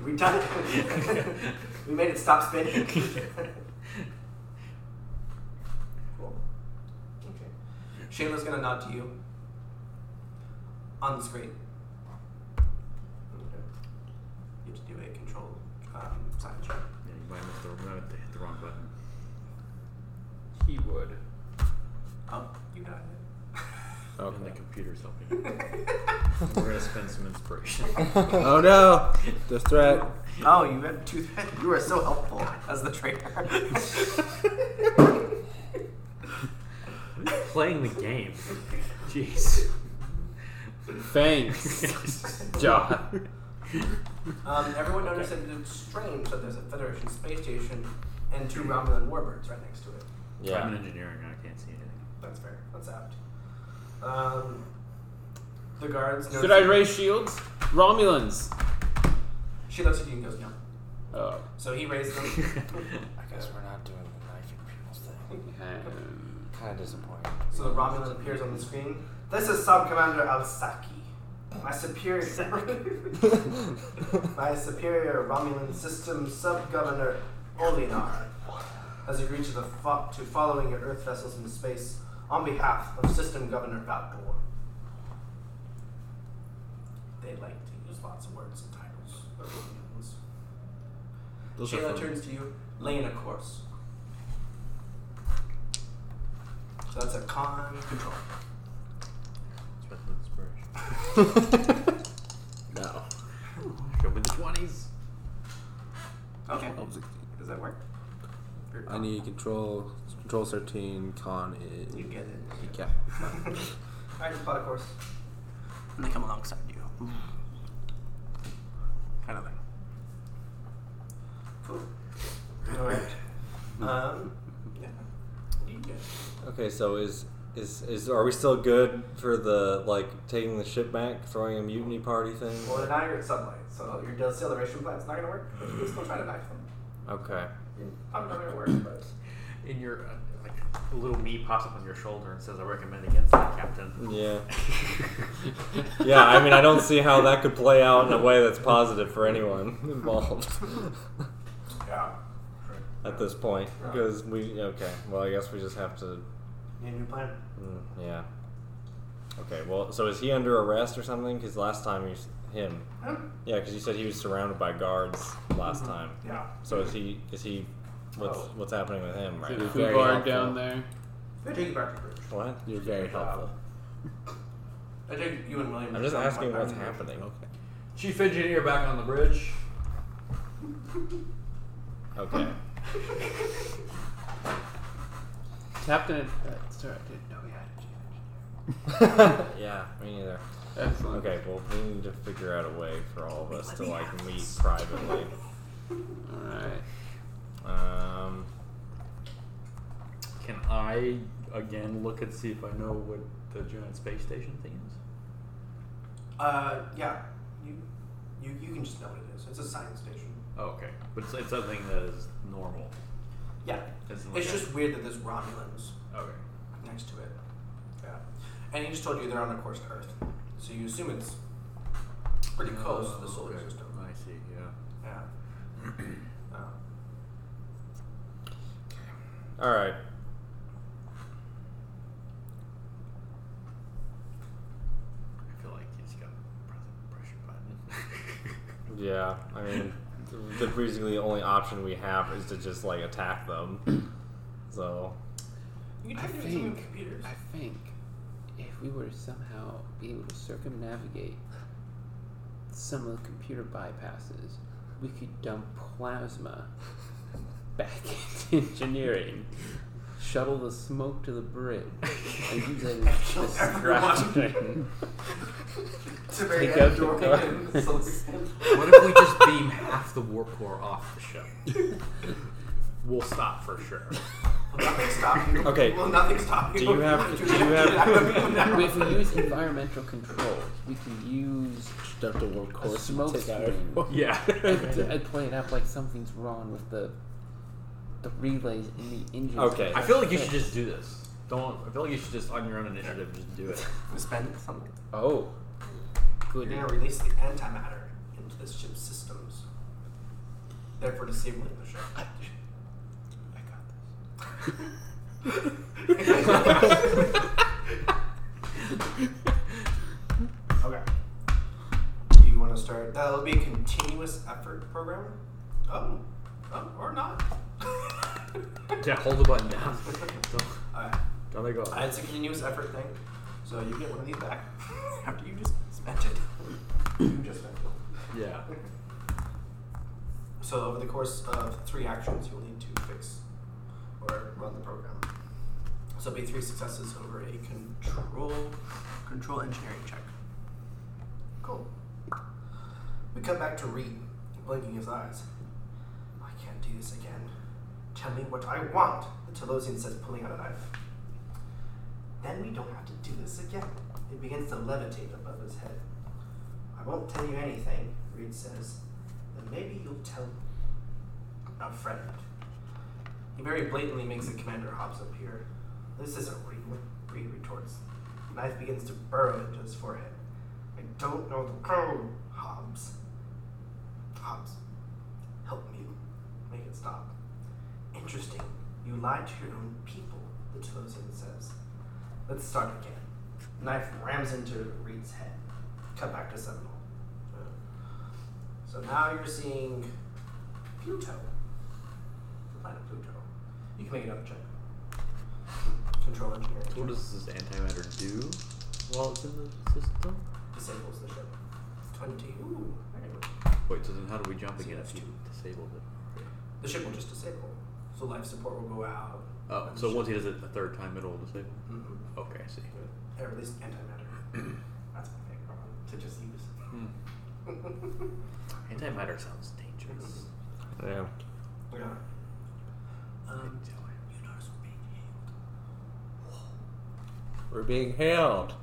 S4: we've done it. we made it stop spinning. cool. Okay. Shayla's gonna nod to you on the screen. Okay. You have to do a control um, sign check.
S5: Yeah, you might miss the, you might hit the wrong button. He would.
S4: Oh, you got it.
S5: And Oh, the computer's helping. We're gonna spend some inspiration.
S1: oh no! The threat.
S4: Oh, you had two. threads. You are so helpful as the trainer.
S5: I'm just playing the game. Jeez.
S3: Thanks, John.
S4: Um, everyone noticed that it's strange that there's a Federation space station and two Romulan warbirds right next to it.
S5: I'm
S8: yeah.
S5: in engineering and I can't see anything.
S4: That's fair. That's apt. Um, the guards.
S3: Should I
S4: notice-
S3: raise shields? Romulans.
S4: She looks at you and goes, "No."
S3: Oh.
S4: So he raised them.
S8: I guess we're not doing the knifing people thing.
S3: Um,
S8: Kind of disappointing.
S4: so the Romulan appears on the screen. This is Sub Commander Al Saki.
S9: My superior, my superior Romulan system sub-governor Olinar has agreed to the fo- to following your Earth vessels into space on behalf of System Governor Valbor.
S4: They like to use lots of words and titles. but we don't use.
S1: Those are
S4: Shayla
S1: fun.
S4: turns to you. Lay in a course. So that's a con control.
S1: No.
S5: Go with the twenties.
S4: Okay. Oh, Does that work?
S1: I need control. Control thirteen. Con E, is.
S4: You get it.
S1: Yeah.
S9: I can plot a course.
S4: And they come alongside you. Kind of thing.
S9: Cool. All right. Um,
S4: Yeah. You get it.
S8: Okay, so is is is are we still good for the like taking the ship back, throwing a mutiny party thing?
S9: well, now you're at Sublight, so your deceleration plan's not gonna work. But you can still try to knife them.
S8: Okay.
S9: I'm not gonna work, but
S5: In your uh, like a little me pops up on your shoulder and says, "I recommend against that, Captain."
S8: Yeah. Yeah, I mean I don't see how that could play out in a way that's positive for anyone involved
S9: yeah.
S8: at this point because we okay, well I guess we just have to
S9: Need a new plan.
S8: mm, yeah. Okay, well, so is he under arrest or something? Because last time he, s- him,
S9: Hmm?
S8: yeah, because you said he was surrounded by guards last time.
S9: Yeah.
S8: So is he? Is he? What's
S9: Oh.
S8: what's happening with him right
S3: There's a
S8: now?
S1: Very
S3: food bar
S1: helpful.
S3: down there.
S9: They take you back to the bridge.
S8: What?
S1: You're very helpful.
S4: I think you and William.
S8: I'm just asking what's
S4: happening.
S8: happening.
S1: Okay.
S5: Chief engineer back on the bridge.
S8: Okay.
S2: Captain, uh, sorry, I didn't know we had a chief engineer.
S8: yeah, me neither.
S2: Excellent.
S8: Okay, well we need to figure out a way for all of us to like meet privately.
S2: All right.
S8: Um,
S5: Can I again look and see if I know what the giant space station thing is?
S4: Uh, yeah. You, you, you can just know what it is. It's a science station.
S5: Oh, okay, but it's, it's something that is normal.
S4: Yeah.
S5: Isn't
S4: It's
S5: like
S4: just weird that there's Romulans
S5: a, okay.
S4: next to it. Yeah. And he just told you they're on a course to Earth. So you assume it's pretty close to the solar
S5: Oh, Okay,
S4: system.
S5: I see. Yeah.
S4: Yeah. Uh,
S8: all right.
S5: I feel like you just got to press the pressure button.
S8: Yeah, I mean, the basically the only option we have is to just like attack them. So
S4: you
S2: I
S4: can try to do some
S2: think-
S4: computers.
S2: I think if we were to somehow be able to circumnavigate some of the computer bypasses, we could dump plasma back into engineering, shuttle the smoke to the bridge, and use it as
S4: Kill
S2: distraction.
S9: It's a very
S2: Take out
S9: outdoor
S2: the car.
S9: weekend, so it's-
S5: what if we just beam half the warp core off the ship? we'll stop for sure.
S4: Well, nothing stop you.
S8: Okay.
S4: Well, nothing stop you.
S8: Do you have-
S4: Do
S8: do you have-
S2: if we use environmental controls, we can use
S1: Stuff to work
S2: a
S1: course.
S2: smoke
S1: Take out
S2: screen.
S3: Oh,
S5: Yeah.
S2: I, I play it up like something's wrong with the the relays in the engine.
S8: Okay.
S5: I feel like you should just do this. Don't. I feel like you should just on your own initiative just do it.
S4: Spend something.
S2: Oh,
S4: You're
S2: good.
S4: going to release the antimatter into this ship's systems, therefore disabling the ship. I okay. Do you want to start? That'll be a continuous effort program. Oh, oh or not.
S5: Yeah. Hold the button down. Don't,
S4: Alright.
S5: don't let go.
S4: Uh, it's a continuous effort thing. So you get one of these back after you just spent it. You just spent it.
S5: Yeah.
S4: So over the course of three actions, you'll need to fix or run the program. So it'll be three successes over a control control engineering check. Cool. We come back to Reed, blinking his eyes. I can't do this again. Tell me what I want, the Telosian says, pulling out a knife. Then we don't have to do this again. It begins to levitate above his head. I won't tell you anything, Reed says. Then maybe you'll tell a friend. He very blatantly makes a Commander Hobbs appear. This isn't real, Reed retorts. The knife begins to burrow into his forehead. I don't know the code. Hobbs. Hobbs, help me make it stop. Interesting. You lied to your own people, the Chosen says. Let's start again. Knife rams into Reed's head. Cut back to Seminole. So now you're seeing Pluto. The planet Pluto. You can make another check. Control engineering. check.
S5: What does this antimatter do while it's in the system?
S4: Disables the ship. 20. Ooh, very good.
S5: Wait, so then how do we jump again if
S4: that's
S5: you
S4: two.
S5: disabled it?
S4: The ship will just disable. So life support will go out.
S5: Oh,
S4: and the
S5: so
S4: ship-
S5: once he does it the third time, it'll disable.
S4: Mhm.
S5: Okay, I see.
S4: Or at least antimatter. That's my favorite one to just use.
S5: Hmm. Antimatter sounds dangerous.
S8: Yeah.
S4: Yeah. Um, you notice we're
S1: We're being
S4: being hailed.
S1: hailed.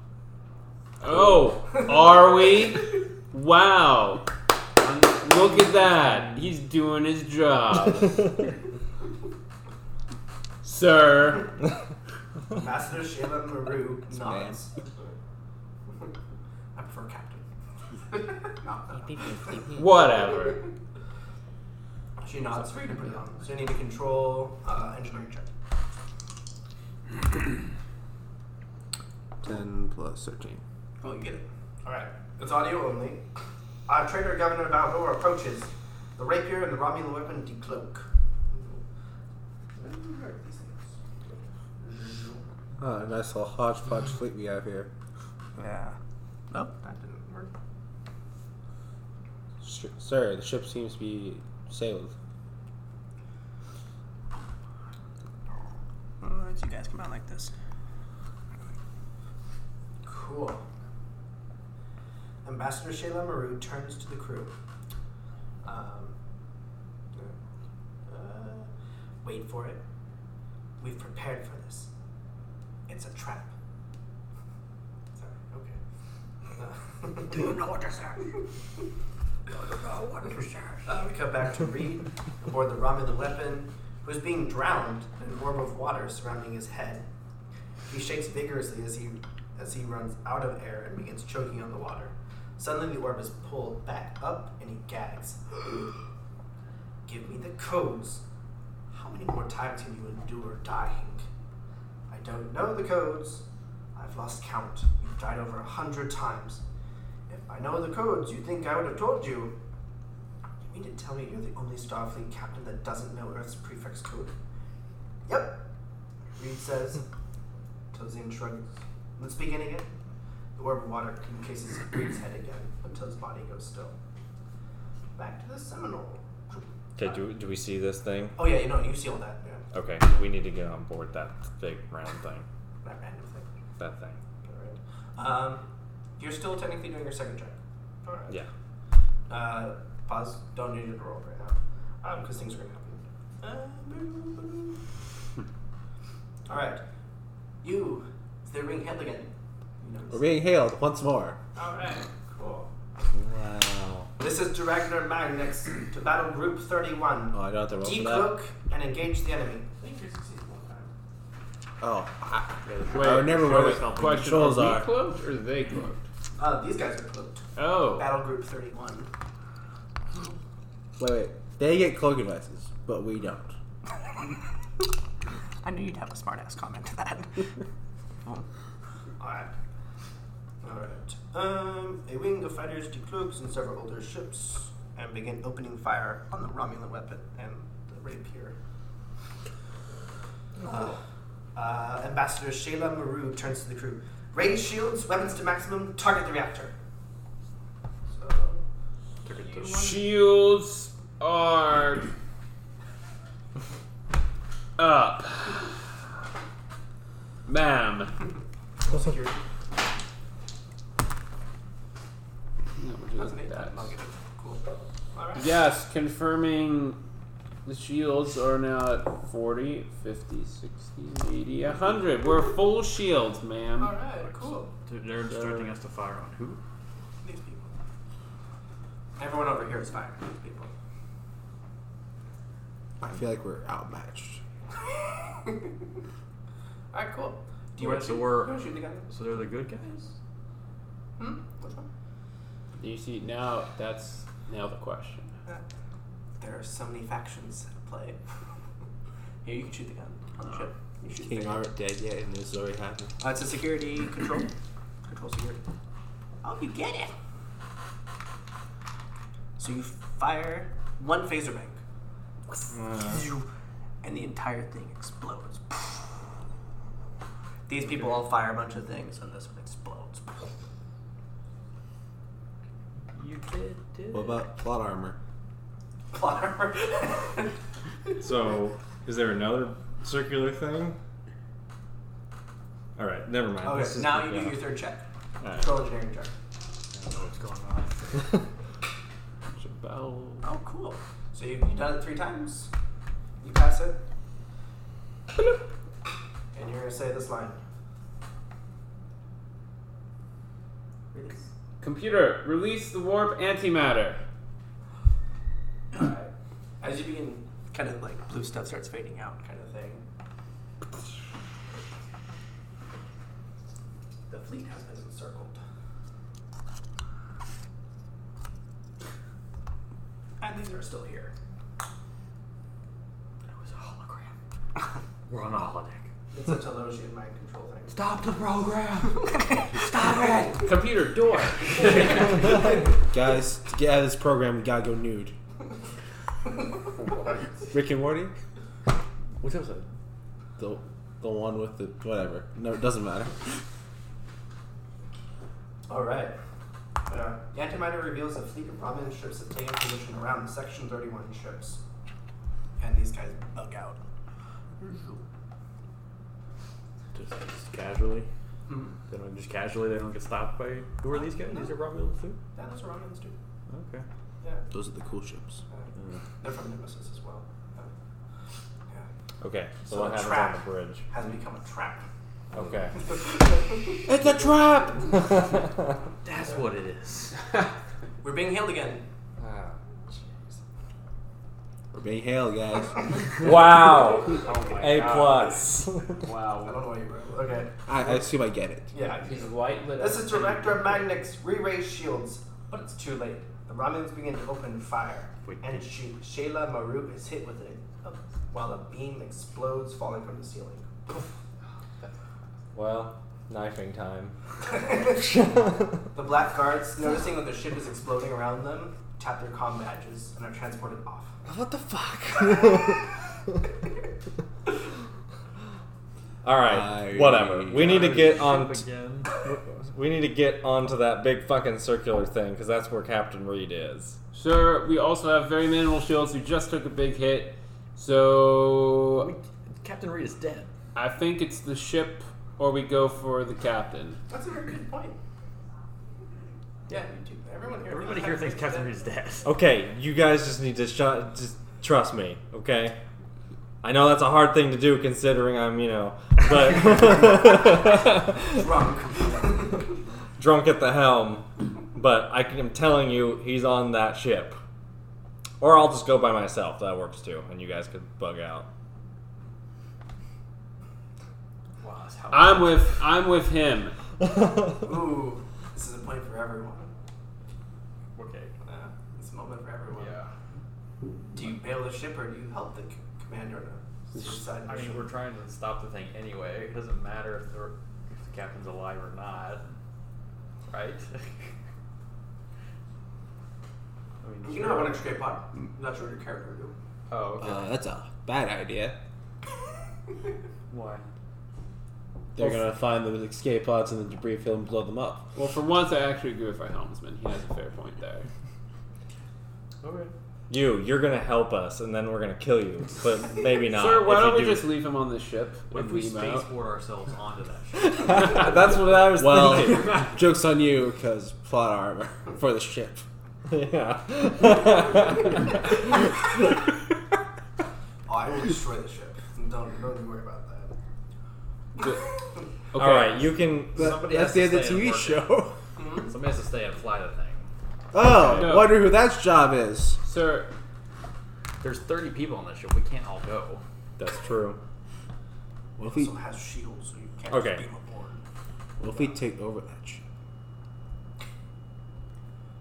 S3: Oh, are we? Wow. Um, Look at that. He's doing his job. Sir.
S4: Ambassador Shayla Maru nods.
S1: ma'am.
S4: I prefer captain. Not that.
S3: Whatever.
S4: she nods for you to put on. So you need to control uh, engineering check.
S1: 10 plus 13.
S4: Oh, you get it. Alright. It's audio only. Our traitor Governor Baldur approaches. The rapier and the Romulan weapon decloak. Where do you learn these things?
S1: Ah, nice little hodgepodge fleet we have here.
S4: Yeah. Nope, that didn't work.
S1: Sh- Sir, the ship seems to be sailed.
S14: Alright, you guys come out like this.
S4: Cool. Ambassador Shayla Maru turns to the crew. Um, uh, wait for it. We've prepared for this. It's a trap. Sorry, okay. Do you know what this is? Do you know what this is? Uh, we cut back to Reed aboard the Romulan weapon, who is being drowned in an orb of water surrounding his head. He shakes vigorously as he as he runs out of air and begins choking on the water. Suddenly, the orb is pulled back up, and he gags. Give me the codes. How many more times can you endure dying? I don't know the codes. I've lost count. You've died over a hundred times. If I know the codes, you think I would have told you. You mean to tell me you're the only Starfleet captain that doesn't know Earth's prefix code? Yep. Reed says. Tozin shrugs. Let's begin again. The orb of water encases Reed's head again until his body goes still. Back to the Seminole.
S8: Okay, do, do we see this thing?
S4: Oh yeah, you know, you see all that, yeah.
S8: Okay, we need to get on board that big round thing.
S4: That random thing.
S8: That thing.
S4: Alright. Um, you're still technically doing your second check. Alright.
S8: Yeah.
S4: Uh, pause. Don't need you to roll right now. Um, because things are gonna happen. Uh, Alright. You. They're being held again. You notice.
S1: We're being hailed once more.
S4: Alright, cool.
S1: Wow.
S4: This is Director Magnex to battle Group 31.
S1: Oh, I don't have to roll for that?
S4: Decloak and engage the enemy.
S1: Oh, I,
S3: Wait,
S1: I remember where
S3: Charlie's
S1: the
S3: helping.
S1: controls
S3: are.
S1: are.
S3: We cloaked or are they cloaked?
S4: Uh, these guys are cloaked.
S3: Oh.
S4: Battle Group 31.
S1: Wait, wait. They get cloak devices, but we don't.
S14: I knew you'd have a smart ass comment to that.
S4: Alright. Alright. Um, a wing of fighters decloaks and several older ships and begin opening fire on the Romulan weapon and the rapier. Uh, uh, Ambassador Shayla Maru turns to the crew. Raise shields, weapons to maximum, target the reactor. So,
S3: Shields are up. Ma'am.
S4: security.
S2: No, we're doing
S4: That's an eight.
S2: that.
S4: I'll give it. Cool. Alright.
S3: Yes, confirming the shields are now at 40, 50, 60, 80, 100. We're full shields, ma'am.
S4: Alright, cool.
S5: They're instructing us to fire on who?
S4: These people. Everyone over here is firing these people.
S1: I feel like we're outmatched.
S4: Alright, cool. Do you
S5: Wait,
S4: want to
S5: so
S4: shoot?
S5: we're-
S4: You want to shoot the guy?
S5: So they're the good guys?
S4: Hmm? Which one?
S2: You see, now that's now the question.
S4: Uh, There are so many factions at play. Here, you can shoot the gun on the ship. You shoot the
S1: King
S4: gun.
S1: Robert dead yet, and this has already happened.
S4: Uh, it's a security control. Control security. Oh, you get it. So you fire one phaser bank, and the entire thing explodes. These people all fire a bunch of things, and this one explodes.
S5: You did, did.
S1: What about plot armor?
S4: Plot armor.
S8: So, is there another circular thing? All right, never mind. This
S4: okay,
S8: is-
S4: now you
S8: yeah.
S4: do your third check.
S8: All right.
S4: Control engineering check.
S5: I don't know what's going on.
S4: Oh, cool. So you've, you've done it three times. You pass it. And you're going to say this line. Release.
S3: Computer, release the warp antimatter.
S4: Alright. As you begin, kind of like blue stuff starts fading out, kind of thing. The fleet has been encircled. And these are still here.
S5: It was a hologram. We're on a holodeck.
S4: It's a Telosian mind control thing.
S5: Stop the program! Stop it!
S3: Computer, door.
S1: Guys, to get out of this program, we gotta go nude. Rick and Morty? Which episode? The, the one with the whatever. No, it doesn't matter.
S4: Alright. Uh, the antimatter reveals a fleet of Romulan ships have taken position around the Section 31 ships. And these guys bug out.
S5: Just, just casually.
S4: Hmm.
S5: They don't just casually. They don't get stopped by who are these guys? These are probably too.
S4: Yeah, those are Romulans too.
S5: Okay.
S4: Yeah.
S1: Those are the cool ships.
S4: Uh, They're from Nemesis as well. Uh, yeah.
S8: Okay, so,
S4: So
S8: what
S4: a
S8: happens
S4: trap.
S8: on the bridge?
S4: Has become a trap.
S8: Okay.
S1: It's a trap!
S5: That's what it is.
S4: We're being hailed again.
S1: We're being hailed, guys.
S8: wow.
S3: Oh my
S8: A
S3: God.
S8: plus.
S4: I
S3: Wow.
S4: don't know what you wrote. Okay.
S1: I, I assume I get it.
S4: Yeah.
S2: He's light lit
S4: This
S2: up.
S4: is Director Magnix re-raise shields, but it's too late. The Romulans begin to open fire
S5: Wait,
S4: and
S5: did-
S4: shoot. Shayla Maru is hit with it uh, while a beam explodes, falling from the ceiling.
S8: Well, knifing time.
S4: The black guards, noticing that the ship is exploding around them, tap their comm badges and are transported off.
S1: What the fuck?
S8: All right,
S1: I-
S8: whatever. We need to get on.
S5: Ship again.
S8: we need to get onto that big fucking circular thing because that's where Captain Reed is.
S3: Sir, we also have very minimal shields who just took a big hit. So
S5: Captain Reed is dead.
S3: I think it's the ship or we go for the captain.
S4: That's a very good point. Yeah, you do. Everyone here.
S5: Everybody here thinks Captain Reed is dead.
S8: Okay, you guys just need to shut. Just trust me, okay? I know that's a hard thing to do considering I'm, you know, but
S4: Drunk.
S8: drunk at the helm. But I can, I'm telling you, he's on that ship. Or I'll just go by myself. That works too, and you guys could bug out.
S4: wow, that's how.
S3: I'm with I'm with him.
S4: Ooh, this is a point for everyone.
S5: Okay.
S4: Uh, it's a moment for everyone. Do you bail the ship or do you help the c- commander on a suicide
S5: I mean,
S4: mission?
S5: we're trying to stop the thing anyway. It doesn't matter if the, if the captain's alive or not, right? I mean,
S4: You can have an extra escape pod. I'm not sure what your character would do.
S5: Oh, okay.
S1: uh, that's a bad idea.
S5: Why?
S1: They're gonna find the escape pods in the debris field and blow them up.
S3: Well, for once, I actually agree with our helmsman. He has a fair point there.
S5: Okay.
S8: You, you're gonna help us, and then we're gonna kill you. But maybe not.
S3: Sir, why
S8: if you
S3: don't we
S8: do-
S3: just leave him on the ship?
S5: What if
S3: and
S5: we
S3: beam out?
S5: spaceport ourselves onto that ship?
S8: That's what I was thinking.
S1: Well, joke's on you, because plot armor for the ship.
S8: yeah.
S4: Oh, I will destroy the ship. Don't don't you worry about that.
S8: All right, you can.
S1: But
S5: Somebody
S1: that's
S5: has to
S1: the end of the
S5: stay and
S1: TV
S5: work it.
S1: show.
S5: Somebody has to stay and fly the thing.
S1: Oh,
S3: No.
S1: wonder who that's job is.
S3: Sir,
S5: There's 30 people on that ship. We can't all go.
S8: That's true.
S1: What if
S4: It
S1: we,
S4: also has shields, so you can't
S8: Okay.
S4: just beam aboard.
S1: what if we take over that ship?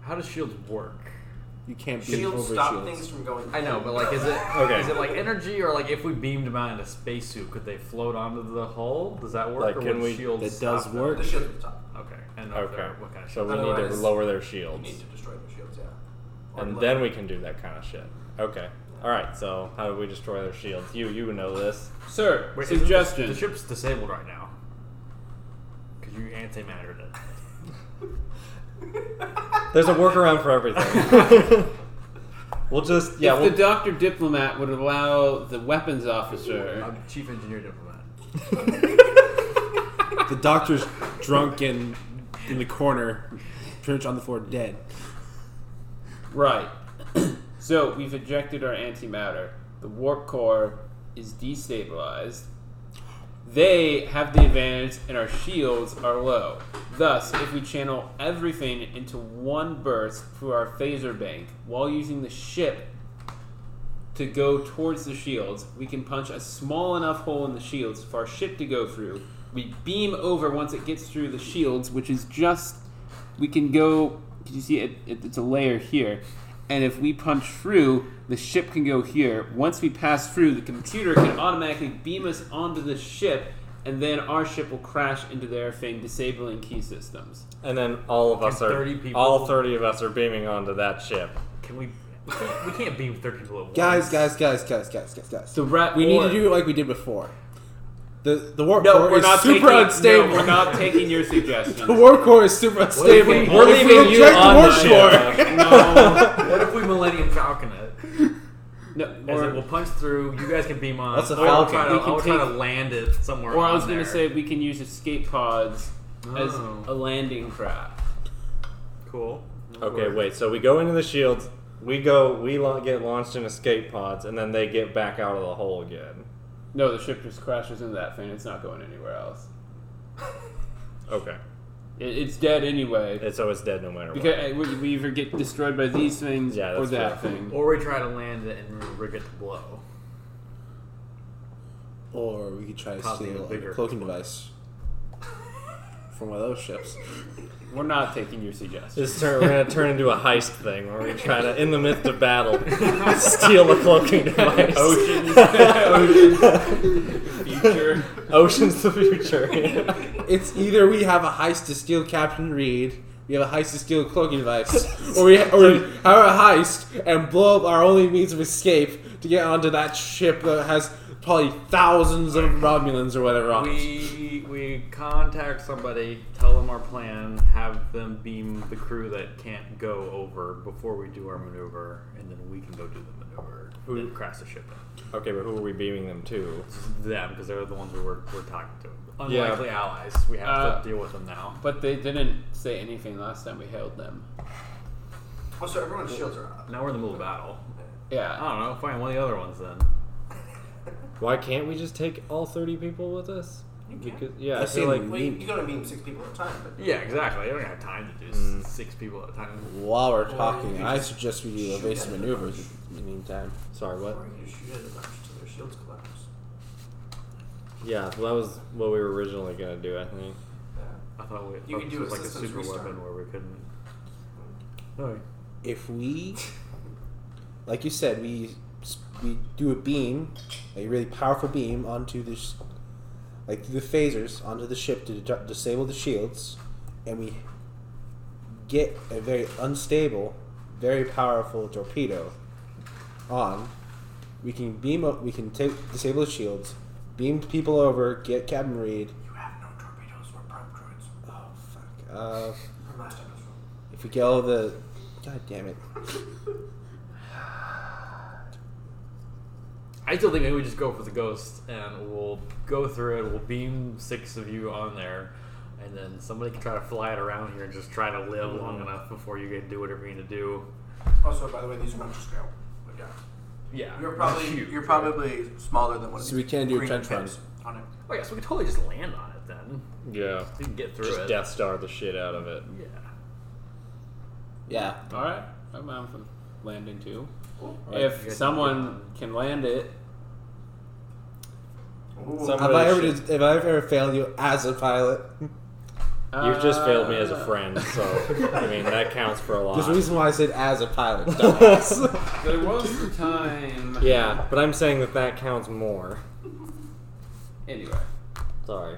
S5: How does shields work?
S1: You can't beam
S4: Shields
S1: over
S4: stop
S1: shields.
S4: things from going.
S5: I know, but like, is it
S8: Okay.
S5: is it like energy or like if we beamed them out in a spacesuit, could they float onto the hull? Does that work?
S8: Like,
S5: or
S8: can
S5: would
S8: we-
S5: shields
S1: that
S5: stop
S1: does
S5: them?
S1: work.
S4: The shields at the top.
S5: Okay, and up
S8: Okay.
S5: there, what kind of
S8: So
S5: shield?
S8: we need to
S4: Otherwise,
S8: lower their
S4: You
S8: shields.
S4: need to destroy the shields, yeah.
S8: And then we can do that kind of shit. Okay. Alright, so how do we destroy their shields? You you know this.
S3: Sir,
S5: Wait, isn't
S3: suggestion.
S5: This, the ship's disabled right now because you antimattered it.
S8: There's a workaround for everything. we'll just yeah,
S3: if
S8: we'll,
S3: the doctor diplomat would allow the weapons officer,
S5: I'm chief engineer diplomat.
S1: The doctor's drunk and in the corner, pretty much on the floor dead.
S3: right? so we've ejected our antimatter. The warp core is destabilized. They have the advantage, and our shields are low. Thus, if we channel everything into one burst through our phaser bank while using the ship to go towards the shields, we can punch a small enough hole in the shields for our ship to go through. We beam over once it gets through the shields, which is just we can go. Can you see it, it? It's a layer here, and if we punch through, the ship can go here. Once we pass through, the computer can automatically beam us onto the ship, and then our ship will crash into their thing, disabling key systems.
S8: and then all of us
S5: Can
S8: are
S5: 30 people-
S8: all thirty of us are beaming onto that ship.
S5: Can we? We can't, we can't beam thirty people at once.
S1: Guys, guys, guys, guys, guys, guys, guys.
S3: The rat.
S1: we need
S3: or-
S1: to do it like we did before. The the warp
S3: No,
S1: core
S3: we're
S1: is
S3: not
S1: super
S3: taking, no,
S1: unstable.
S3: we're not taking your suggestion.
S1: the warp core is super unstable.
S5: we-
S1: What
S5: we're
S1: if
S5: leaving you
S1: eject the
S5: on
S1: warp
S5: the
S1: core?
S3: no,
S5: what if we Millennium Falcon it?
S3: no,
S5: As
S3: or-
S5: in, we'll punch through. You guys can beam on.
S8: That's a
S5: I'll
S8: Falcon.
S5: try to,
S3: We can
S5: I'll try to
S3: take-
S5: land it somewhere.
S3: Or I
S5: on
S3: was going
S5: there.
S3: to say we can use escape pods as
S5: Oh.
S3: a landing craft.
S5: cool.
S8: Okay, wait. So we go into the shields. We go. We la- get launched in escape pods, and then they get back out of the hole again.
S3: No, the ship just crashes into that thing. It's not going anywhere else.
S8: Okay.
S3: It, it's dead anyway.
S8: And so it's dead no matter what.
S3: Because uh, we, we either get destroyed by these things
S8: Yeah,
S3: or
S8: that's
S3: that
S8: fair.
S3: thing.
S5: Or we try to land it and rig it to blow.
S1: Or we could try to
S5: Probably a
S1: steal a
S5: bigger-
S1: cloaking device from one of those ships.
S3: We're not taking your suggestion.
S8: This turn, we're gonna turn into a heist thing where we try to, in the midst of battle, steal a cloaking device.
S3: Oceans. Future.
S8: Ocean's the future.
S1: It's either we have a heist to steal Captain Reed, we have a heist to steal a cloaking device, or we, or we have a heist and blow up our only means of escape to get onto that ship that has probably thousands of Romulans or whatever on it.
S5: We we contact somebody, tell them our plan, have them beam the crew that can't go over before we do our maneuver, and then we can go do the maneuver. Who then crash the ship?
S8: okay, but who are we beaming them to?
S5: in. Them because they're the ones we were, we're talking to.
S8: Yeah.
S5: Unlikely allies. We have
S3: Uh,
S5: to deal with them now.
S3: But they didn't say anything last time we hailed them.
S4: Oh, so everyone's shields are up.
S5: Now we're in the middle of battle. I
S3: Yeah.
S8: Ah.
S5: don't know. Find one of the other ones then.
S8: Why can't we just take all thirty people with us? Because yeah, I
S1: I've
S8: feel
S1: seen
S8: like
S4: Well, you, you gotta beam six people at a time, but
S5: Yeah, exactly. I don't have time to do s- six people at a time.
S1: While we're
S4: you
S1: talking,
S4: could
S1: I
S4: just
S1: suggest we do
S4: shoot
S1: evasive
S4: at it.
S1: maneuvers in the meantime.
S8: sorry, what?
S4: or you shoot at a bunch till their shields collapse.
S8: Yeah, well, that was what we were originally gonna do. I think.
S4: Yeah.
S5: I thought we
S4: You
S5: thought
S4: could
S5: this
S4: do
S5: was
S4: a
S5: like a
S4: systems
S5: super
S4: restart.
S5: weapon where we couldn't. No.
S1: If we, like you said, we s- we do a beam, a really powerful beam onto this, like through the phasers onto the ship to di- disable the shields, and we get a very unstable, very powerful torpedo on. We can beam up. We can take disable the shields, beam people over, get Captain Reed.
S4: You have no torpedoes or probe droids
S1: Oh fuck. Uh,
S4: from last episode.
S1: If we get all the, god damn it,
S5: I still think maybe we just go for the ghost and we'll go through it. We'll beam six of you on there, and then somebody can try to fly it around here and just try to live long enough before you can do whatever you need to do.
S4: Also, by the way, these are not to scale. But yeah.
S5: Yeah,
S4: You're probably
S5: huge.
S4: you're probably smaller than one of
S1: So
S4: these
S1: we can't do a
S4: green
S1: trench run.
S4: pins on it.
S5: Oh yeah, so we could totally just land on it then.
S8: Yeah.
S5: We can get through
S8: Just
S5: it.
S8: Death Star the shit out of it.
S5: Yeah.
S1: yeah.
S3: All right. I'm down for landing too.
S1: All right,
S5: you guys
S3: if
S5: can
S3: someone can land it,
S4: Oh,
S1: Have I ever, have I ever failed you as a pilot?
S8: You've just failed me as a
S3: Uh,
S8: friend, so I mean that counts for a
S1: There's a
S8: lot.
S1: reason why I said as a pilot. dumbass.
S3: There was the time.
S8: Yeah, but I'm saying that that counts more.
S3: Anyway,
S8: Sorry.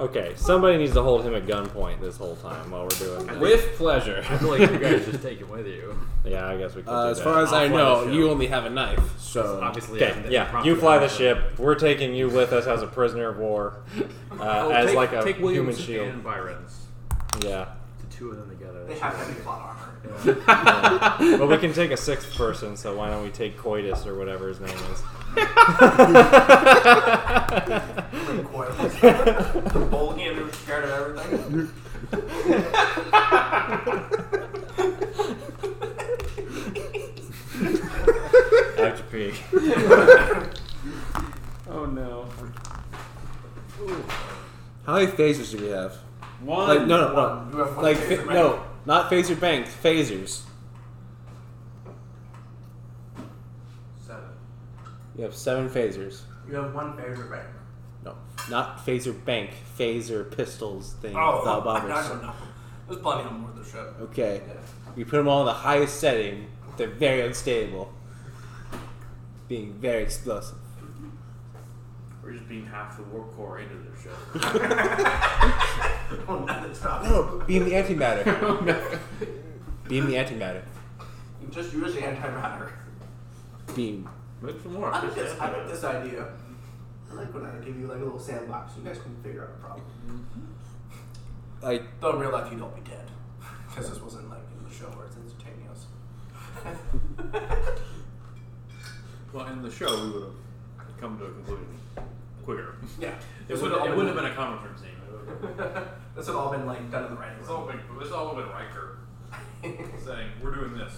S8: Okay, somebody needs to hold him at gunpoint this whole time while we're doing. This.
S3: with pleasure.
S5: I feel like you guys just take it with you.
S8: Yeah, I guess we could.
S1: uh,
S8: do
S1: as
S8: that.
S1: far as I
S5: Offline
S1: know,
S5: show.
S1: you only have a knife, so
S5: Obviously,
S8: Okay,
S5: I'm the-
S8: yeah,
S5: prompted
S8: you fly
S5: by
S8: the
S5: that.
S8: ship. We're taking you with us as a prisoner of war, uh,
S5: Oh,
S8: as
S5: take,
S8: like a
S5: take
S8: human
S5: Williams
S8: shield.
S5: and Byron's.
S8: Yeah,
S5: The two of them together.
S4: They have heavy plot armor.
S8: but we can take a sixth person, so why don't we take Coitus or whatever his name is?
S4: Like coils. the bulky and scared of everything.
S8: I have to pee.
S3: Oh no.
S1: how many phasers do we have?
S3: One.
S1: Like no, no,
S4: You have
S1: no.
S4: one
S1: Like
S4: phaser
S1: fa-
S4: bank.
S1: no, not phaser banks, phasers.
S4: Seven.
S1: You have seven phasers.
S4: You have one phaser bank.
S1: No, not phaser bank, phaser pistols thing. the
S4: Oh, I
S1: bombers.
S4: don't know. There's plenty of them aboard the ship.
S1: Okay,
S4: Yeah.
S1: we put them all in the highest setting. They're very unstable, being very explosive.
S5: We're just being half the warp core into the show.
S4: Oh, no, it's not.
S1: No, being the antimatter. Being the antimatter.
S4: You just use the antimatter.
S1: Being
S5: Make some more.
S4: I like this. I like this idea. I like when I give you like a little sandbox. You guys can figure out a problem.
S1: like
S4: Though in real life, you don't be dead, because this wasn't like in the show where it's instantaneous.
S5: Well, in the show, we would have come to a conclusion quicker.
S4: yeah,
S5: It,
S4: this
S5: would,
S4: would've all
S5: it wouldn't have
S4: been-
S5: been a common term scene. It would've been-
S4: This would all been like done in the writing
S5: It's
S4: room.
S5: all been, it's all been Riker saying, "We're doing this."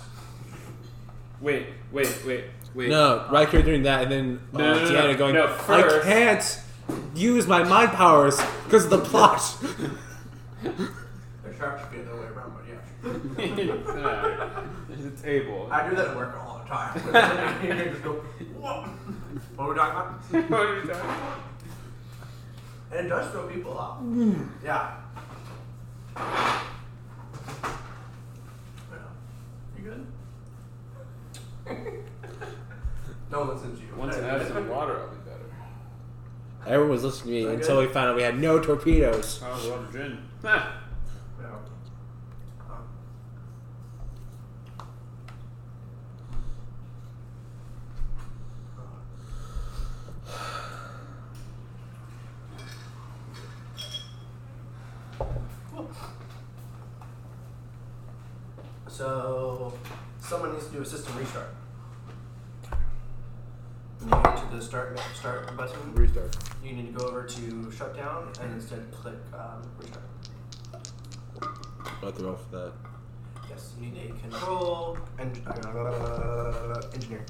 S3: Wait, wait, wait, wait.
S1: no Riker doing that, and then uh,
S3: No, no, no,
S1: Deanna
S3: no.
S1: going.
S3: No,
S1: I
S3: first-
S1: can't use my mind powers because of the plot.
S4: There should actually be another way around, but yeah.
S3: There's a table.
S4: I do that at work all the time. You just go, "Whoa." what were we talking about?
S3: What are you talking about?
S4: And it does throw people off. Yeah. Well, You good? no one listens to you.
S3: Once I have some water, I'll be better.
S1: Everyone was listening to me
S4: Okay.
S1: until we found out we had no torpedoes.
S3: Oh, water gin. Ah,
S4: No. Um, So, someone needs to do a system restart. When you get to the start start button,
S1: Restart.
S4: you need to go over to shutdown and instead click um, restart.
S1: What the roll for that?
S4: Yes, you need a control and uh, engineer.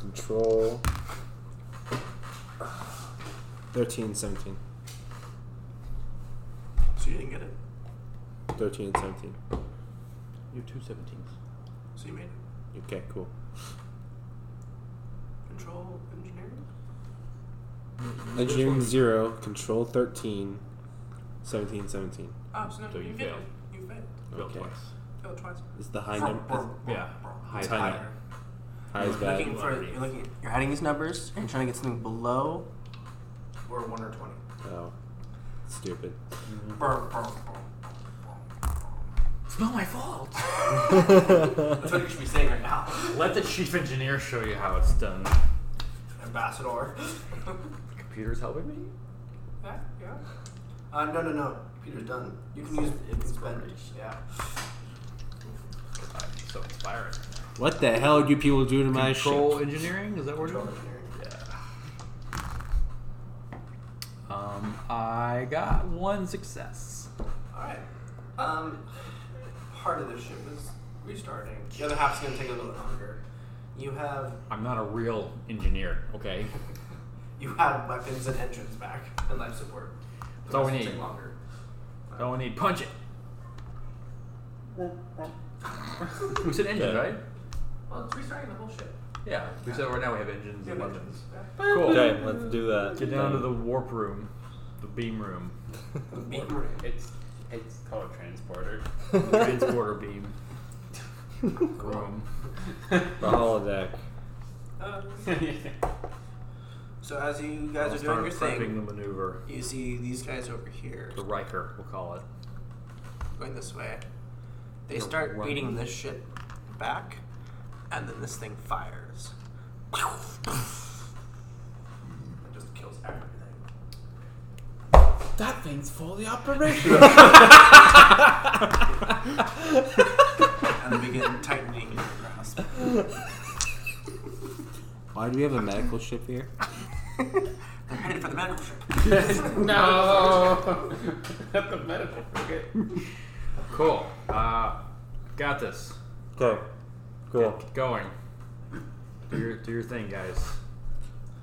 S1: Control. 13, 17.
S4: So you didn't get it.
S1: 13 and 17.
S5: You have two seventeens.
S4: So you made it.
S1: Okay, cool.
S4: Control engineering.
S1: Engineering 0, control 13, 17, 17.
S4: Oh, so no,
S5: So you
S4: didn't get
S5: failed.
S4: it. You failed.
S1: Okay.
S4: Failed twice.
S1: It's the high
S4: Vroom,
S1: number.
S4: vroom,
S5: yeah.
S4: vroom, vroom.
S5: High
S1: It's high
S5: tide.
S1: number. High is
S4: You're looking
S1: bad.
S4: for you're looking at
S14: You're hiding these numbers and trying to get something below.
S4: or one or twenty.
S1: Oh. Stupid.
S4: Vroom, vroom, vroom.
S14: It's not my fault.
S4: That's what you should be saying right now,
S5: Let the chief engineer show you how it's done.
S4: ambassador.
S5: Computer's helping me.
S4: yeah, yeah. Uh, no, no, no. Peter's done. You can use it. It's spend. Yeah.
S5: So inspiring.
S1: What the hell do you people do to my
S5: Control
S1: ship?
S5: engineering is that what we're
S4: Control
S5: doing?
S4: engineering.
S5: Yeah. Um, I got one success.
S4: Alright. Um, part of this ship is restarting. The other half's gonna take a little longer. You have
S5: I'm not a real engineer. Okay.
S4: you have weapons and engines back and life support. The
S5: That's all we
S4: rest will
S5: need.
S4: Take longer.
S5: Oh, I need punch it. we said engine, right?
S4: Well, it's restarting the whole ship.
S5: Yeah. We said right now we have engines
S4: You
S5: and
S4: have
S5: weapons.
S4: engines. back.
S5: Cool.
S8: Okay, let's do that.
S5: Get down to the warp room. The The beam room.
S3: It's it's called a transporter.
S5: Transporter beam. room.
S8: The holodeck.
S4: Uh, So as you guys
S5: I'll
S4: are doing
S5: start prepping
S4: your thing,
S5: the maneuver.
S4: you see these guys over here
S5: The Riker, we'll call it.
S4: going this way. They
S5: They're
S4: start
S5: running.
S4: beating this ship back, and then this thing fires. It just kills everything.
S2: That thing's fully operational.
S4: And they begin tightening your grasp.
S1: Why do we have a medical ship here?
S4: They're headed for the medical ship.
S3: no, not the medical forget.
S5: Cool. Uh, got this.
S8: Okay. Cool.
S5: Get going. Do your, do your thing, guys.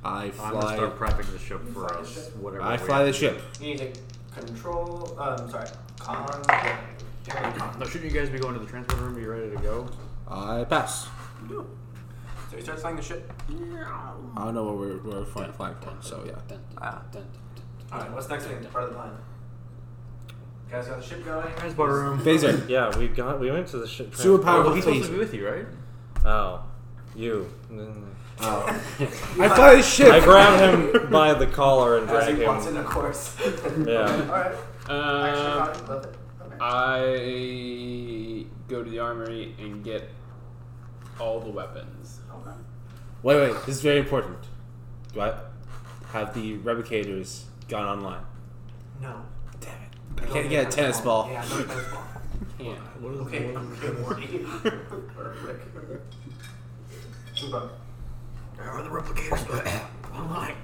S1: I
S5: I'm gonna
S1: fly.
S5: start prepping the ship for
S4: Fly the
S5: us.
S4: ship.
S5: Whatever.
S1: I
S5: we
S1: fly
S5: have.
S1: the ship.
S4: You need to control. Um, sorry, con. yeah, yeah, con.
S5: Now, shouldn't you guys be going to the transport room? Are you ready to go?
S1: I pass.
S4: So he starts flying the ship.
S1: I don't know what we're, we're flying, flying for, so yeah.
S4: Alright, what's next thing? Part of the plan. You guys got the ship going.
S5: Transporter room.
S1: Phaser.
S8: Yeah, we got we went to the ship.
S1: Super
S5: Oh,
S1: powerful
S5: he's supposed to be
S1: phaser.
S5: with you, right?
S8: Oh, you. Mm.
S1: Oh. I fly the
S8: I
S1: ship.
S8: grab him by the collar and
S4: As
S8: drag
S4: he walks
S8: him.
S4: in, of course.
S8: Yeah.
S4: Alright.
S3: Um,
S4: Actually, love it. Okay.
S3: I go to the armory and get all the weapons.
S4: okay.
S1: Wait, wait. This is very important. Do I have the replicators gone online?
S4: No. Damn it.
S1: I can't get a tennis ball.
S4: Yeah, no tennis ball.
S3: Can't.
S4: okay, I'm good morning. Remember the replicators? Online.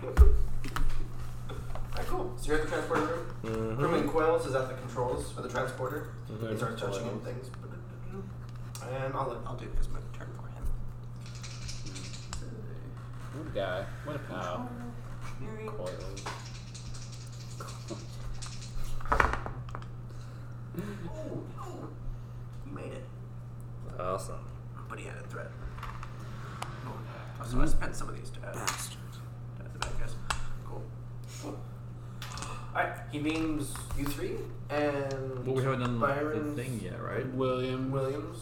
S4: Alright, cool. So you're at the transporter room. Crewman Quails is at the controls for the transporter. He starts touching on things. And I'll, let- I'll do this my turn for him.
S3: What a guy. What a pal. Coils.
S4: Ooh, ooh. He made it,
S8: Awesome.
S4: but he had a threat. Oh, so I spent some of these to add. That's the bad guys. Cool. Cool. Alright, he beams you three and
S5: But we haven't done the
S4: Byron's-
S5: thing yet, right?
S3: William.
S4: Williams.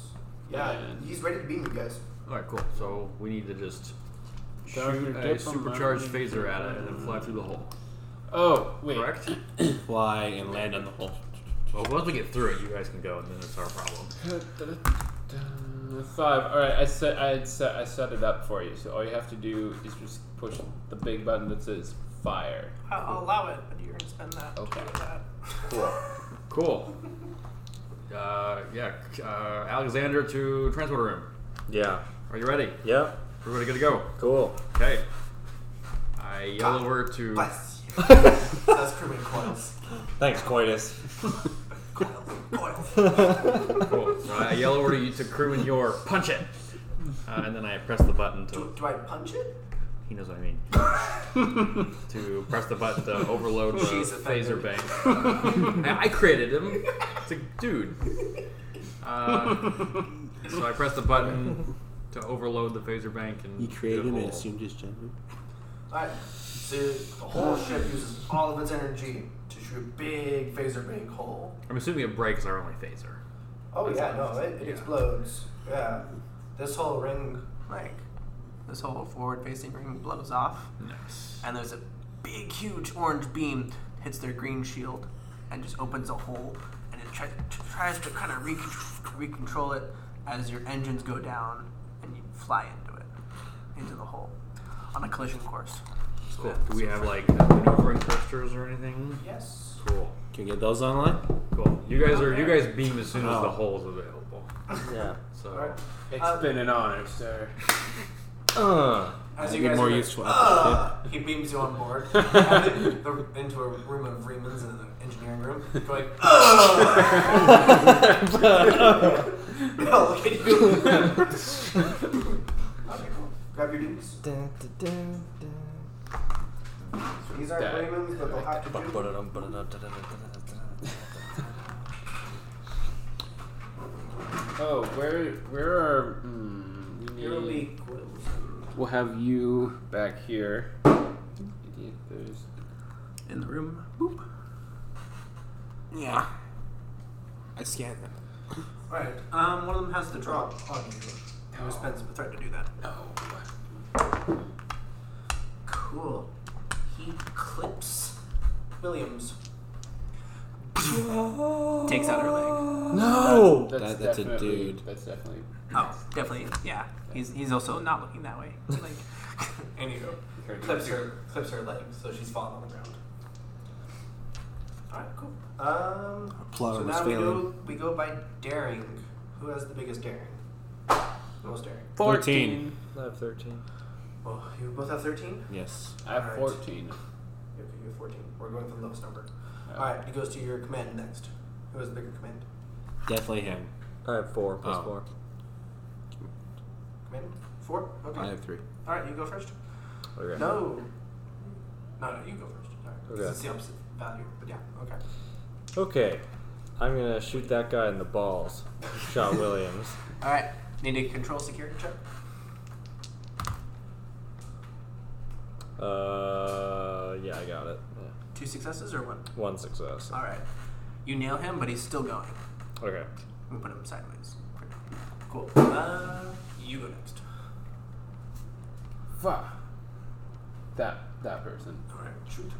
S4: Yeah,
S3: And-
S4: he's ready to beam you guys.
S5: All right, cool. So we need to just
S3: Dr.
S5: shoot a
S3: Dip
S5: supercharged
S3: on-
S5: phaser at it and then fly through the hole.
S3: Oh, wait.
S5: Correct.
S1: Fly and land on the hole.
S5: Well, once we get through it, you guys can go, and then it's our problem.
S3: Five. All right, I set. I had set. I set it up for you. So all you have to do is just push the big button that says fire.
S4: I'll allow it, but you're gonna spend that.
S3: Okay. do
S4: That.
S5: Cool. Uh, yeah, c- uh, Alexander to transporter room.
S8: Yeah.
S5: Are you ready?
S8: Yep.
S5: Everybody good to go?
S8: Cool.
S5: Okay. I yell over to.
S4: Bless you. That's crewman coils.
S8: Thanks, Coitus.
S4: Coils. Coils.
S5: Cool. So I yell over to you to crew and your punch it, uh, and then I press the button
S4: Do,
S5: to.
S4: do I punch it?
S5: He knows what I mean. to press the button to overload the
S4: She's
S5: phaser
S4: offended.
S5: bank. I I created him. It's a dude. Uh, so I press the button to overload the phaser bank and.
S1: You created
S5: do
S1: him
S5: a
S1: and
S5: whole-
S1: assumed his gender.
S4: Alright, so the whole ship uses all of its energy to shoot a big phaser bank hole.
S5: I'm assuming it breaks our only phaser.
S4: Oh yeah, no, it, it
S5: yeah.
S4: explodes. Yeah, this whole ring, like,
S14: This whole forward-facing ring blows off,
S5: Nice.
S14: and there's a big, huge orange beam hits their green shield, and just opens a hole, and it try- t- tries to kind of re- recontrol it as your engines go down, and you fly into it, into the hole, on a collision course.
S5: Cool. Do we have like maneuvering thrusters or anything?
S4: yes.
S5: Cool.
S1: Can we get those online?
S5: Cool. You guys are you guys beam as soon as the
S1: Oh.
S5: hole's available.
S8: Yeah.
S5: So
S4: Alright.
S3: It's
S4: Uh,
S3: been an honor, sir.
S8: Uh.
S4: As
S1: That'd
S4: you
S1: be
S4: guys
S1: more
S4: are-
S1: useful at the ship.
S4: Uh, he beams you on board and the, the, into a room of Freeman's in the engineering room. You're like, "Ugh." no, look at you. okay, cool. Grab your dudes.
S8: Dun, dun, dun, dun.
S4: These aren't
S3: Dad.
S4: Freeman's, but they'll have to do.
S5: uh,
S3: Oh, where where are? Hmm, we
S4: You'll
S3: need-
S4: be quills.
S3: We'll have you back here. Idiot, there's
S14: in the room. Boop. Yeah.
S1: I scan them.
S4: Alright, um, one of them has the drop on you. Who spends a threat to do that? No. Cool. He clips Williams.
S14: Takes out her leg.
S1: No,
S2: That's,
S1: Oh! that, that's a
S2: definitely-
S1: dude.
S2: That's definitely.
S14: Oh, definitely. Yeah. He's, he's also not looking that way. Like,
S4: Anywho, clips her, clips her leg, so she's falling on the ground. Alright, cool. Um,
S1: Plumber
S4: so
S1: was
S4: now we go,
S1: failing.
S4: we go by daring. Who has the biggest daring? Most daring.
S3: 14.
S8: I have 13.
S4: Well, you both have 13?
S1: Yes.
S3: I have
S4: Alright.
S3: 14.
S4: Okay, you have 14. We're going for the lowest number.
S14: Oh.
S4: Alright, it goes to your command next. Who has the bigger command?
S1: Definitely him.
S8: I have 4 plus
S1: Oh.
S8: 4.
S4: Command? Four? Okay.
S1: I have three.
S4: Alright, you go first.
S8: Okay.
S4: No. No, no, you go first. Alright. 'cause
S8: Okay.
S4: It's the opposite value, but yeah, okay.
S8: Okay. I'm gonna shoot that guy in the balls. Shot Williams.
S14: all right.
S4: Need a control security check?
S8: Uh, yeah, I got it. Yeah.
S4: Two successes or one?
S8: One success.
S14: All right. You nail him, but he's still going.
S8: Okay.
S14: We put him sideways. for now.
S4: Cool. Uh, you go next.
S2: Fuck. That that person.
S4: Alright, shoot.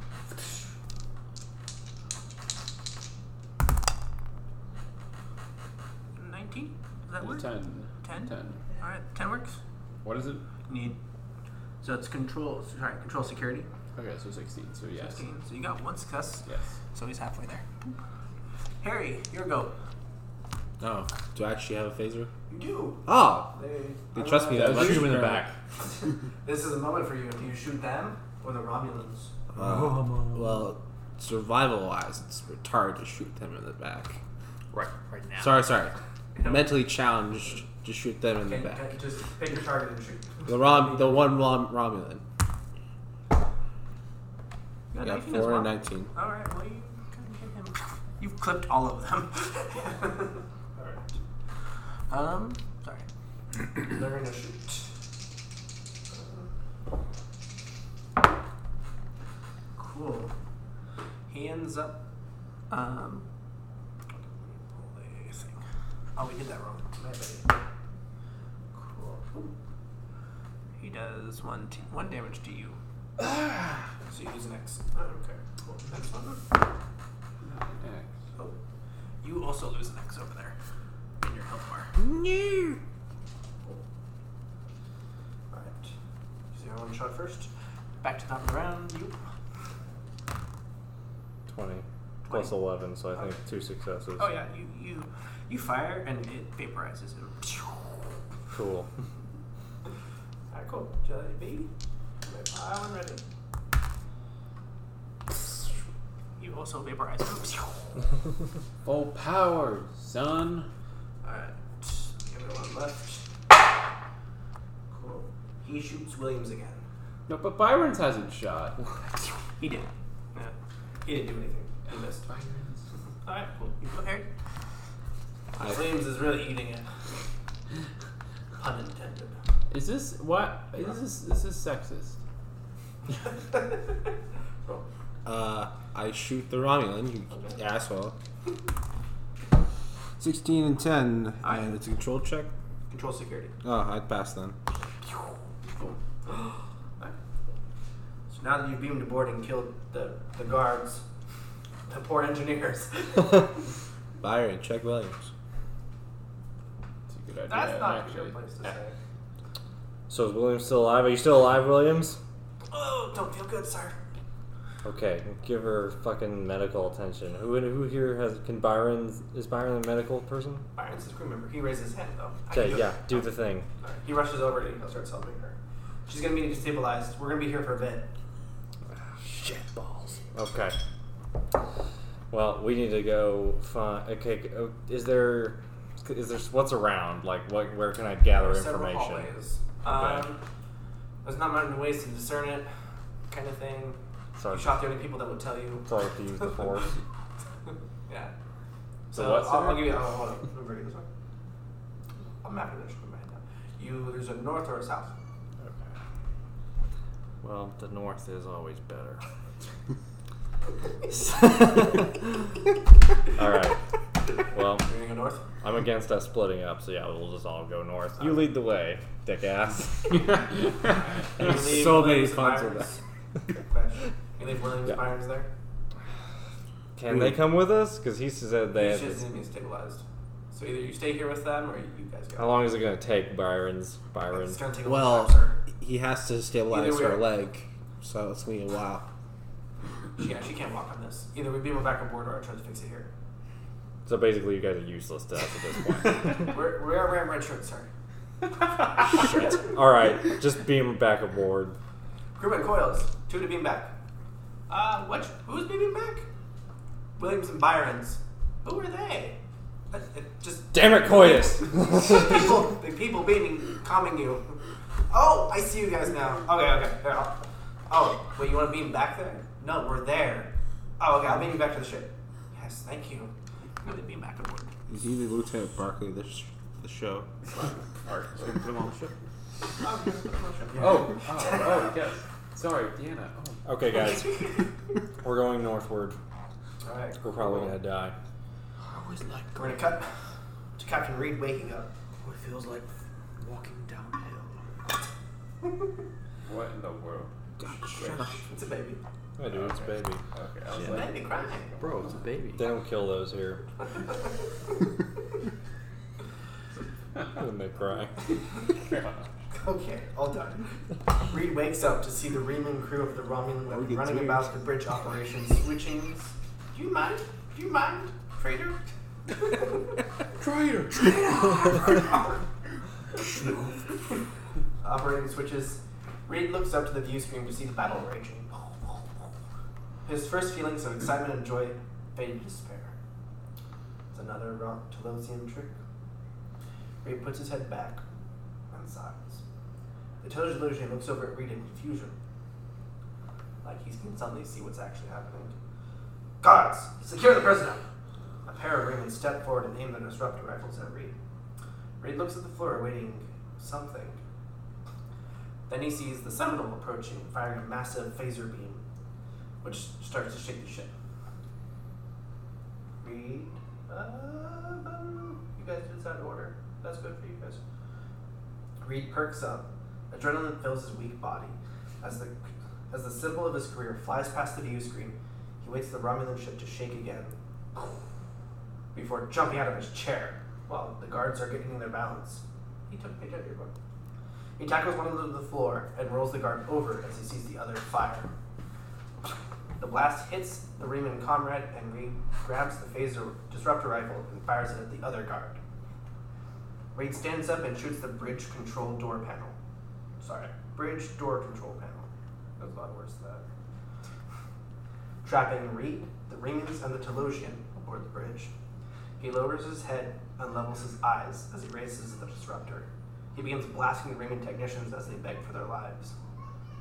S14: Nineteen. Does that work?
S2: 10.
S14: Ten.
S2: 10.
S14: All right. Ten works.
S3: What is it?
S14: Need. So it's control. Sorry, control security.
S2: Okay, so 16. So yes.
S14: Fifteen. So you got one success.
S2: Yes.
S14: So he's halfway there. Harry, your go.
S1: Oh, do I actually have a phaser?
S4: You do!
S1: Oh,
S4: They,
S1: they trust me that much.
S3: Shoot him in the back.
S4: This is a moment for you. Do you shoot them or the Romulans?
S1: Uh, well, survival-wise, it's retarded to shoot them in the back.
S5: Right, right now.
S1: Sorry, sorry. Mentally challenged to shoot them in the
S4: Can,
S1: back.
S4: can just pick your target and shoot.
S1: The Rom, the one Rom, Romulan.
S14: You
S1: Yeah,
S14: 19 as
S1: four
S14: well?
S1: and nineteen.
S14: All right. Well, you can hit him. You've clipped all of them.
S4: Alright.
S14: um. Sorry.
S4: They're gonna shoot. Cool. He ends up.
S14: Um.
S4: Pull a thing. Oh, we did that wrong. My bad. Cool.
S14: He does one t- one damage to you.
S4: So you use an X. Oh, okay. Cool. Next one.
S14: Oh, you also lose an X over there in your health bar.
S4: Alright. So I want shot first.
S14: Back to top of the round. You
S8: 20. Plus 11, so I think two successes.
S14: Oh yeah, you you you fire and it vaporizes him.
S8: Cool.
S4: Alright, cool. Jelly B. I'm ready.
S14: You also vaporize him.
S2: Full power, son.
S4: Alright. Give it one left. Cool. He shoots Williams again.
S2: No, but Byron's hasn't shot.
S14: He did.
S4: Yeah. He didn't do anything. He missed.
S2: Byron's.
S14: All right, cool. You go Harry.
S4: Williams is really eating it. Pun intended.
S2: Is this what? Is this this is sexist?
S4: Roll.
S1: Uh, I shoot the Romulan, you asshole. 16 and 10, and it's a control check.
S4: Control security.
S1: Oh, I'd pass then.
S4: Cool. Alright. So now that you've beamed aboard and killed the, the guards, the poor engineers.
S1: Byron, check Williams.
S2: It's a good idea.
S4: That's not a
S2: actually.
S4: good place to say.
S8: So is Williams still alive? Are you still alive, Williams?
S4: Oh, don't feel good, sir.
S8: Okay, give her fucking medical attention. Who who here has can Byron is Byron a medical person?
S4: Byron's his crew member. He raised his hand, though. I can
S8: Okay,
S4: it.
S8: yeah, do the thing.
S4: Alright, He rushes over and he starts helping her. She's gonna be destabilized. We're gonna be here for a bit.
S8: Shit balls. Okay. Well, we need to go find. Okay, g- oh, is there is there what's around? Like, what where can I gather
S4: There are several
S8: information?
S4: hallways.
S8: Okay.
S4: Um, there's not many ways to discern it, kind of thing.
S8: So
S4: You shot the only people that would tell you.
S8: so I have to use the force.
S4: Yeah.
S8: So
S4: So,
S8: what's
S4: I'll,
S8: there?
S4: I'll give you. Oh, hold on. Let me bring it this way. I'm mapping this from my head now. You there's a north or a south.
S8: Well, the north is always better. All right. Well,
S4: You're gonna go north?
S8: I'm against us splitting up, so yeah, we'll just all go north. You
S4: Um,
S8: lead the way, dick ass.
S4: You leave
S1: so many
S4: Williams and
S1: cons with
S4: Irons.
S1: that.
S4: Good question. You leave Williams and
S8: Yeah.
S4: Irons there?
S8: Can they come with us? Because he said they.
S4: You
S8: Have
S4: should be stabilized. So either you stay here with them or you guys go.
S8: How long is it gonna take, Byron's Byron?
S4: It's gonna take a long
S1: Well,
S4: time, sir.
S1: he has to stabilize
S4: Either
S1: her
S4: way.
S1: leg, so it's gonna be a while.
S4: Yeah, she can't walk on this. Either we beam her back aboard or I try to fix it here.
S8: So basically, you guys are useless to us at this point.
S4: We're, we're wearing red shirts, sir.
S8: All right, just beam back aboard.
S4: Crewman coils. Two to beam back. Uh, what? Who's beaming back? Williams and Byron's. Who are they? Uh, uh, Just
S8: Damn it, Coitus!
S4: people, the people beaming, calming you. Oh, I see you guys now. Okay, okay. Here, I'll- Oh, wait, you want to beam back there? No, we're there. Oh, okay, I'll beam you back to the ship. Yes, thank you. I'm going to beam back aboard.
S1: Is he the Lieutenant Barkley of the, sh- the show?
S3: Oh, oh, oh, yes. Sorry, Deanna. Oh,
S8: Okay, guys, we're going northward.
S4: Alright,
S8: We're probably gonna die.
S14: I always like
S4: we're going to cut to Captain Reed waking up. Oh,
S14: what feels like walking downhill.
S3: what in the world?
S4: It's a baby.
S8: I do, it's a baby.
S3: Okay, I was
S4: It's a
S3: like,
S4: baby crying.
S5: Bro, it's a baby.
S8: They don't kill those here. when they cry.
S4: Okay, all done. Reed wakes up to see the Reeman crew of the Romulan
S1: we get
S4: running
S1: tears.
S4: about the bridge operation, switching. Do you mind? Do you mind, traitor?
S1: Traitor!
S4: Operating switches. Reed looks up to the view screen to see the battle raging. His first feelings of excitement and joy fade to despair. It's another Rock Telosian trick. Reed puts his head back and sighs. The Telosian looks over at Reed in confusion. Like he can suddenly see what's actually happening. Guards, secure the prisoner! A pair of Raymond step forward and aim their disruptor rifles at Reed. Reed looks at the floor, awaiting something. Then he sees the Seminole approaching, firing a massive phaser beam, which starts to shake the ship. Reed, uh, um, you guys did that in order. That's good for you guys. Reed perks up. Adrenaline fills his weak body. As the as the symbol of his career flies past the view screen, he waits for the Romulan ship to shake again before jumping out of his chair while the guards are getting their balance. He took a page out of your book. He tackles one of them to the floor and rolls the guard over as he sees the other fire. The blast hits the Riemann comrade and Reed grabs the phaser disruptor rifle and fires it at the other guard. Reed stands up and shoots the bridge control door panel. Sorry, bridge door control panel. That was a lot worse than that. Trapping Reed, the Riemanns, and the Telosian aboard the bridge. He lowers his head and levels his eyes as he raises the disruptor. He begins blasting the Riemann technicians as they beg for their lives.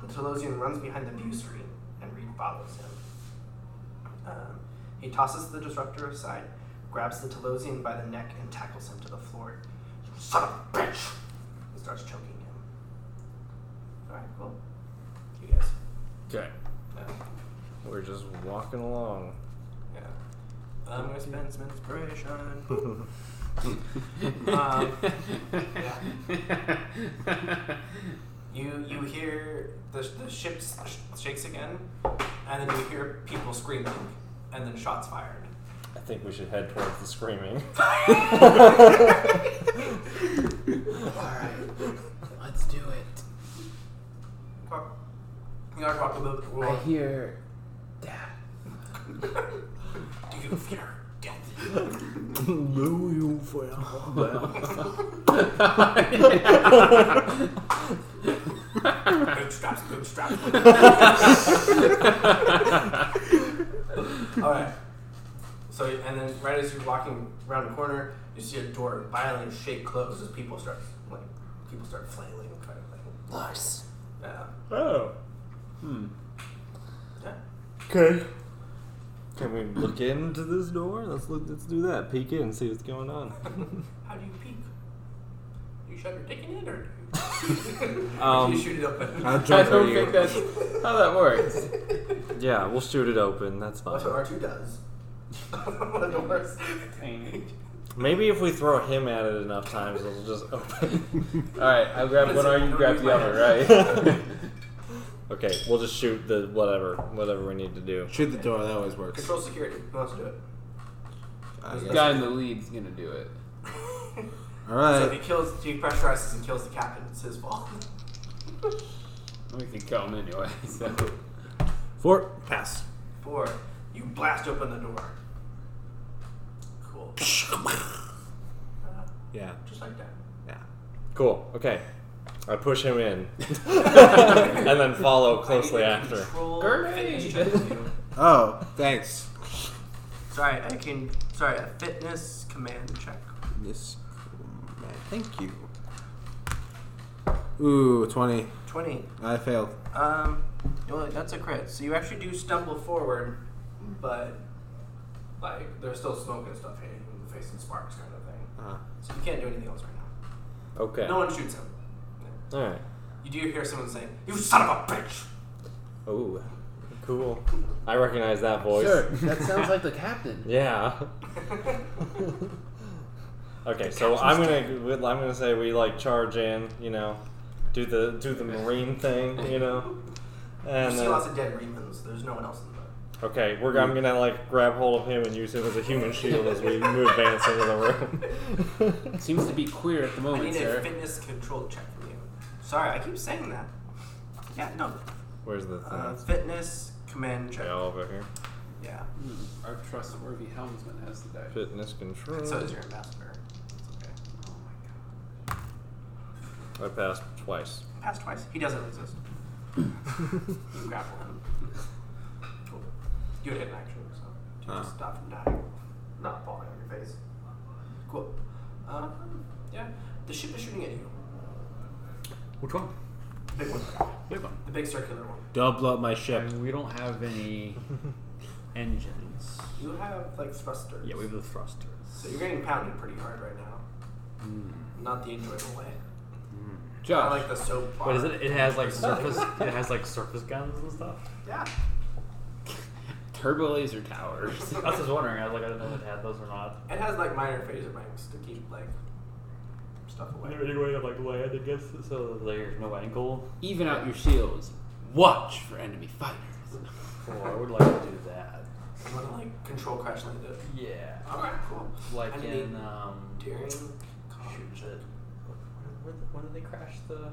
S4: The Telosian runs behind the view screen, and Reed follows him. Um, he tosses the disruptor aside, grabs the Telosian by the neck, and tackles him to the floor. You son of a bitch! And starts choking him. Alright, cool. You guys.
S8: Okay,
S4: Yeah.
S8: we're just walking along.
S4: yeah. I'm gonna spend some inspiration. um, yeah. Uh, You you hear the, the ship sh- shakes again, and then you hear people screaming, and then shots fired.
S8: I think we should head towards the screaming.
S2: Let's do it.
S4: You gotta talk about the
S2: I
S4: world.
S2: hear that.
S4: Do you fear death? Bootstraps, bootstraps. All right. So and then right as you're walking around the corner, you see a door violently shake close as people start like people start flailing, kind of thing.
S14: Nice.
S4: Yeah.
S8: Oh.
S3: Hmm.
S4: Yeah.
S8: Okay. Can we look into this door? Let's look. Let's do that. Peek in, see what's going on.
S4: How do you peek? You you shove your dick in it, or
S8: Um,
S4: you shoot it open?
S1: How
S3: I
S1: drunk are
S3: don't
S1: you?
S3: think that's how that works.
S8: Yeah, we'll shoot it open. That's fine.
S4: That's what R2 does. One of the worst.
S8: Maybe if we throw him at it enough times, it'll just open.
S3: All right, I grab one arm, you grab the other, right?
S8: okay, we'll just shoot the whatever, whatever we need to do.
S1: Shoot the door. That always works.
S4: Control security. Who wants to do it?
S1: I guess.
S3: Guy in the lead's gonna do it.
S1: All
S4: So if he
S1: right.
S4: kills, if he pressurizes and kills the captain, it's his fault.
S3: We can kill him anyway. So
S1: Four. Pass.
S4: Four, you blast open the door. Cool. Uh,
S1: Yeah.
S4: Just like that.
S1: Yeah.
S8: Cool. Okay, I push him in, and then follow closely
S4: I need a
S8: after.
S4: control
S3: Grenade!
S4: fitness check with you.
S1: Oh, thanks.
S14: Sorry, I can. Sorry, a fitness command check.
S1: This. Man, thank you. Ooh, twenty.
S14: Twenty.
S1: I failed.
S14: Um, well, that's a crit. So you actually do
S4: You
S14: stumble.
S4: stumble forward, but like there's still smoke and stuff hitting you in the face and sparks kind of thing.
S1: Uh,
S4: So you can't do anything else right now.
S8: Okay.
S4: No one shoots him.
S8: All right.
S4: You do hear someone saying, "You son of a bitch!"
S8: Ooh, cool. I recognize that voice.
S2: Sure, that sounds like the captain.
S8: Yeah. okay, so I'm gonna I'm gonna say we like charge in, you know, do the do the marine thing, you know,
S4: You
S8: and
S4: see
S8: then-
S4: lots of dead remans. There's no one else in the boat.
S8: okay, we're I'm gonna like grab hold of him and use him as a human shield as we move advance into the room.
S3: seems to be queer at the
S4: I
S3: moment,
S4: need a
S3: sir.
S4: fitness control check from you. Sorry, I keep saying that.
S14: Yeah, no.
S8: Where's the thing?
S14: Uh, fitness command check.
S8: Okay, all over here.
S4: Yeah.
S2: Hmm, Our trustworthy helmsman has to die.
S8: Fitness control.
S4: So does your ambassador. It's okay. Oh my god.
S8: I passed twice.
S4: Pass twice. He doesn't resist.
S5: Hmm.
S4: you grapple him. Cool. You hit an action, so to
S1: Ah.
S4: just stop from dying. Not falling on your face. Cool. Um, yeah. The ship is shooting at you.
S5: Which one?
S4: The big one.
S5: Big one.
S4: The big circular one.
S1: double up my
S5: I
S1: ship.
S5: mean, we don't have any engines.
S4: You have, like, thrusters.
S5: Yeah, we have the thrusters.
S4: So you're getting pounded pretty hard right now.
S5: Hmm.
S4: Not the enjoyable way. I
S3: Josh,
S4: like the soap bar.
S5: What is it? It has like surface. it has like surface guns and stuff.
S4: Yeah.
S3: turbo laser towers.
S5: I was just wondering. I was like, I didn't know if it had those or not.
S4: It has, like, minor phaser banks to keep, like, stuff away.
S5: Is there any way to like land against it so that there's no angle?
S3: Even out your shields. Watch for enemy fighters.
S5: Oh, I would like to do that.
S4: You want to, like, control crash land it.
S5: Yeah.
S4: Alright, cool.
S5: Like
S4: I
S5: in
S4: mean,
S5: um.
S4: Daring
S5: Shoot,
S4: college
S5: shit. When, when did they crash the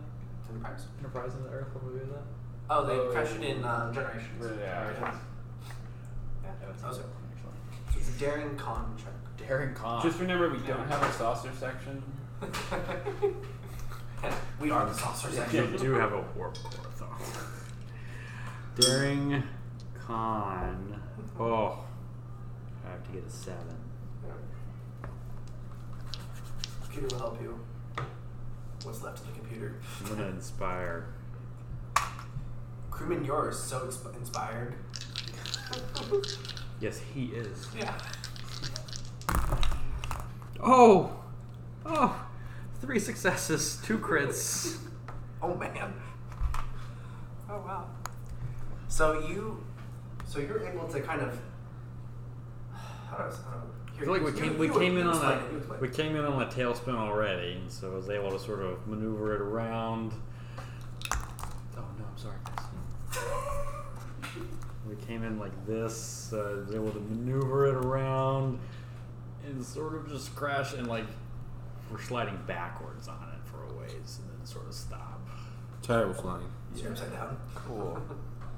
S4: enterprise.
S5: Enterprise into Earth? What movie was that?
S4: Oh, they
S3: Oh,
S4: crashed it in uh, Generations.
S5: Yeah.
S4: Yeah,
S5: Yeah, it's
S4: that was it.
S5: actually.
S4: So it's a daring con check.
S5: Daring Con.
S3: Just remember, we don't have a saucer section.
S4: we are the saucer
S5: You
S4: section.
S5: do have a warp core though. Daring Con. Oh, I have to get a seven.
S4: Computer will help you. What's left of the computer?
S5: I'm gonna inspire.
S4: Crewman Yor is so exp- inspired.
S5: Yes, he is.
S4: Yeah.
S5: Oh, oh, three successes, two crits.
S4: Oh man. Oh wow. So you, so you're able to kind of. How do I, how do I-
S5: I feel like we
S4: you-
S5: came, we
S4: you
S5: came in on
S4: explain it, you
S5: a
S4: explain
S5: we
S4: it.
S5: came in on a tailspin already, and so I was able to sort of maneuver it around. Oh no, I'm sorry. guys. We came in like this, so I was able to maneuver it around, and sort of just crash and like we're sliding backwards on it for a ways, and then sort of stop.
S1: Terrible flying.
S4: So you're upside down.
S1: Cool.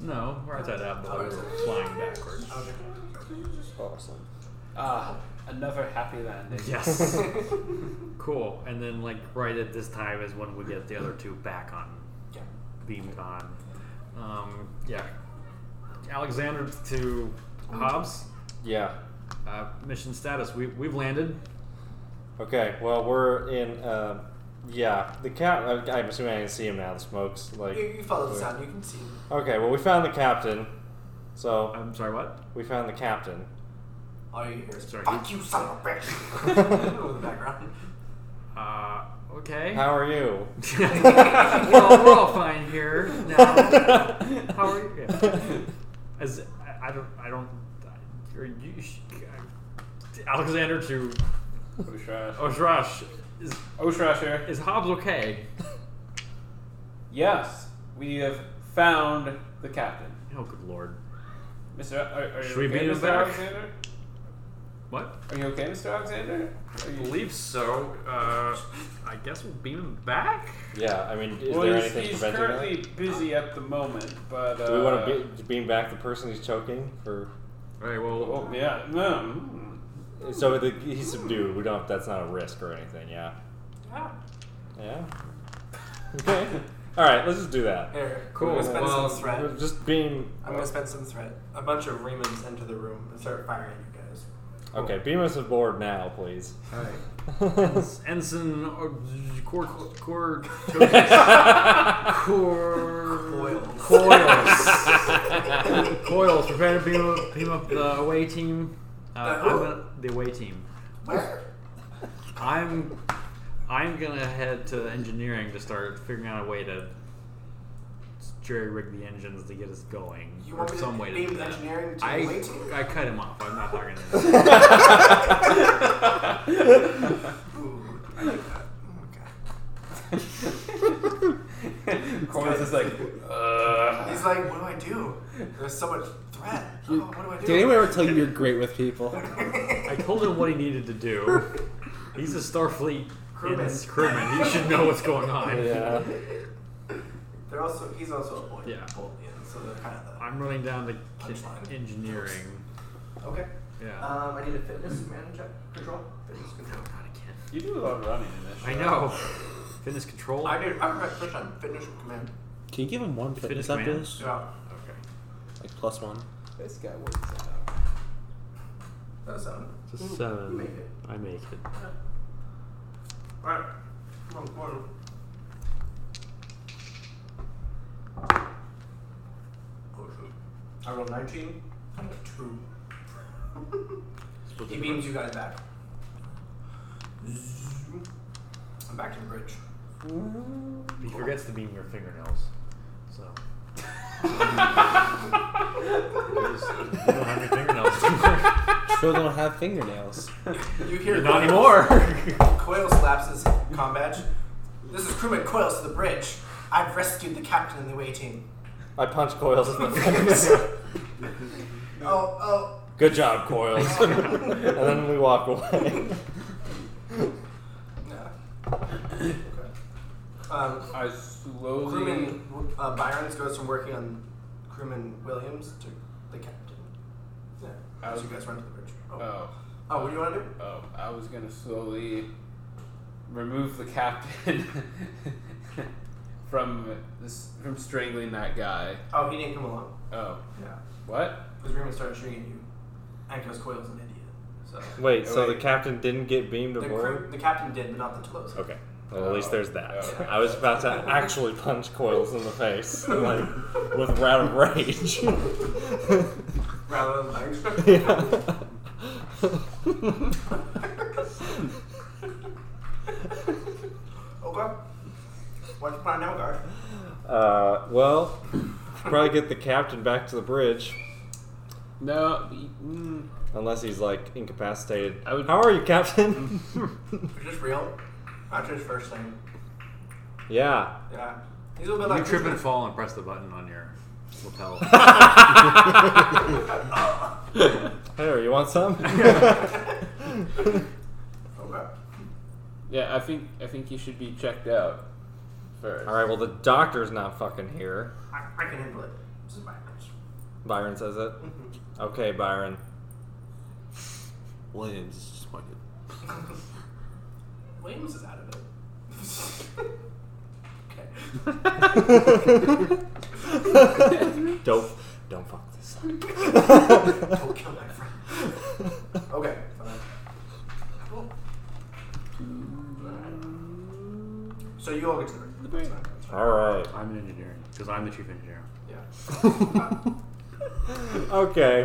S5: No, we're upside up, but we were flying backwards.
S4: Okay.
S8: Awesome.
S3: Ah, another happy landing.
S5: Yes. cool. And then like right at this time is when we get the other two back on
S4: Yeah.
S5: BeamCon. Um, yeah. Alexander to Hobbs.
S8: Yeah.
S5: Uh, mission status. We, we've landed.
S8: Okay, well, we're in. Uh, yeah, the cap. I'm assuming I can see him now. The smoke's like.
S4: You, you follow the sound. You can see.
S8: Okay, well, we found the captain. So
S5: I'm sorry, what?
S8: we found the captain.
S4: All you hear is
S5: Sorry,
S4: "fuck you, son of a bitch" in the background.
S5: Uh, what Okay.
S8: How are you?
S5: well, we're all fine here now. How are you? Yeah. As I I don't, I don't. I- Are you, sh- I- Alexander to
S3: Oshrash.
S5: Oshrash is
S3: Oshrasher.
S5: is Hobbs okay?
S3: Yes, we have found the captain.
S5: Oh, good lord!
S3: Mr. Are, are you
S5: Should we
S3: okay,
S5: beat him
S3: Mr.
S5: back?
S3: Alexander?
S5: What?
S3: Are you okay, Mr. Alexander? Are
S5: I
S3: you,
S5: believe so. Uh, I guess we'll beam him back.
S8: Yeah, I mean, is
S3: well,
S8: there
S3: he's,
S8: anything
S3: he's
S8: preventing
S3: currently
S8: that?
S3: busy at the moment, but uh,
S8: Do we want to be, beam back the person who's choking for?
S5: All right. Well,
S3: Oh yeah, no. mm.
S8: So the, he's subdued. We don't. That's not a risk or anything. Yeah.
S3: Ah.
S8: Yeah. Okay. All right. Let's just do that.
S4: Here,
S5: Cool,
S4: I'm gonna spend
S5: well,
S4: some threat.
S8: Just beam.
S4: I'm gonna spend some threat. A bunch of Remans enter the room and start firing at you guys.
S8: Okay. Beam us aboard now, please.
S4: All right.
S5: Ens- ensign uh, or core core core coils coils. Prepare to beam up, beam up the away team. Uh, I'm gonna, the away team. I'm I'm gonna head to engineering to start figuring out a way to jerry rig the engines to get us going
S4: You
S5: or
S4: want me
S5: some
S4: to
S5: way
S4: beam
S5: to do that.
S4: engineering to
S5: I,
S4: the away team?
S5: I cut him off. I'm not talking to him.
S3: hmm.
S4: Ooh, I like that. Oh Okay.
S3: Cornus is like, uh,
S4: He's like, what do I do? There's so much threat. Oh, what do I do?
S1: Did anyone ever tell you you're great with people?
S5: I told him what he needed to do. He's a Starfleet
S4: Crewman.
S5: in- crewman. He should know what's going on.
S8: Yeah.
S4: They're also. He's also a boy.
S5: Yeah.
S4: Boltian, so they're kind of
S5: I'm running down to kid
S4: Punchline.
S5: engineering.
S4: the. Okay.
S5: Yeah.
S4: Um, I need a fitness man check. Control. Fitness control.
S3: you do a lot of running in this.
S5: I
S3: show.
S5: know. Fitness control.
S4: I need. I'm right first on fitness command.
S1: Can you give him one fitness
S5: Fitness
S1: up
S5: man.
S1: to this?
S4: Yeah. Okay.
S1: Like plus one.
S9: This guy works out.
S4: That's seven.
S5: It's a
S4: You made
S5: seven.
S4: it.
S5: I make it.
S4: All right. Come on, come on. Oh, shoot. I rolled 19. I got two. he beams you guys back. Zoom. I'm back to the bridge.
S5: He forgets to beam your fingernails. So. you, just- you don't have your fingernails anymore.
S1: Children don't have fingernails.
S4: You hear
S5: Not anymore.
S4: Coil slaps his comm badge. This is crewman Coils to the bridge. I've rescued the captain and the away team.
S8: I punch coils in the face.
S4: Oh, oh.
S8: Good job, coils. and then we walk away.
S4: No. oh. okay. Um,
S3: I slowly.
S4: Crewman uh, Byron's goes from working on Crewman Williams to the captain. Yeah. As you guys run to the bridge. Oh,
S3: Oh,
S4: oh what do you want to do?
S3: oh! I was gonna slowly remove the captain from this from strangling that guy.
S4: Oh, he didn't come along.
S3: Oh,
S4: Yeah.
S3: what?
S4: Because Raymond started shooting at you. And because Coyle's an idiot. So.
S8: Wait, so
S3: Wait.
S8: the captain didn't get beamed
S4: The, crew,
S8: aboard?
S4: the captain did, but not the Tulos.
S8: Okay. Well, at least there's that.
S3: Oh, okay.
S8: I was about to actually punch coils in the face, like with a round of rage.
S4: Rather than I expected. Okay. Once upon a guard.
S8: uh, well, probably get the captain back to the bridge,
S3: No, y- mm,
S8: unless he's like incapacitated.
S3: I would-
S8: How are you, captain?
S4: Which is real. After his first thing.
S8: yeah.
S4: Yeah. He's a little bit
S5: You
S4: like.
S5: trip and fall and press the button on your lapel.
S8: Hey, you want some?
S4: Okay.
S3: yeah. I think I think you should be checked out first.
S8: All right. Well, the doctor's not fucking here.
S4: I, I can handle it. This is my bridge.
S8: Byron says it. Okay, Byron.
S1: Williams is disappointed.
S4: Williams is out of it. okay.
S8: Don't don't fuck this up.
S4: Don't kill my friend. Okay. fine. Cool. So you all get to the bridge. That's fine, that's fine.
S8: All right.
S5: I'm an engineering because I'm the chief engineer.
S4: Yeah.
S8: Okay.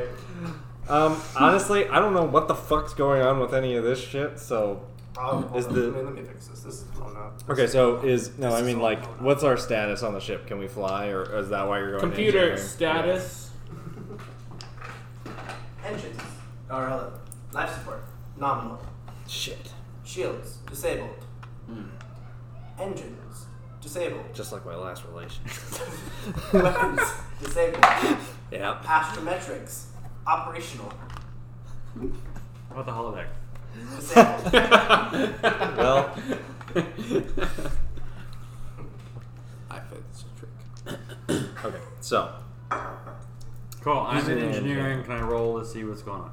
S8: Um, honestly, I don't know what the fuck's going on with any of this shit, so
S4: Oh,
S8: Is
S4: is
S8: the-
S4: let, me, let me fix this. This is blown up.
S8: Okay, so is no,
S4: This
S8: I
S4: is
S8: mean
S4: all
S8: like,
S4: blown up.
S8: what's our status on the ship? Can we fly, or is that why you're going? to
S3: Computer
S8: engineering?
S3: status.
S4: Engines are eleven. Life support nominal.
S1: Shit.
S4: Shields disabled.
S8: Hmm.
S4: Engines disabled.
S8: Just like my last relation.
S4: Weapons disabled.
S8: yeah.
S4: Astrometrics operational
S5: How about the holodeck?
S4: disabled.
S8: Well,
S1: I think it's a trick.
S8: okay. So
S5: Cool. I'm in
S8: Using the
S5: engineering. Can I roll to see what's going on?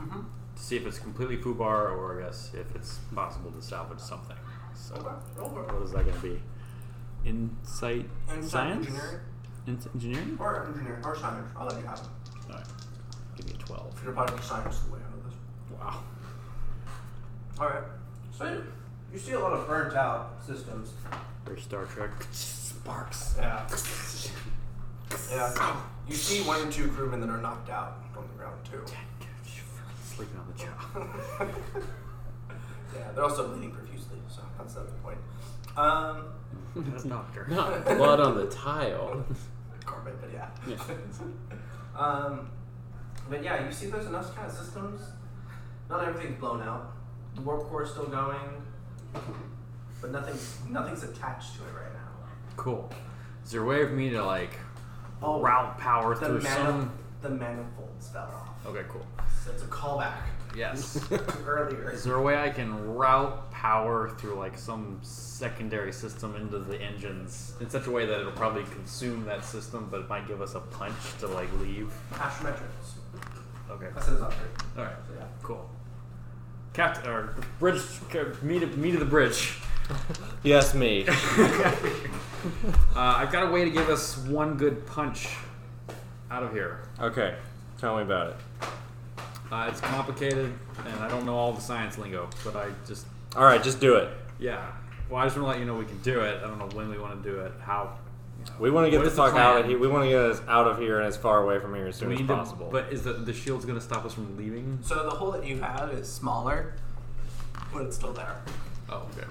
S4: Mm-hmm.
S5: To see if it's completely foobar, or I guess if it's possible to salvage something. So,
S4: Roll for it.
S5: what is that going to be? Insight,
S4: Insight
S5: science,
S4: engineering.
S5: Ins- engineering.
S4: Or engineer, or science. I'll let you have it.
S5: All right, give me a twelve.
S4: If you're part of science, the way out of this.
S5: Wow.
S4: All right. So you- you see a lot of burnt out systems.
S5: Or Star Trek.
S1: Sparks.
S4: Yeah. Yeah. You see one or two crewmen that are knocked out on the ground too.
S5: Sleeping on the job.
S4: Yeah, they're also bleeding profusely, so that's another point. Um,
S5: That's doctor.
S2: Not blood on the tile.
S4: carpet, but yeah. um, but yeah, you see, there's enough kind of systems. Not everything's blown out. The warp core is still going, but nothing's nothing's attached to it right now.
S5: Cool. Is there a way of me to like
S4: Oh,
S5: route power
S4: The
S5: through
S4: mani-
S5: some?
S4: the manifolds fell off.
S5: Okay, cool.
S4: So it's a callback
S5: Yes.
S4: to earlier.
S5: Is there a way I can route power through like some secondary system into the engines in such a way that it'll probably consume that system, but it might give us a punch to like leave?
S4: Astrometrics.
S5: Okay.
S4: That's his upgrade.
S5: All right.
S4: So yeah.
S5: Cool. Captain, or bridge, ca- me to me to the bridge.
S8: yes, me.
S5: Uh, I've got a way to give us one good punch out of here.
S8: Okay, tell me about it.
S5: Uh, it's complicated, and I don't know all the science lingo, but I just
S8: All right, just do it.
S5: yeah. Well, I just want to let you know we can do it. I don't know when we want to do it, how
S8: We want to get
S5: What
S8: the
S5: is the
S8: fuck out of
S5: plan?
S8: here. We want to get us out of here and as far away from here as soon
S5: we
S8: as
S5: need to-
S8: possible.
S5: but is the the shield's gonna stop us from leaving?
S4: So the hole that you have is smaller, but it's still there.
S5: Oh, okay.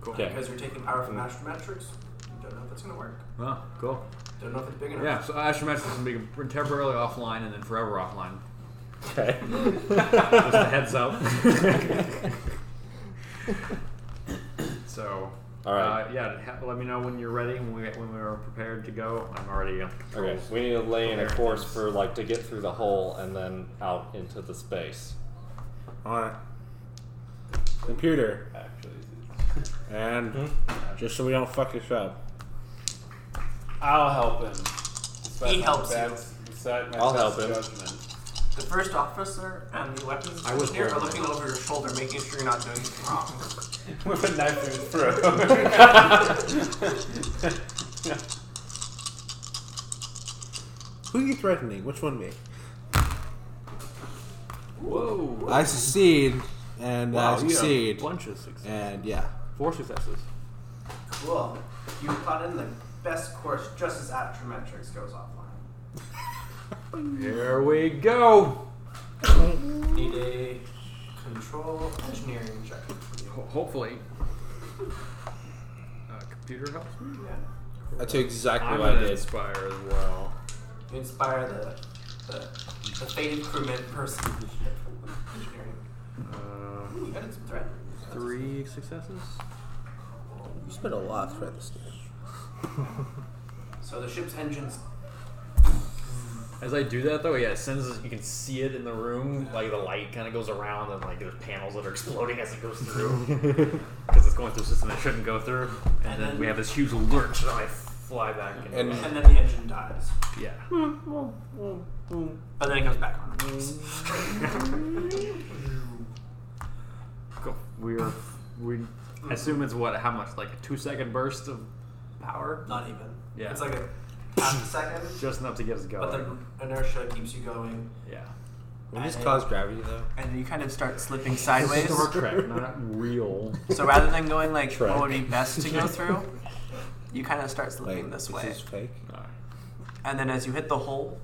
S5: Cool.
S8: Okay.
S4: Because you're taking power from astrometrics. You don't know if it's going to work.
S5: Well, Oh, cool.
S4: Don't know if it's big enough.
S5: Yeah. So Astrometrics is gonna be temporarily offline and then forever offline.
S8: okay.
S5: Just a heads up. so.
S8: All right.
S5: Uh, yeah, ha- let me know when you're ready. When we when we are prepared to go, I'm already uh, at the
S8: okay.
S5: controls.
S8: We need to lay in a
S5: Prepare
S8: course
S5: things.
S8: for like to get through the hole and then out into the space.
S1: Alright. Computer.
S12: Actually,
S1: And just so we don't fuck this up.
S12: I'll help him. Despite
S4: He
S12: my
S4: helps you.
S12: best- Despite my
S8: I'll
S12: best
S8: help him.
S12: judgment.
S4: The first officer and the weapons
S5: I was
S4: engineer are
S5: born
S4: looking over your shoulder, making sure you're not doing anything wrong.
S12: with a knife in his throat.
S1: Who are you threatening? Which one me?
S5: Whoa!
S1: I succeed and I succeed.
S5: Bunch of success.
S1: And yeah.
S5: Four successes.
S4: Cool. You got in the best course just as Astrometrics goes offline.
S5: Here we go.
S4: Need a control engineering check.
S5: Ho- hopefully, uh, computer helps me.
S4: Yeah.
S1: That's exactly
S5: I'm
S1: what I
S5: gonna
S1: did.
S5: inspire as well.
S4: You inspire the the, the fated crewman person. engineering.
S5: Uh,
S4: Ooh, you added some threat.
S5: three successes.
S1: You spent a lot of threat this game.
S4: So the ship's engines
S5: As I do that though, yeah, it sends you can see it in the room, like the light kind of goes around and like there's panels that are exploding as it goes through because it's going through a system that shouldn't go through, and,
S4: And
S5: then,
S4: then-
S5: we have this huge lurch, and I fly back and,
S1: And-
S4: and then the engine dies.
S5: yeah,
S4: But then it comes back on.
S5: cool. We're we I assume it's what how much like a two second burst of power,
S4: Not even.
S5: Yeah.
S4: It's like a half a second,
S5: just enough to get us
S4: but
S5: going.
S4: the inertia keeps you going.
S5: yeah,
S1: Would this cause gravity though?
S14: And you kind of start slipping sideways.
S5: Star Trek, not real.
S14: so rather than going like
S8: Track.
S14: what would be best to go through, you kind of start slipping
S1: Like
S14: this way.
S1: This is fake.
S5: Alright.
S14: And then as you hit the hole,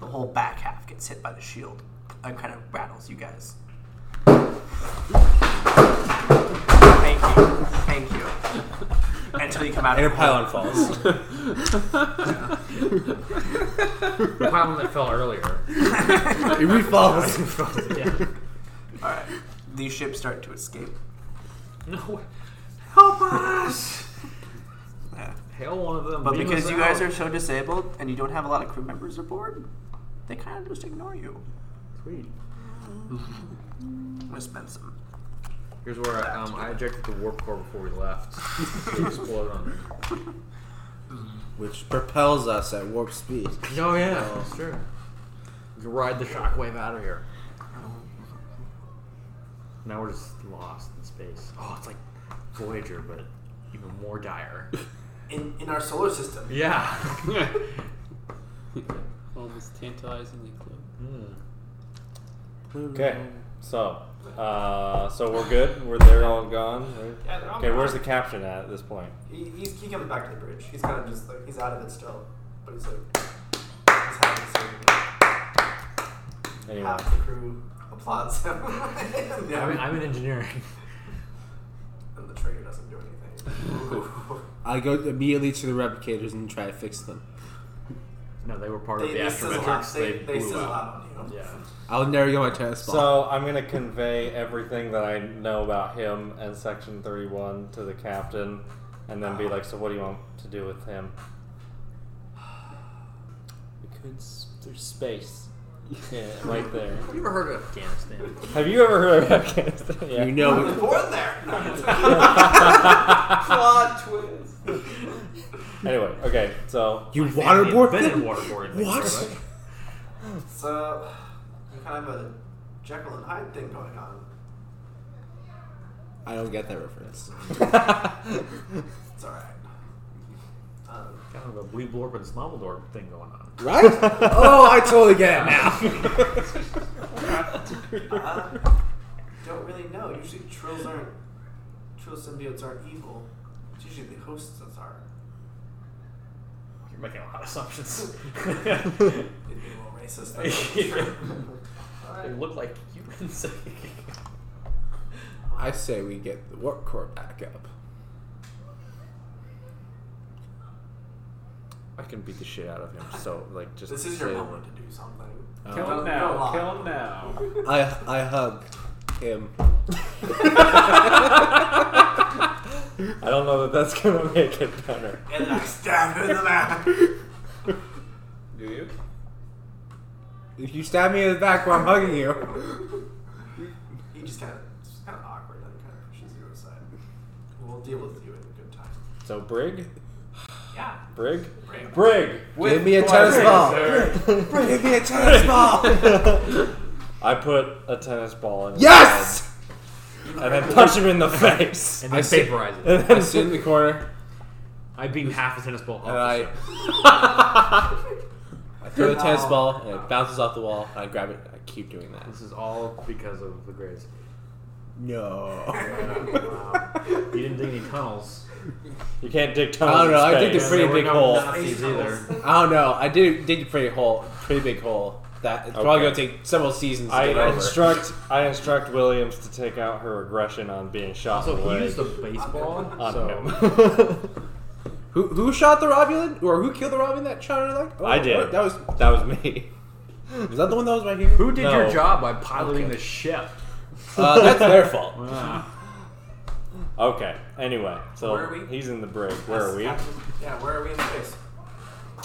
S14: the whole back half gets hit by the shield and kind of rattles you guys. Thank you. Thank you. Until you come out
S1: Inner
S14: of the hole.
S1: pylon falls.
S5: The pylon that fell earlier.
S1: it refalls.
S5: Yeah.
S14: Alright. These ships start to escape.
S5: No.
S14: Help us! Yeah.
S5: Hail one of them.
S14: But
S5: beam
S14: because
S5: us
S14: you
S5: out.
S14: guys are so disabled and you don't have a lot of crew members aboard, they kind of just ignore you.
S1: Sweet.
S14: I'm gonna spend some.
S5: Here's where I, um, I ejected the warp core before we left. to explode on me.
S1: Which propels us at warp speed.
S5: Oh yeah, that's true. You can ride the shockwave out of here. Now we're just lost in space. Oh, it's like Voyager, but even more dire.
S4: In, in our solar system.
S5: Yeah.
S2: Almost tantalizingly close.
S5: Hmm.
S8: Okay, so uh, so we're good. We're they're all gone. right?
S4: Yeah, they're all
S8: Okay,
S4: gone.
S8: where's the captain at at this point?
S4: He, he's, he comes back to the bridge. He's kind of just like, he's out of it still. But he's like, he's happy to see him.
S8: Anyway,
S4: half the crew applauds him. yeah,
S5: I'm, I'm in engineering.
S4: and the trigger doesn't do anything.
S1: I go immediately to the replicators and try to fix them.
S5: No, they were part
S4: they,
S5: of the
S4: they sizzle out.
S5: astrometrics.
S4: They,
S5: They,
S4: they,
S5: blew
S4: sizzle
S5: up.
S4: out on you.
S5: Yeah.
S1: I'll never get my tennis ball.
S8: so I'm gonna convey everything that I know about him and Section Thirty-One to the captain, and then be like, "So what do you want to do with him?" We could. s- There's space. Yeah, right there.
S5: Have you ever heard of Afghanistan?
S8: Have you ever heard of Afghanistan? Yeah.
S1: you know,
S4: Born there!
S12: Plot twist.
S8: Anyway, okay, so
S1: you
S5: My family
S1: waterboard
S5: invented
S1: them?
S5: waterboarding things,
S1: What?
S5: right?
S4: So, you kind of have a Jekyll and Hyde thing going on.
S1: I don't get that reference.
S4: It's alright. Um,
S5: Kind of a Bleed Blorp and Smobbledorp thing going on.
S1: Right? oh, I totally get it now.
S4: uh, don't really know. Usually trills aren't. Trill symbiotes aren't evil. It's usually the hosts that are.
S5: You're making a lot of assumptions.
S4: They'd be a little racist.
S5: they look like humans.
S1: I say we get the warp core back up.
S8: I can beat the shit out of him. So like, just
S4: This is your
S8: say- Oh.
S4: moment to do something.
S12: Kill
S4: Don't-
S12: him
S4: don't
S12: now.
S4: lie.
S12: Kill him now.
S1: I I hug him.
S8: I don't know that that's gonna make it better.
S4: And then I stab him in the back.
S12: Do you?
S1: If you stab me in the back while I'm hugging you,
S4: He just kind of, it's just kind of awkward and kind of pushes you aside. We'll deal with you in a good time.
S8: So Brig,
S4: Yeah.
S8: Brig,
S4: Brig.
S8: Brig.
S1: give me a tennis ball. Give me a tennis ball.
S8: I put a tennis ball in. his
S1: yes.
S8: head And then punch him in the face.
S5: and then vaporize it.
S8: And
S1: I
S8: then
S1: sit in the corner
S5: I beam half a tennis ball off
S1: and
S5: the
S1: I.
S5: ship.
S1: I throw the tennis ball and it bounces off the wall and I grab it. and I keep doing that.
S5: This is all because of the Greys.
S1: No.
S5: Wow. He didn't dig any tunnels.
S8: you can't dig
S1: I
S8: tunnels.
S1: don't know, I
S8: in
S1: think
S8: space.
S1: Pretty
S5: There were
S1: big
S5: no
S1: hole.
S5: Nazis either.
S1: I don't know. I did dig a pretty hole, pretty big hole. That it's probably
S8: Okay.
S1: gonna take several seasons to
S8: I
S1: get over.
S8: instruct I instruct Williams to take out her aggression on being shot
S5: So
S8: in the
S5: he
S8: leg
S5: used a baseball.
S8: on
S5: so
S8: him.
S1: who who shot the Romulan or who killed the Romulan that shot her like? Oh,
S8: I did.
S1: That was
S8: that was me.
S1: was that the one that was right here?
S5: who did
S8: No.
S5: your job by piloting
S1: Okay.
S5: the ship?
S1: Uh, that's their fault.
S8: Okay. Anyway, so
S4: Where are we?
S8: he's in the brig. Where are we? I
S4: Yeah, where are we in space?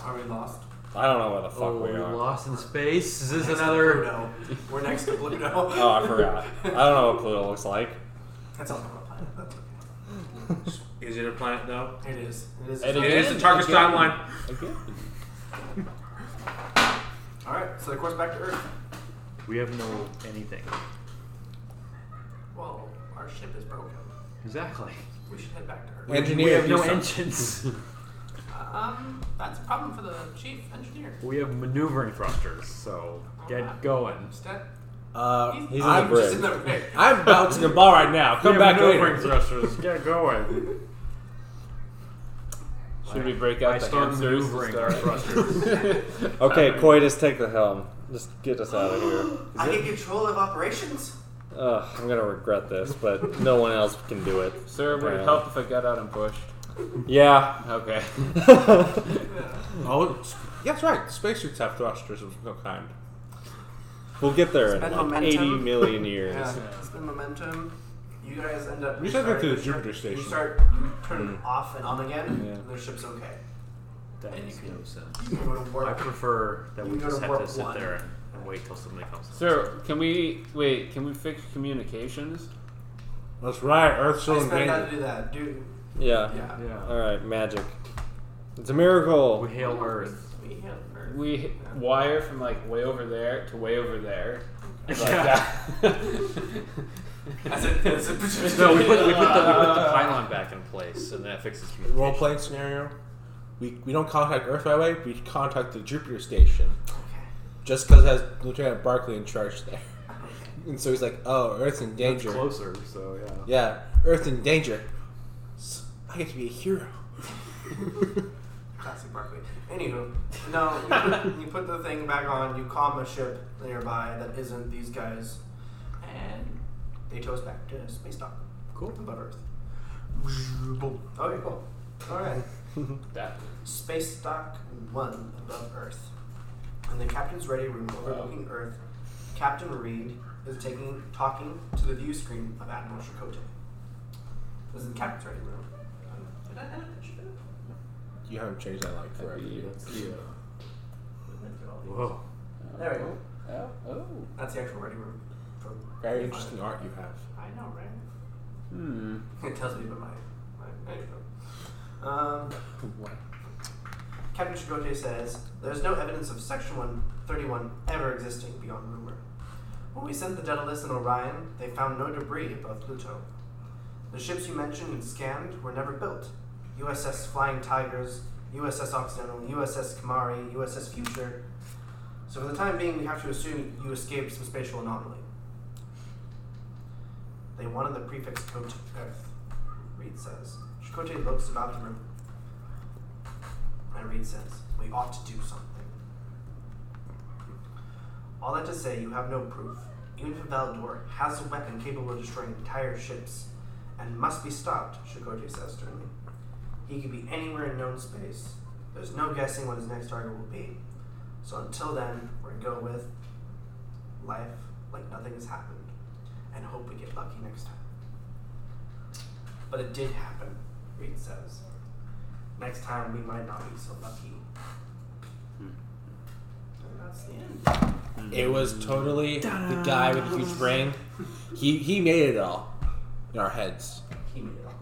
S4: Are we lost?
S8: don't know where the fuck
S5: oh,
S8: we
S5: we're
S8: are.
S5: lost in space. Is this
S4: Next to
S5: another?
S4: Pluto. We're next to Pluto.
S8: Oh, I forgot. I don't know what Pluto looks like.
S4: That's on another planet. That's okay.
S12: Is it a planet though?
S4: It is. It is.
S1: And it
S12: It is the Tarkus timeline.
S1: Okay.
S4: All right. So the course back to Earth.
S5: We have no anything.
S4: Well, our ship is broken.
S5: Exactly.
S4: We should head back to Earth.
S5: We
S1: Engineer,
S5: have no engines.
S4: Um, that's a problem for the chief engineer.
S5: we have maneuvering thrusters. So get going.
S4: Instead,
S1: uh,
S4: he's,
S1: he's
S4: I'm
S1: in the
S4: just
S1: bridge.
S4: in the rig.
S1: I'm bouncing the ball right now. Come
S5: We have
S1: back
S5: maneuvering
S1: later.
S5: thrusters. Get going.
S1: Should we break
S5: I start maneuvering our thrusters.
S8: Okay, Coitus, take the helm. Just get us out of here.
S4: I get control of operations.
S8: Ugh, I'm gonna regret this, but no one else can do it.
S3: Sir, would it
S8: apparently.
S3: help if I got out and pushed?
S8: Yeah.
S3: Okay.
S1: Oh, it's- yeah, that's right. Spacesuits have thrusters of no kind.
S8: We'll get there in
S14: Spend
S8: like
S14: momentum.
S8: 80 million years.
S4: Yeah, it's been momentum. You guys end up.
S1: We should go to the
S4: you start-
S1: Jupiter station. Mm-hmm.
S4: You start. You turn it off and on again.
S8: Yeah.
S4: And the ship's okay.
S5: That
S4: And you
S5: makes
S4: can-
S5: no sense.
S4: You can go to
S5: I
S4: work.
S5: prefer that we
S4: You go
S5: just
S4: to
S5: have to
S4: work
S5: sit
S4: one.
S5: there and wait till somebody comes.
S3: Sir, can we wait? Can we fix communications?
S1: That's right. Earth's
S4: I
S1: still
S4: expect how to
S1: invaded.
S4: do that, dude.
S8: Yeah.
S4: Yeah.
S5: Yeah.
S8: Alright, magic. It's a miracle.
S5: We hail Earth.
S4: We have Earth.
S3: We h- wire from like way over there to way over there. Like
S4: As it, as it,
S5: No, we put, we, put the, we put the pylon back in place, and that fixes communication.
S1: Role playing scenario. We, we don't contact Earth right away. We contact the Jupiter station. Just because it has Lieutenant Barclay in charge there. And so he's like, oh, Earth's in
S5: That's
S1: danger.
S5: closer, so yeah.
S1: Yeah, Earth's in danger. S- I get to be a hero.
S4: Classic Barclay. Anywho, no, you put, you put the thing back on, you calm a ship nearby that isn't these guys, and they tow us back to space dock. Cool. Above Earth. Okay, cool. Alright.
S3: that.
S4: Space dock 1 above Earth. In the captain's ready room overlooking Earth, Captain Reed is taking talking to the view screen of Admiral Chakotay. This is the captain's ready room. Um, Did I edit that shit?
S1: You haven't changed that like forever.
S5: Whoa.
S4: There we go.
S3: Oh, oh.
S4: That's the actual ready room. For
S1: Very interesting art you have.
S4: I know, right?
S3: Hmm.
S4: It tells me about my my ready room. Um, Captain Shigote says there's no evidence of Section 131 ever existing beyond rumor. When we sent the Daedalus and Orion, they found no debris above Pluto. The ships you mentioned and scanned were never built. USS Flying Tigers, USS Occidental, USS Kamari, USS Future. So for the time being, we have to assume you escaped some spatial anomaly. They wanted the prefix code to Earth, Reed says. Shikote looks about the room. And Reed says, We ought to do something. All that to say, you have no proof. Even if Valdor has a weapon capable of destroying entire ships and must be stopped, Shikote says sternly. He could be anywhere in known space. There's no guessing what his next target will be. So until then, we're going to go with life like nothing has happened and hope we get lucky next time. But it did happen, Reed says. Next time we might not be so lucky. And that's the end.
S1: It was totally the guy with the huge brain. He he made it all in our heads.
S4: He made it all.